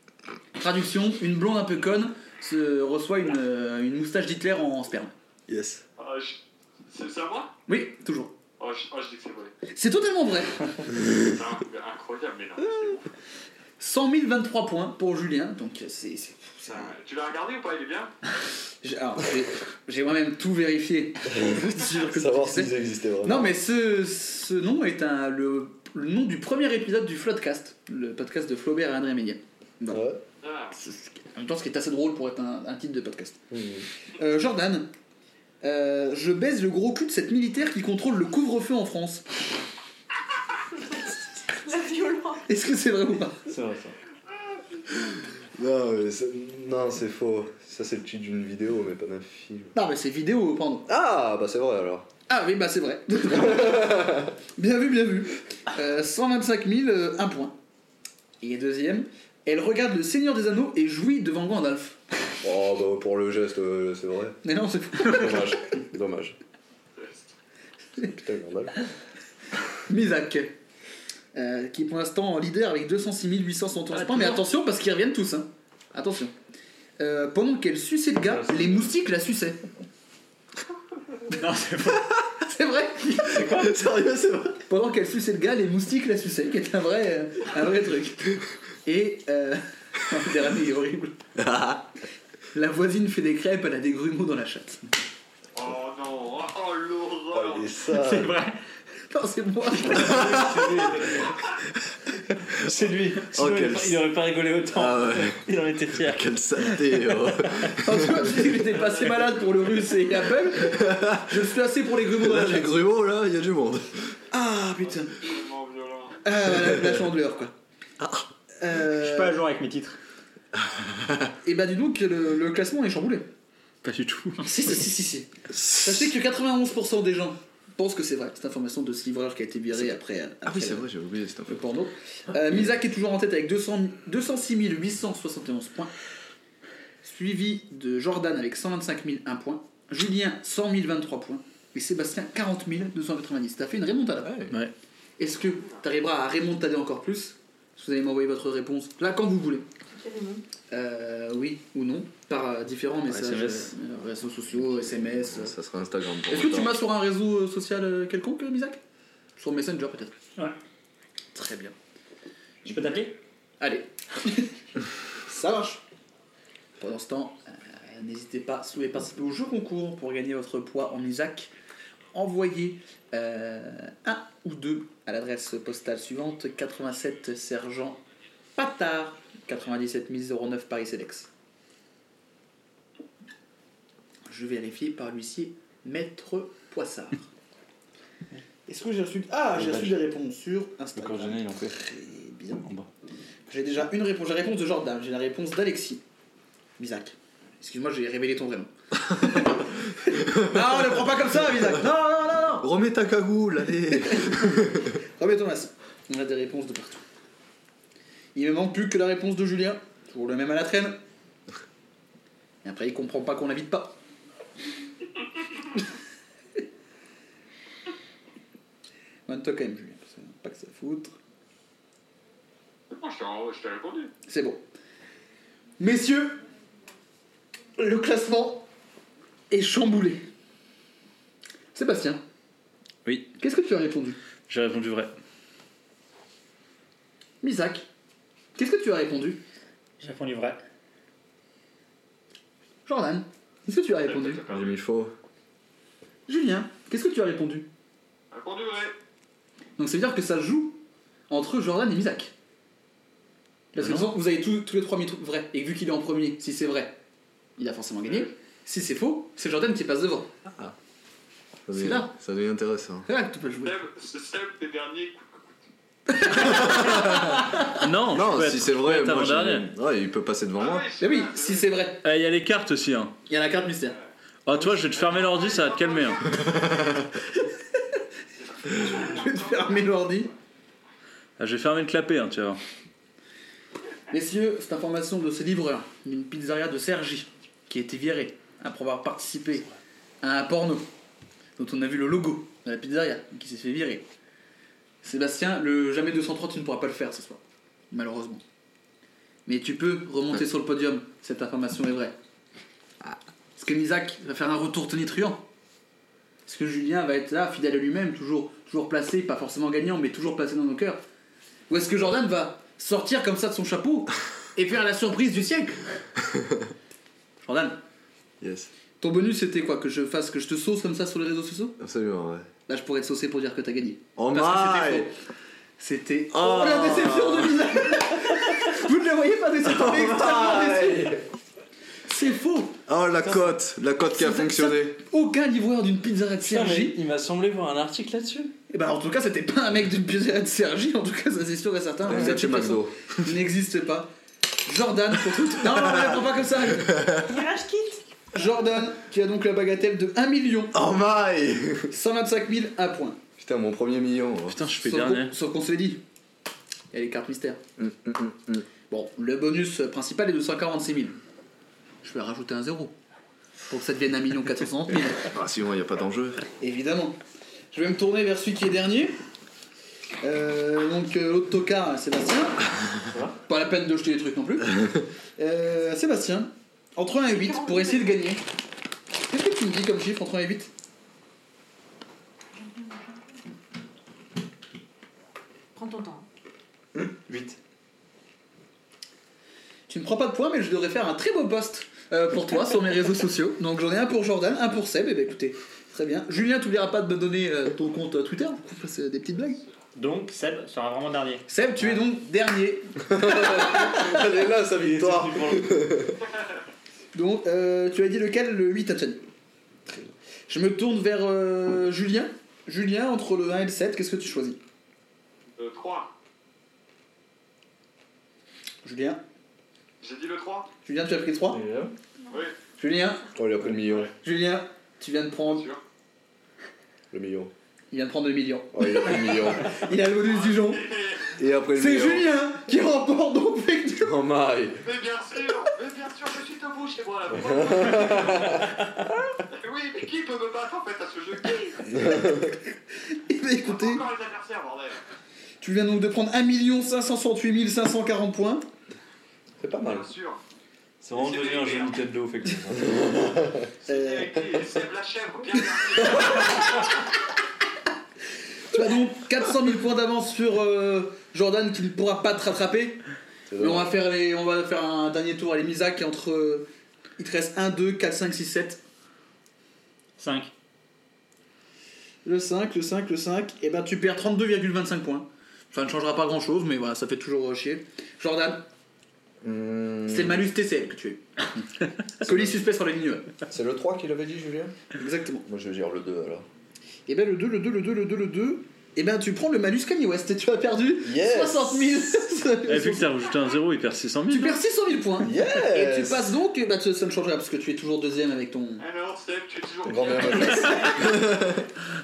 S3: Traduction, une blonde un peu conne se reçoit une, euh, une moustache d'Hitler en, en sperme.
S4: Yes.
S5: Ah, je- C'est c'est à moi
S3: Oui, toujours.
S5: oh je, oh, je dis que c'est vrai.
S3: C'est totalement vrai.
S5: Putain, mais incroyable, mais non. c'est bon.
S3: 100 023 points pour Julien. Donc euh, c'est. c'est- c'est-
S5: Putain, Tu l'as regardé ou pas Il est bien
S3: j'ai- alors, j'ai- J'ai moi-même tout vérifié. Je te jure que tu sais.
S4: existaient vraiment.
S3: Non mais ce, ce nom est un, le, le nom du premier épisode du Floodcast, le podcast de Flaubert et André Méniel.
S5: Ah,
S3: C'est- c'est- En même temps, ce qui est assez drôle pour être un, un titre de podcast.
S4: Hmm.
S3: Euh, Jordan, euh, je baise le gros cul de cette militaire qui contrôle le couvre-feu en France.
S9: La violence.
S3: Est-ce que c'est vrai ou pas
S6: C'est vrai ça.
S4: Non, mais c'est- non, c'est faux. Ça, c'est le titre d'une vidéo, mais pas d'un film.
S3: Non mais c'est vidéo, pardon.
S4: Ah, bah c'est vrai alors.
S3: Ah oui, bah c'est vrai. bien vu, bien vu. Euh, 125 000, euh, un point. Et deuxième, elle regarde le Seigneur des Anneaux et jouit devant Gandalf.
S4: Oh, bah pour le geste, euh, c'est vrai.
S3: Mais non, c'est fou.
S4: Dommage. Dommage. Putain, normal.
S3: Misak, euh, qui est pour l'instant en leader avec 206 871
S7: Ah,
S3: points. Mais
S7: toujours.
S3: attention, parce qu'ils reviennent tous. hein. Attention. Euh, pendant qu'elle suçait le gars, les moustiques la suçaient.
S7: non, c'est faux.
S3: C'est vrai
S4: Sérieux, c'est vrai.
S3: Pendant qu'elle suçait le gars, les moustiques la suçaient, qui est un vrai, euh, un vrai truc. Et. Euh... le dernier est horrible.
S7: Ah.
S3: La voisine fait des crêpes, elle a des grumeaux dans la chatte.
S5: Oh non, oh, oh, l'horreur
S4: Et ça. ah
S7: C'est vrai.
S3: Non, c'est moi.
S6: C'est lui. Sinon,
S4: Oh,
S6: il,
S4: quel-
S6: aurait pas, il aurait pas rigolé autant.
S4: Ah ouais,
S6: Il en était fier.
S4: quelle saleté. oh.
S3: En tout cas, je j'étais passé malade pour le russe et Apple. Je le suis assez pour les grumeaux dans
S4: Là,
S3: la
S4: les
S3: chatte.
S4: grumeaux, là, il y a du monde.
S3: Ah putain.
S5: tellement violent.
S3: Ah, voilà, la chandeleur quoi.
S4: Ah,
S7: Je suis
S3: Euh,
S7: pas à jour avec mes titres.
S3: et bah dis donc que le, le classement est chamboulé.
S6: Pas du tout.
S3: Si si si si si. Sachez que 91% des gens pense que c'est vrai. Cette information de ce livreur qui a été viré après,
S4: Ah
S3: après
S4: oui, c'est
S3: le-
S4: vrai, j'avais oublié cette info.
S3: le porno. Euh, Misak est toujours en tête avec 200 206 871 points. Suivi de Jordan avec 125 001 points. Julien, 100 023 points. Et Sébastien, 40 290. T'as fait une remontada.
S6: Ouais.
S3: Est-ce que t'arriveras à remontader encore plus Parce que Vous allez m'envoyer votre réponse là quand vous voulez. Euh, oui ou non, par euh, différents messages,
S6: SMS.
S3: euh, réseaux sociaux, SMS. euh.
S4: Ça sera Instagram. pour
S3: Est-ce que tu
S4: l'instant.
S3: m'as sur un réseau euh, social euh, quelconque, Misak Sur Messenger peut-être
S7: Ouais.
S3: Très bien.
S7: Je peux t'appeler
S3: Allez, ça marche. Pendant ce temps, euh, n'hésitez pas, si vous voulez participer au jeu concours pour gagner votre poids en Isaac, envoyez euh, un ou deux à l'adresse postale suivante 87 Sergent Patard, 97 009 Paris Cedex. Je vérifie par l'huissier Maître Poissard. Est-ce que j'ai reçu. Ah, j'ai reçu des réponses sur Instagram.
S6: il en fait
S3: Très bien.
S6: en bas.
S3: J'ai déjà une réponse. J'ai la réponse de Jordan, j'ai la réponse d'Alexis. Misak. Excuse-moi, j'ai révélé ton vrai nom. non, ne prends pas comme ça, Misak. Non, non, non, non.
S4: Remets ta cagoule, allez
S3: Remets Thomas. On a des réponses de partout. Il me manque plus que la réponse de Julien. Toujours le même à la traîne. Et après, il comprend pas qu'on l'invite pas. Maintenant, toi quand même, Julien. parce que Pas que ça foutre.
S5: Bon, je t'ai en- je t'ai répondu.
S3: C'est bon. Messieurs, le classement est chamboulé. Sébastien.
S6: Oui.
S3: Qu'est-ce que tu as répondu
S6: J'ai répondu vrai.
S3: Misak. Qu'est-ce que tu as répondu
S7: J'ai répondu vrai.
S3: Jordan. Qu'est-ce que tu as répondu
S5: T'as
S4: J'ai
S5: perdu.
S4: mis faux.
S3: Julien. Qu'est-ce que tu as répondu
S5: Répondu vrai.
S3: Donc ça veut dire que ça joue entre Jordan et Misak. Parce que de toute façon, vous avez tous, tous les trois mis tr- vrai. Et vu qu'il est en premier, si c'est vrai, il a forcément gagné. Si c'est faux, c'est Jordan qui passe devant.
S4: Ça
S3: C'est
S4: devient-
S3: là.
S4: Ça devient intéressant.
S3: C'est là que tu peux jouer.
S5: Seb, ce Seb, t'es dernier. coûte que coûte.
S6: Non,
S4: Non,
S6: je peux
S4: si
S6: être-
S4: c'est
S6: je
S4: vrai,
S6: peux être
S4: moi,
S6: avant-dernier.
S4: j'ai- ouais, il peut passer devant moi.
S5: Ah oui,
S3: Mais oui,
S5: vrai,
S3: si
S5: vrai.
S3: c'est vrai.
S6: Eh, Il y a les cartes aussi. Hein.
S3: Il y a la carte mystère.
S6: Ah, toi, je vais te fermer l'ordi, ça va te calmer. hein.
S3: Je vais te fermer l'ordi.
S6: Ah, je vais fermer le clapet, hein, tu vois.
S3: Messieurs, cette information de ce livreur d'une pizzeria de Sergi qui a été viré après avoir participé à un porno dont on a vu le logo de la pizzeria qui s'est fait virer. Sébastien, le jamais 230, tu ne pourras pas le faire ce soir, malheureusement. Mais tu peux remonter sur le podium, cette information est vraie. Est-ce que Misak va faire un retour tonitruant Est-ce que Julien va être là, fidèle à lui-même, toujours, toujours placé, pas forcément gagnant, mais toujours placé dans nos cœurs Ou est-ce que Jordan va sortir comme ça de son chapeau et faire la surprise du siècle Jordan,
S4: Yes,
S3: ton bonus c'était quoi Que je fasse, que je te sauce comme ça sur les réseaux sociaux
S4: absolument, ouais.
S3: Là je pourrais te saucer pour dire que t'as gagné.
S4: Oh
S3: Parce que
S4: my
S3: c'était faux. C'était.
S4: Oh.
S3: Oh, la déception de Lisa Vous ne le voyez pas, mais c'est on est extrêmement déçu C'est faux
S4: Oh, la cote La cote qui a
S3: Ça- ça-
S4: fonctionné
S3: Aucun livreur d'une pizzeria de Sergi.
S6: il m'a semblé voir un article là-dessus.
S3: Et bah en tout cas, c'était pas un mec d'une pizzeria de Sergi, en tout cas, ça c'est sûr et certain.
S4: Vous
S3: Vous
S4: êtes
S3: êtes
S4: chez McDo.
S3: N'existe pas. Jordan pour tout. Non, non, non, non, pas comme ça
S9: Garage kit
S3: Jordan, qui a donc la bagatelle de 1 million
S4: Oh my
S3: 125 000 à point.
S4: Putain, mon premier million. oh.
S6: Putain, je fais
S3: Sauf
S6: dernier.
S3: qu'on- Sauf qu'on se dit, il y a les cartes mystères.
S4: Mm, mm, mm, mm.
S3: Bon, le bonus principal est de 146 000. Je vais rajouter un zéro pour que ça devienne 1 460 000.
S4: Ah, sinon, il n'y a pas d'enjeu.
S3: Évidemment. Je vais me tourner vers celui qui est dernier. Euh, donc euh, l'autre tocard, Sébastien. Pas la peine de jeter les trucs non plus. Euh, Sébastien, entre 1 et 8 pour essayer de gagner. Qu'est-ce que tu me dis comme chiffre entre 1 et 8
S11: Prends ton temps.
S6: 8.
S3: Tu ne prends pas de points, mais je devrais faire un très beau post euh, pour toi sur mes réseaux sociaux. Donc j'en ai un pour Jordan, un pour Seb. Et ben écoutez, très bien. Julien, t'oublieras pas de me donner euh, ton compte euh, Twitter pour qu'on fasse euh, des petites blagues.
S7: Donc Seb sera vraiment dernier.
S3: Seb, tu es donc dernier.
S4: Elle est là, sa victoire
S3: Donc euh, tu as dit lequel Le 8 à Tchad. Je me tourne vers euh, Julien. Julien, entre le 1 et le 7, qu'est-ce que tu choisis
S5: Le 3.
S3: Julien.
S5: J'ai dit le 3.
S3: Julien, tu as pris le 3
S5: Oui,
S3: Julien,
S4: Oh, il a pris le million.
S3: Julien, tu viens de
S5: bien
S3: prendre
S5: sûr.
S4: Le million.
S3: Il vient de prendre 2 millions.
S4: Ouais, il a pris le million.
S3: Il a le bonus du jonc.
S4: Et après le
S3: C'est
S4: million.
S3: Julien qui remporte donc Fake News.
S4: Oh my
S5: Mais bien sûr, mais bien sûr, je suis debout chez moi là. oui, mais qui peut me battre en fait à ce jeu Qui
S3: Eh ben, écoutez,
S5: Encore les adversaires, bordel.
S3: tu viens donc de prendre 1 568 540 points.
S4: C'est pas mal.
S5: Bien sûr.
S6: C'est vraiment devenu un jeu Nintendo, effectivement.
S3: Euh,
S5: C'est qui C'est la chèvre, bien merci.
S3: Tu as donc 400 000 points d'avance sur euh, Jordan qui ne pourra pas te rattraper.
S4: C'est
S3: Mais on
S4: dommage.
S3: va faire les, on va faire un dernier tour à les Misa qui est entre. euh, il te reste 1, 2, 4, 5, 6, 7.
S7: 5.
S3: Le 5, le 5, le 5. Et ben tu perds 32,25 points. Ça ne changera pas grand chose, mais voilà, ça fait toujours euh, chier. Jordan,
S4: Hmm, Ah,
S3: c'est le malus TCL que tu es. Colis suspect sur la ligne.
S4: C'est le 3 qui l'avait dit, Julien
S3: Exactement.
S4: Moi, je vais dire le 2 alors.
S3: Et ben le 2, le 2, le 2, le 2, le 2. Et ben tu prends le malus Kanye West et tu as perdu
S4: Yes.
S3: 60 000.
S6: Et Eh, vu que t'as rajouté un 0, il perd 600 000.
S3: tu perds 600 000 points.
S4: Yes
S3: Et tu passes donc, bah, tu- ça ne change rien parce que tu es toujours deuxième avec ton.
S5: Alors, Seb, tu es toujours
S4: Grand bien à ma place.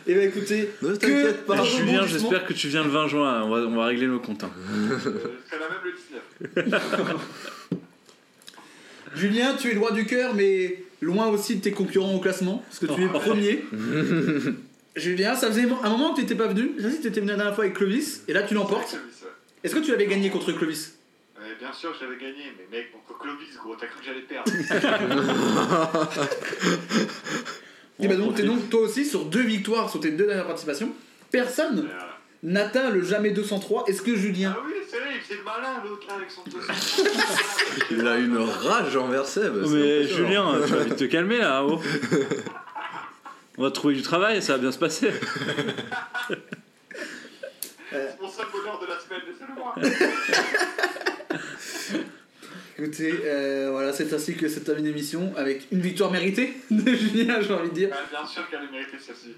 S3: Et bah écoutez, que
S4: Ne t'inquiète
S3: par
S4: pas.
S6: Eh, Julien,
S3: rebondissement-
S6: j'espère que tu viens le 20 juin, hein. on va, on va régler nos comptes. hein.
S5: Euh, C'est la même le 19.
S3: Julien, tu es loin du cœur, mais loin aussi de tes concurrents au classement parce que tu es premier. Julien, ça faisait un moment que tu n'étais pas venu. Je sais que tu étais venu la dernière fois avec Clovis et là tu l'emportes.
S5: C'est Clovis, ouais.
S3: Est-ce que tu l'avais gagné contre Clovis
S5: Ouais, Euh, bien sûr, j'avais gagné, mais mec, mon Clovis, gros, t'as cru que j'allais perdre.
S3: Et
S6: On
S3: bah
S6: en
S3: donc, t'es
S6: profite.
S3: donc toi aussi sur deux victoires sur tes deux dernières participations. Personne
S5: Euh,
S3: n'atteint le jamais 203. Est-ce que Julien
S5: Ah oui, c'est vrai, il faisait le malin, l'autre là, avec son dossier.
S4: Il a une rage envers Seb. c'est
S6: Mais
S4: impressionnant.
S6: Julien, tu vas vite te calmer là, oh. On va trouver du travail, ça va bien se passer.
S5: C'est mon seul bonheur de la semaine, laissez-le moi.
S3: Écoutez, euh, voilà, c'est ainsi que se termine l'émission avec une victoire méritée de Julien, j'ai envie de dire.
S5: Bah, bien sûr qu'elle méritait celle-ci.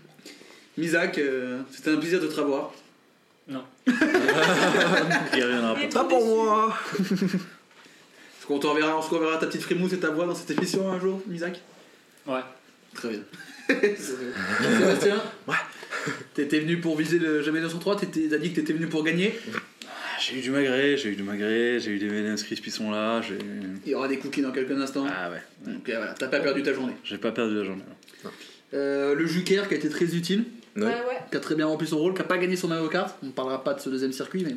S3: Misak, euh, c'était un plaisir de te revoir.
S6: Il reviendra Ah, pas.
S9: Et
S4: Pas
S9: trop
S4: pour
S9: déçu.
S4: moi
S3: Est-ce qu'on te reverra, on se reverra ta petite frimousse et ta voix dans cette émission un jour, Misak
S7: Ouais.
S3: Très bien. Sébastien Ouais. T'étais venu pour viser le jamais 203, t'étais- t'as dit que t'étais venu pour gagner.
S6: J'ai eu du magré, j'ai eu du magré, j'ai eu des mails inscrits qui sont là, j'ai.
S3: Il y aura des cookies dans quelques instants.
S6: Ah ouais,
S3: Donc euh, voilà, t'as pas perdu ta journée.
S6: j'ai pas perdu la journée.
S3: Euh, le Juker qui a été très utile,
S4: Ouais.
S9: Bah, Ouais, ouais.
S3: qui a très bien rempli son rôle, qui a pas gagné son Mario Kart. On parlera pas de ce deuxième circuit, mais.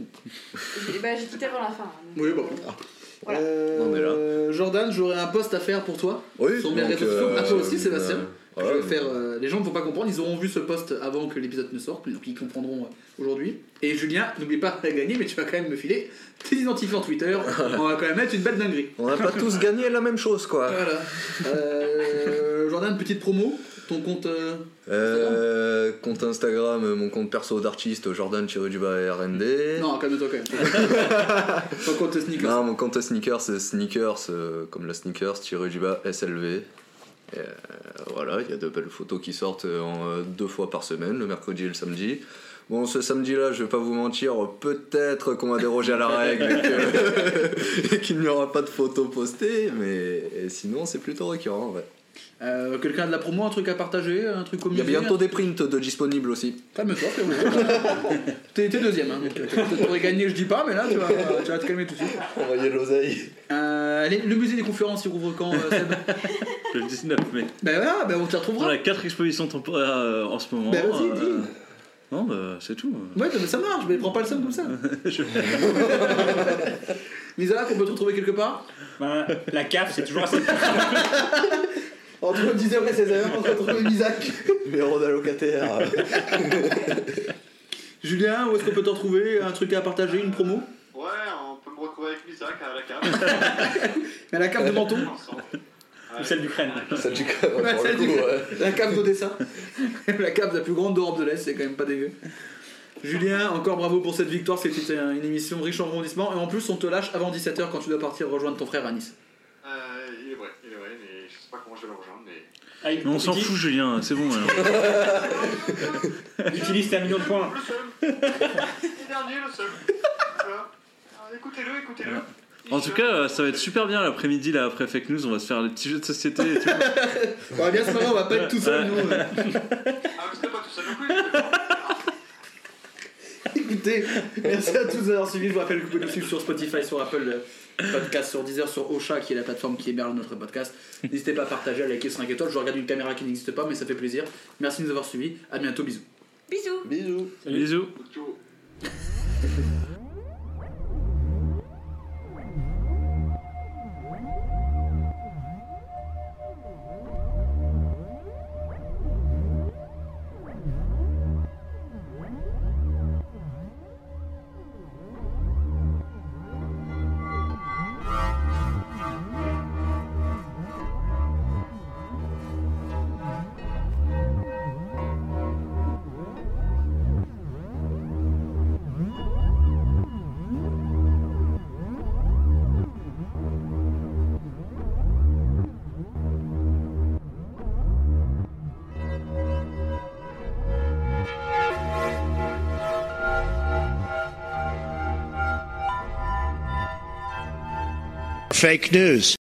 S9: J'ai- Bah, j'ai quitté avant la fin. hein.
S3: Oui, bon.
S9: Voilà.
S4: On est là.
S3: Euh, Jordan, j'aurais un post à faire pour toi.
S4: Oui,
S3: Sur mes réseaux sociaux, bah, toi aussi, Sébastien.
S4: euh,
S3: Je vais
S4: ouais,
S3: faire, euh, les gens ne vont pas comprendre, ils auront vu ce post avant que l'épisode ne sorte, donc ils comprendront euh, aujourd'hui. Et Julien, n'oublie pas de gagner, mais tu vas quand même me filer tes identifiants Twitter. On va quand même mettre une belle dinguerie.
S4: On n'a pas tous gagné la même chose, quoi.
S3: Voilà. Euh, Jordan, petite promo. Ton compte. euh,
S4: Euh, compte Instagram, euh, mon compte perso d'artiste, Jordan Chirudjuba RND.
S3: Non, calme-toi quand même. Ton compte sneakers.
S4: Non, mon compte sneakers, c'est sneakers, euh, comme la sneakers, Chirudjuba SLV. Et, euh, voilà, il y a de belles photos qui sortent euh, en, euh, deux fois par semaine, le mercredi et le samedi. Bon, ce samedi-là, je vais pas vous mentir, peut-être qu'on va déroger à la règle et que- et qu'il n'y aura pas de photos postées, mais et sinon, c'est plutôt récurrent, ouais.
S3: Euh, Quelqu'un a de la promo, un truc à partager, un truc au
S4: Il y
S3: musée
S4: a bientôt des prints de disponibles aussi.
S3: Calme-toi, frérot. T'es t'es deuxième, hein, donc euh, tu pourrais gagner, je dis pas, mais là tu vas, tu vas te calmer tout de suite.
S4: Envoyez l'oseille.
S3: Euh, les- le musée des conférences, il rouvre quand euh, Seb
S6: Le 19 mai.
S3: Ben voilà, ben on te
S6: On
S3: retrouvera.
S6: a 4 expositions temporaires euh, en ce moment. euh,
S3: Bah, vas-y, dis.
S6: Non, bah, c'est tout.
S3: Ouais, mais ça marche, mais prends pas le seum comme ça. Misa, qu'on peut te retrouver quelque part
S7: Ben, la CAF, c'est toujours assez.
S3: Entre 10h et 16h, on peut retrouver Misak.
S4: Numéro d'allocataire.
S3: Julien, où est-ce qu'on peut te retrouver Un truc à partager, une promo
S5: Ouais, on peut me retrouver avec Misak à la cave.
S3: Mais la cave de menton
S5: ensemble.
S7: Ou celle d'Ukraine.
S4: Ça du coup, pour
S3: Ouais,
S4: le
S3: celle
S4: coup,
S3: du-
S4: ouais.
S3: La cave d'Odessa. la cave la plus grande d'Europe de l'Est, c'est quand même pas dégueu. Julien, encore bravo pour cette victoire, c'était un- une émission riche en rebondissements. Et en plus, on te lâche avant 17h quand tu dois partir rejoindre ton frère à Nice.
S5: Euh, il est vrai, il est vrai, mais je sais pas comment je vais le rejoindre, mais.
S7: Ah, il-
S6: Mais on s'en
S7: utilise-
S6: fout, Julien, c'est bon. alors.
S7: Utilise ta million de points.
S5: Le seul Le dernier, le seul Voilà. Alors, Écoutez-le, écoutez-le
S6: En tout cas, euh, ça va être super bien l'après-midi, là, après Fake News, on va se faire des petits jeux de société et tout.
S3: On va bien se marrer, on va pas être tout seul, nous.
S5: Ah, mais c'était pas tout seul non plus
S3: écoutés. Merci à tous d'avoir suivi. Je vous rappelle que vous pouvez nous suivre sur Spotify, sur Apple euh, Podcast, sur Deezer, sur Ocha, qui est la plateforme qui héberge notre podcast. N'hésitez pas à partager, à liker 5 étoiles. Je regarde une caméra qui n'existe pas, mais ça fait plaisir. Merci de nous avoir suivis. À bientôt, bisous.
S9: Bisous.
S4: Bisous.
S6: Bisous.
S5: Ciao.
S1: Fake news.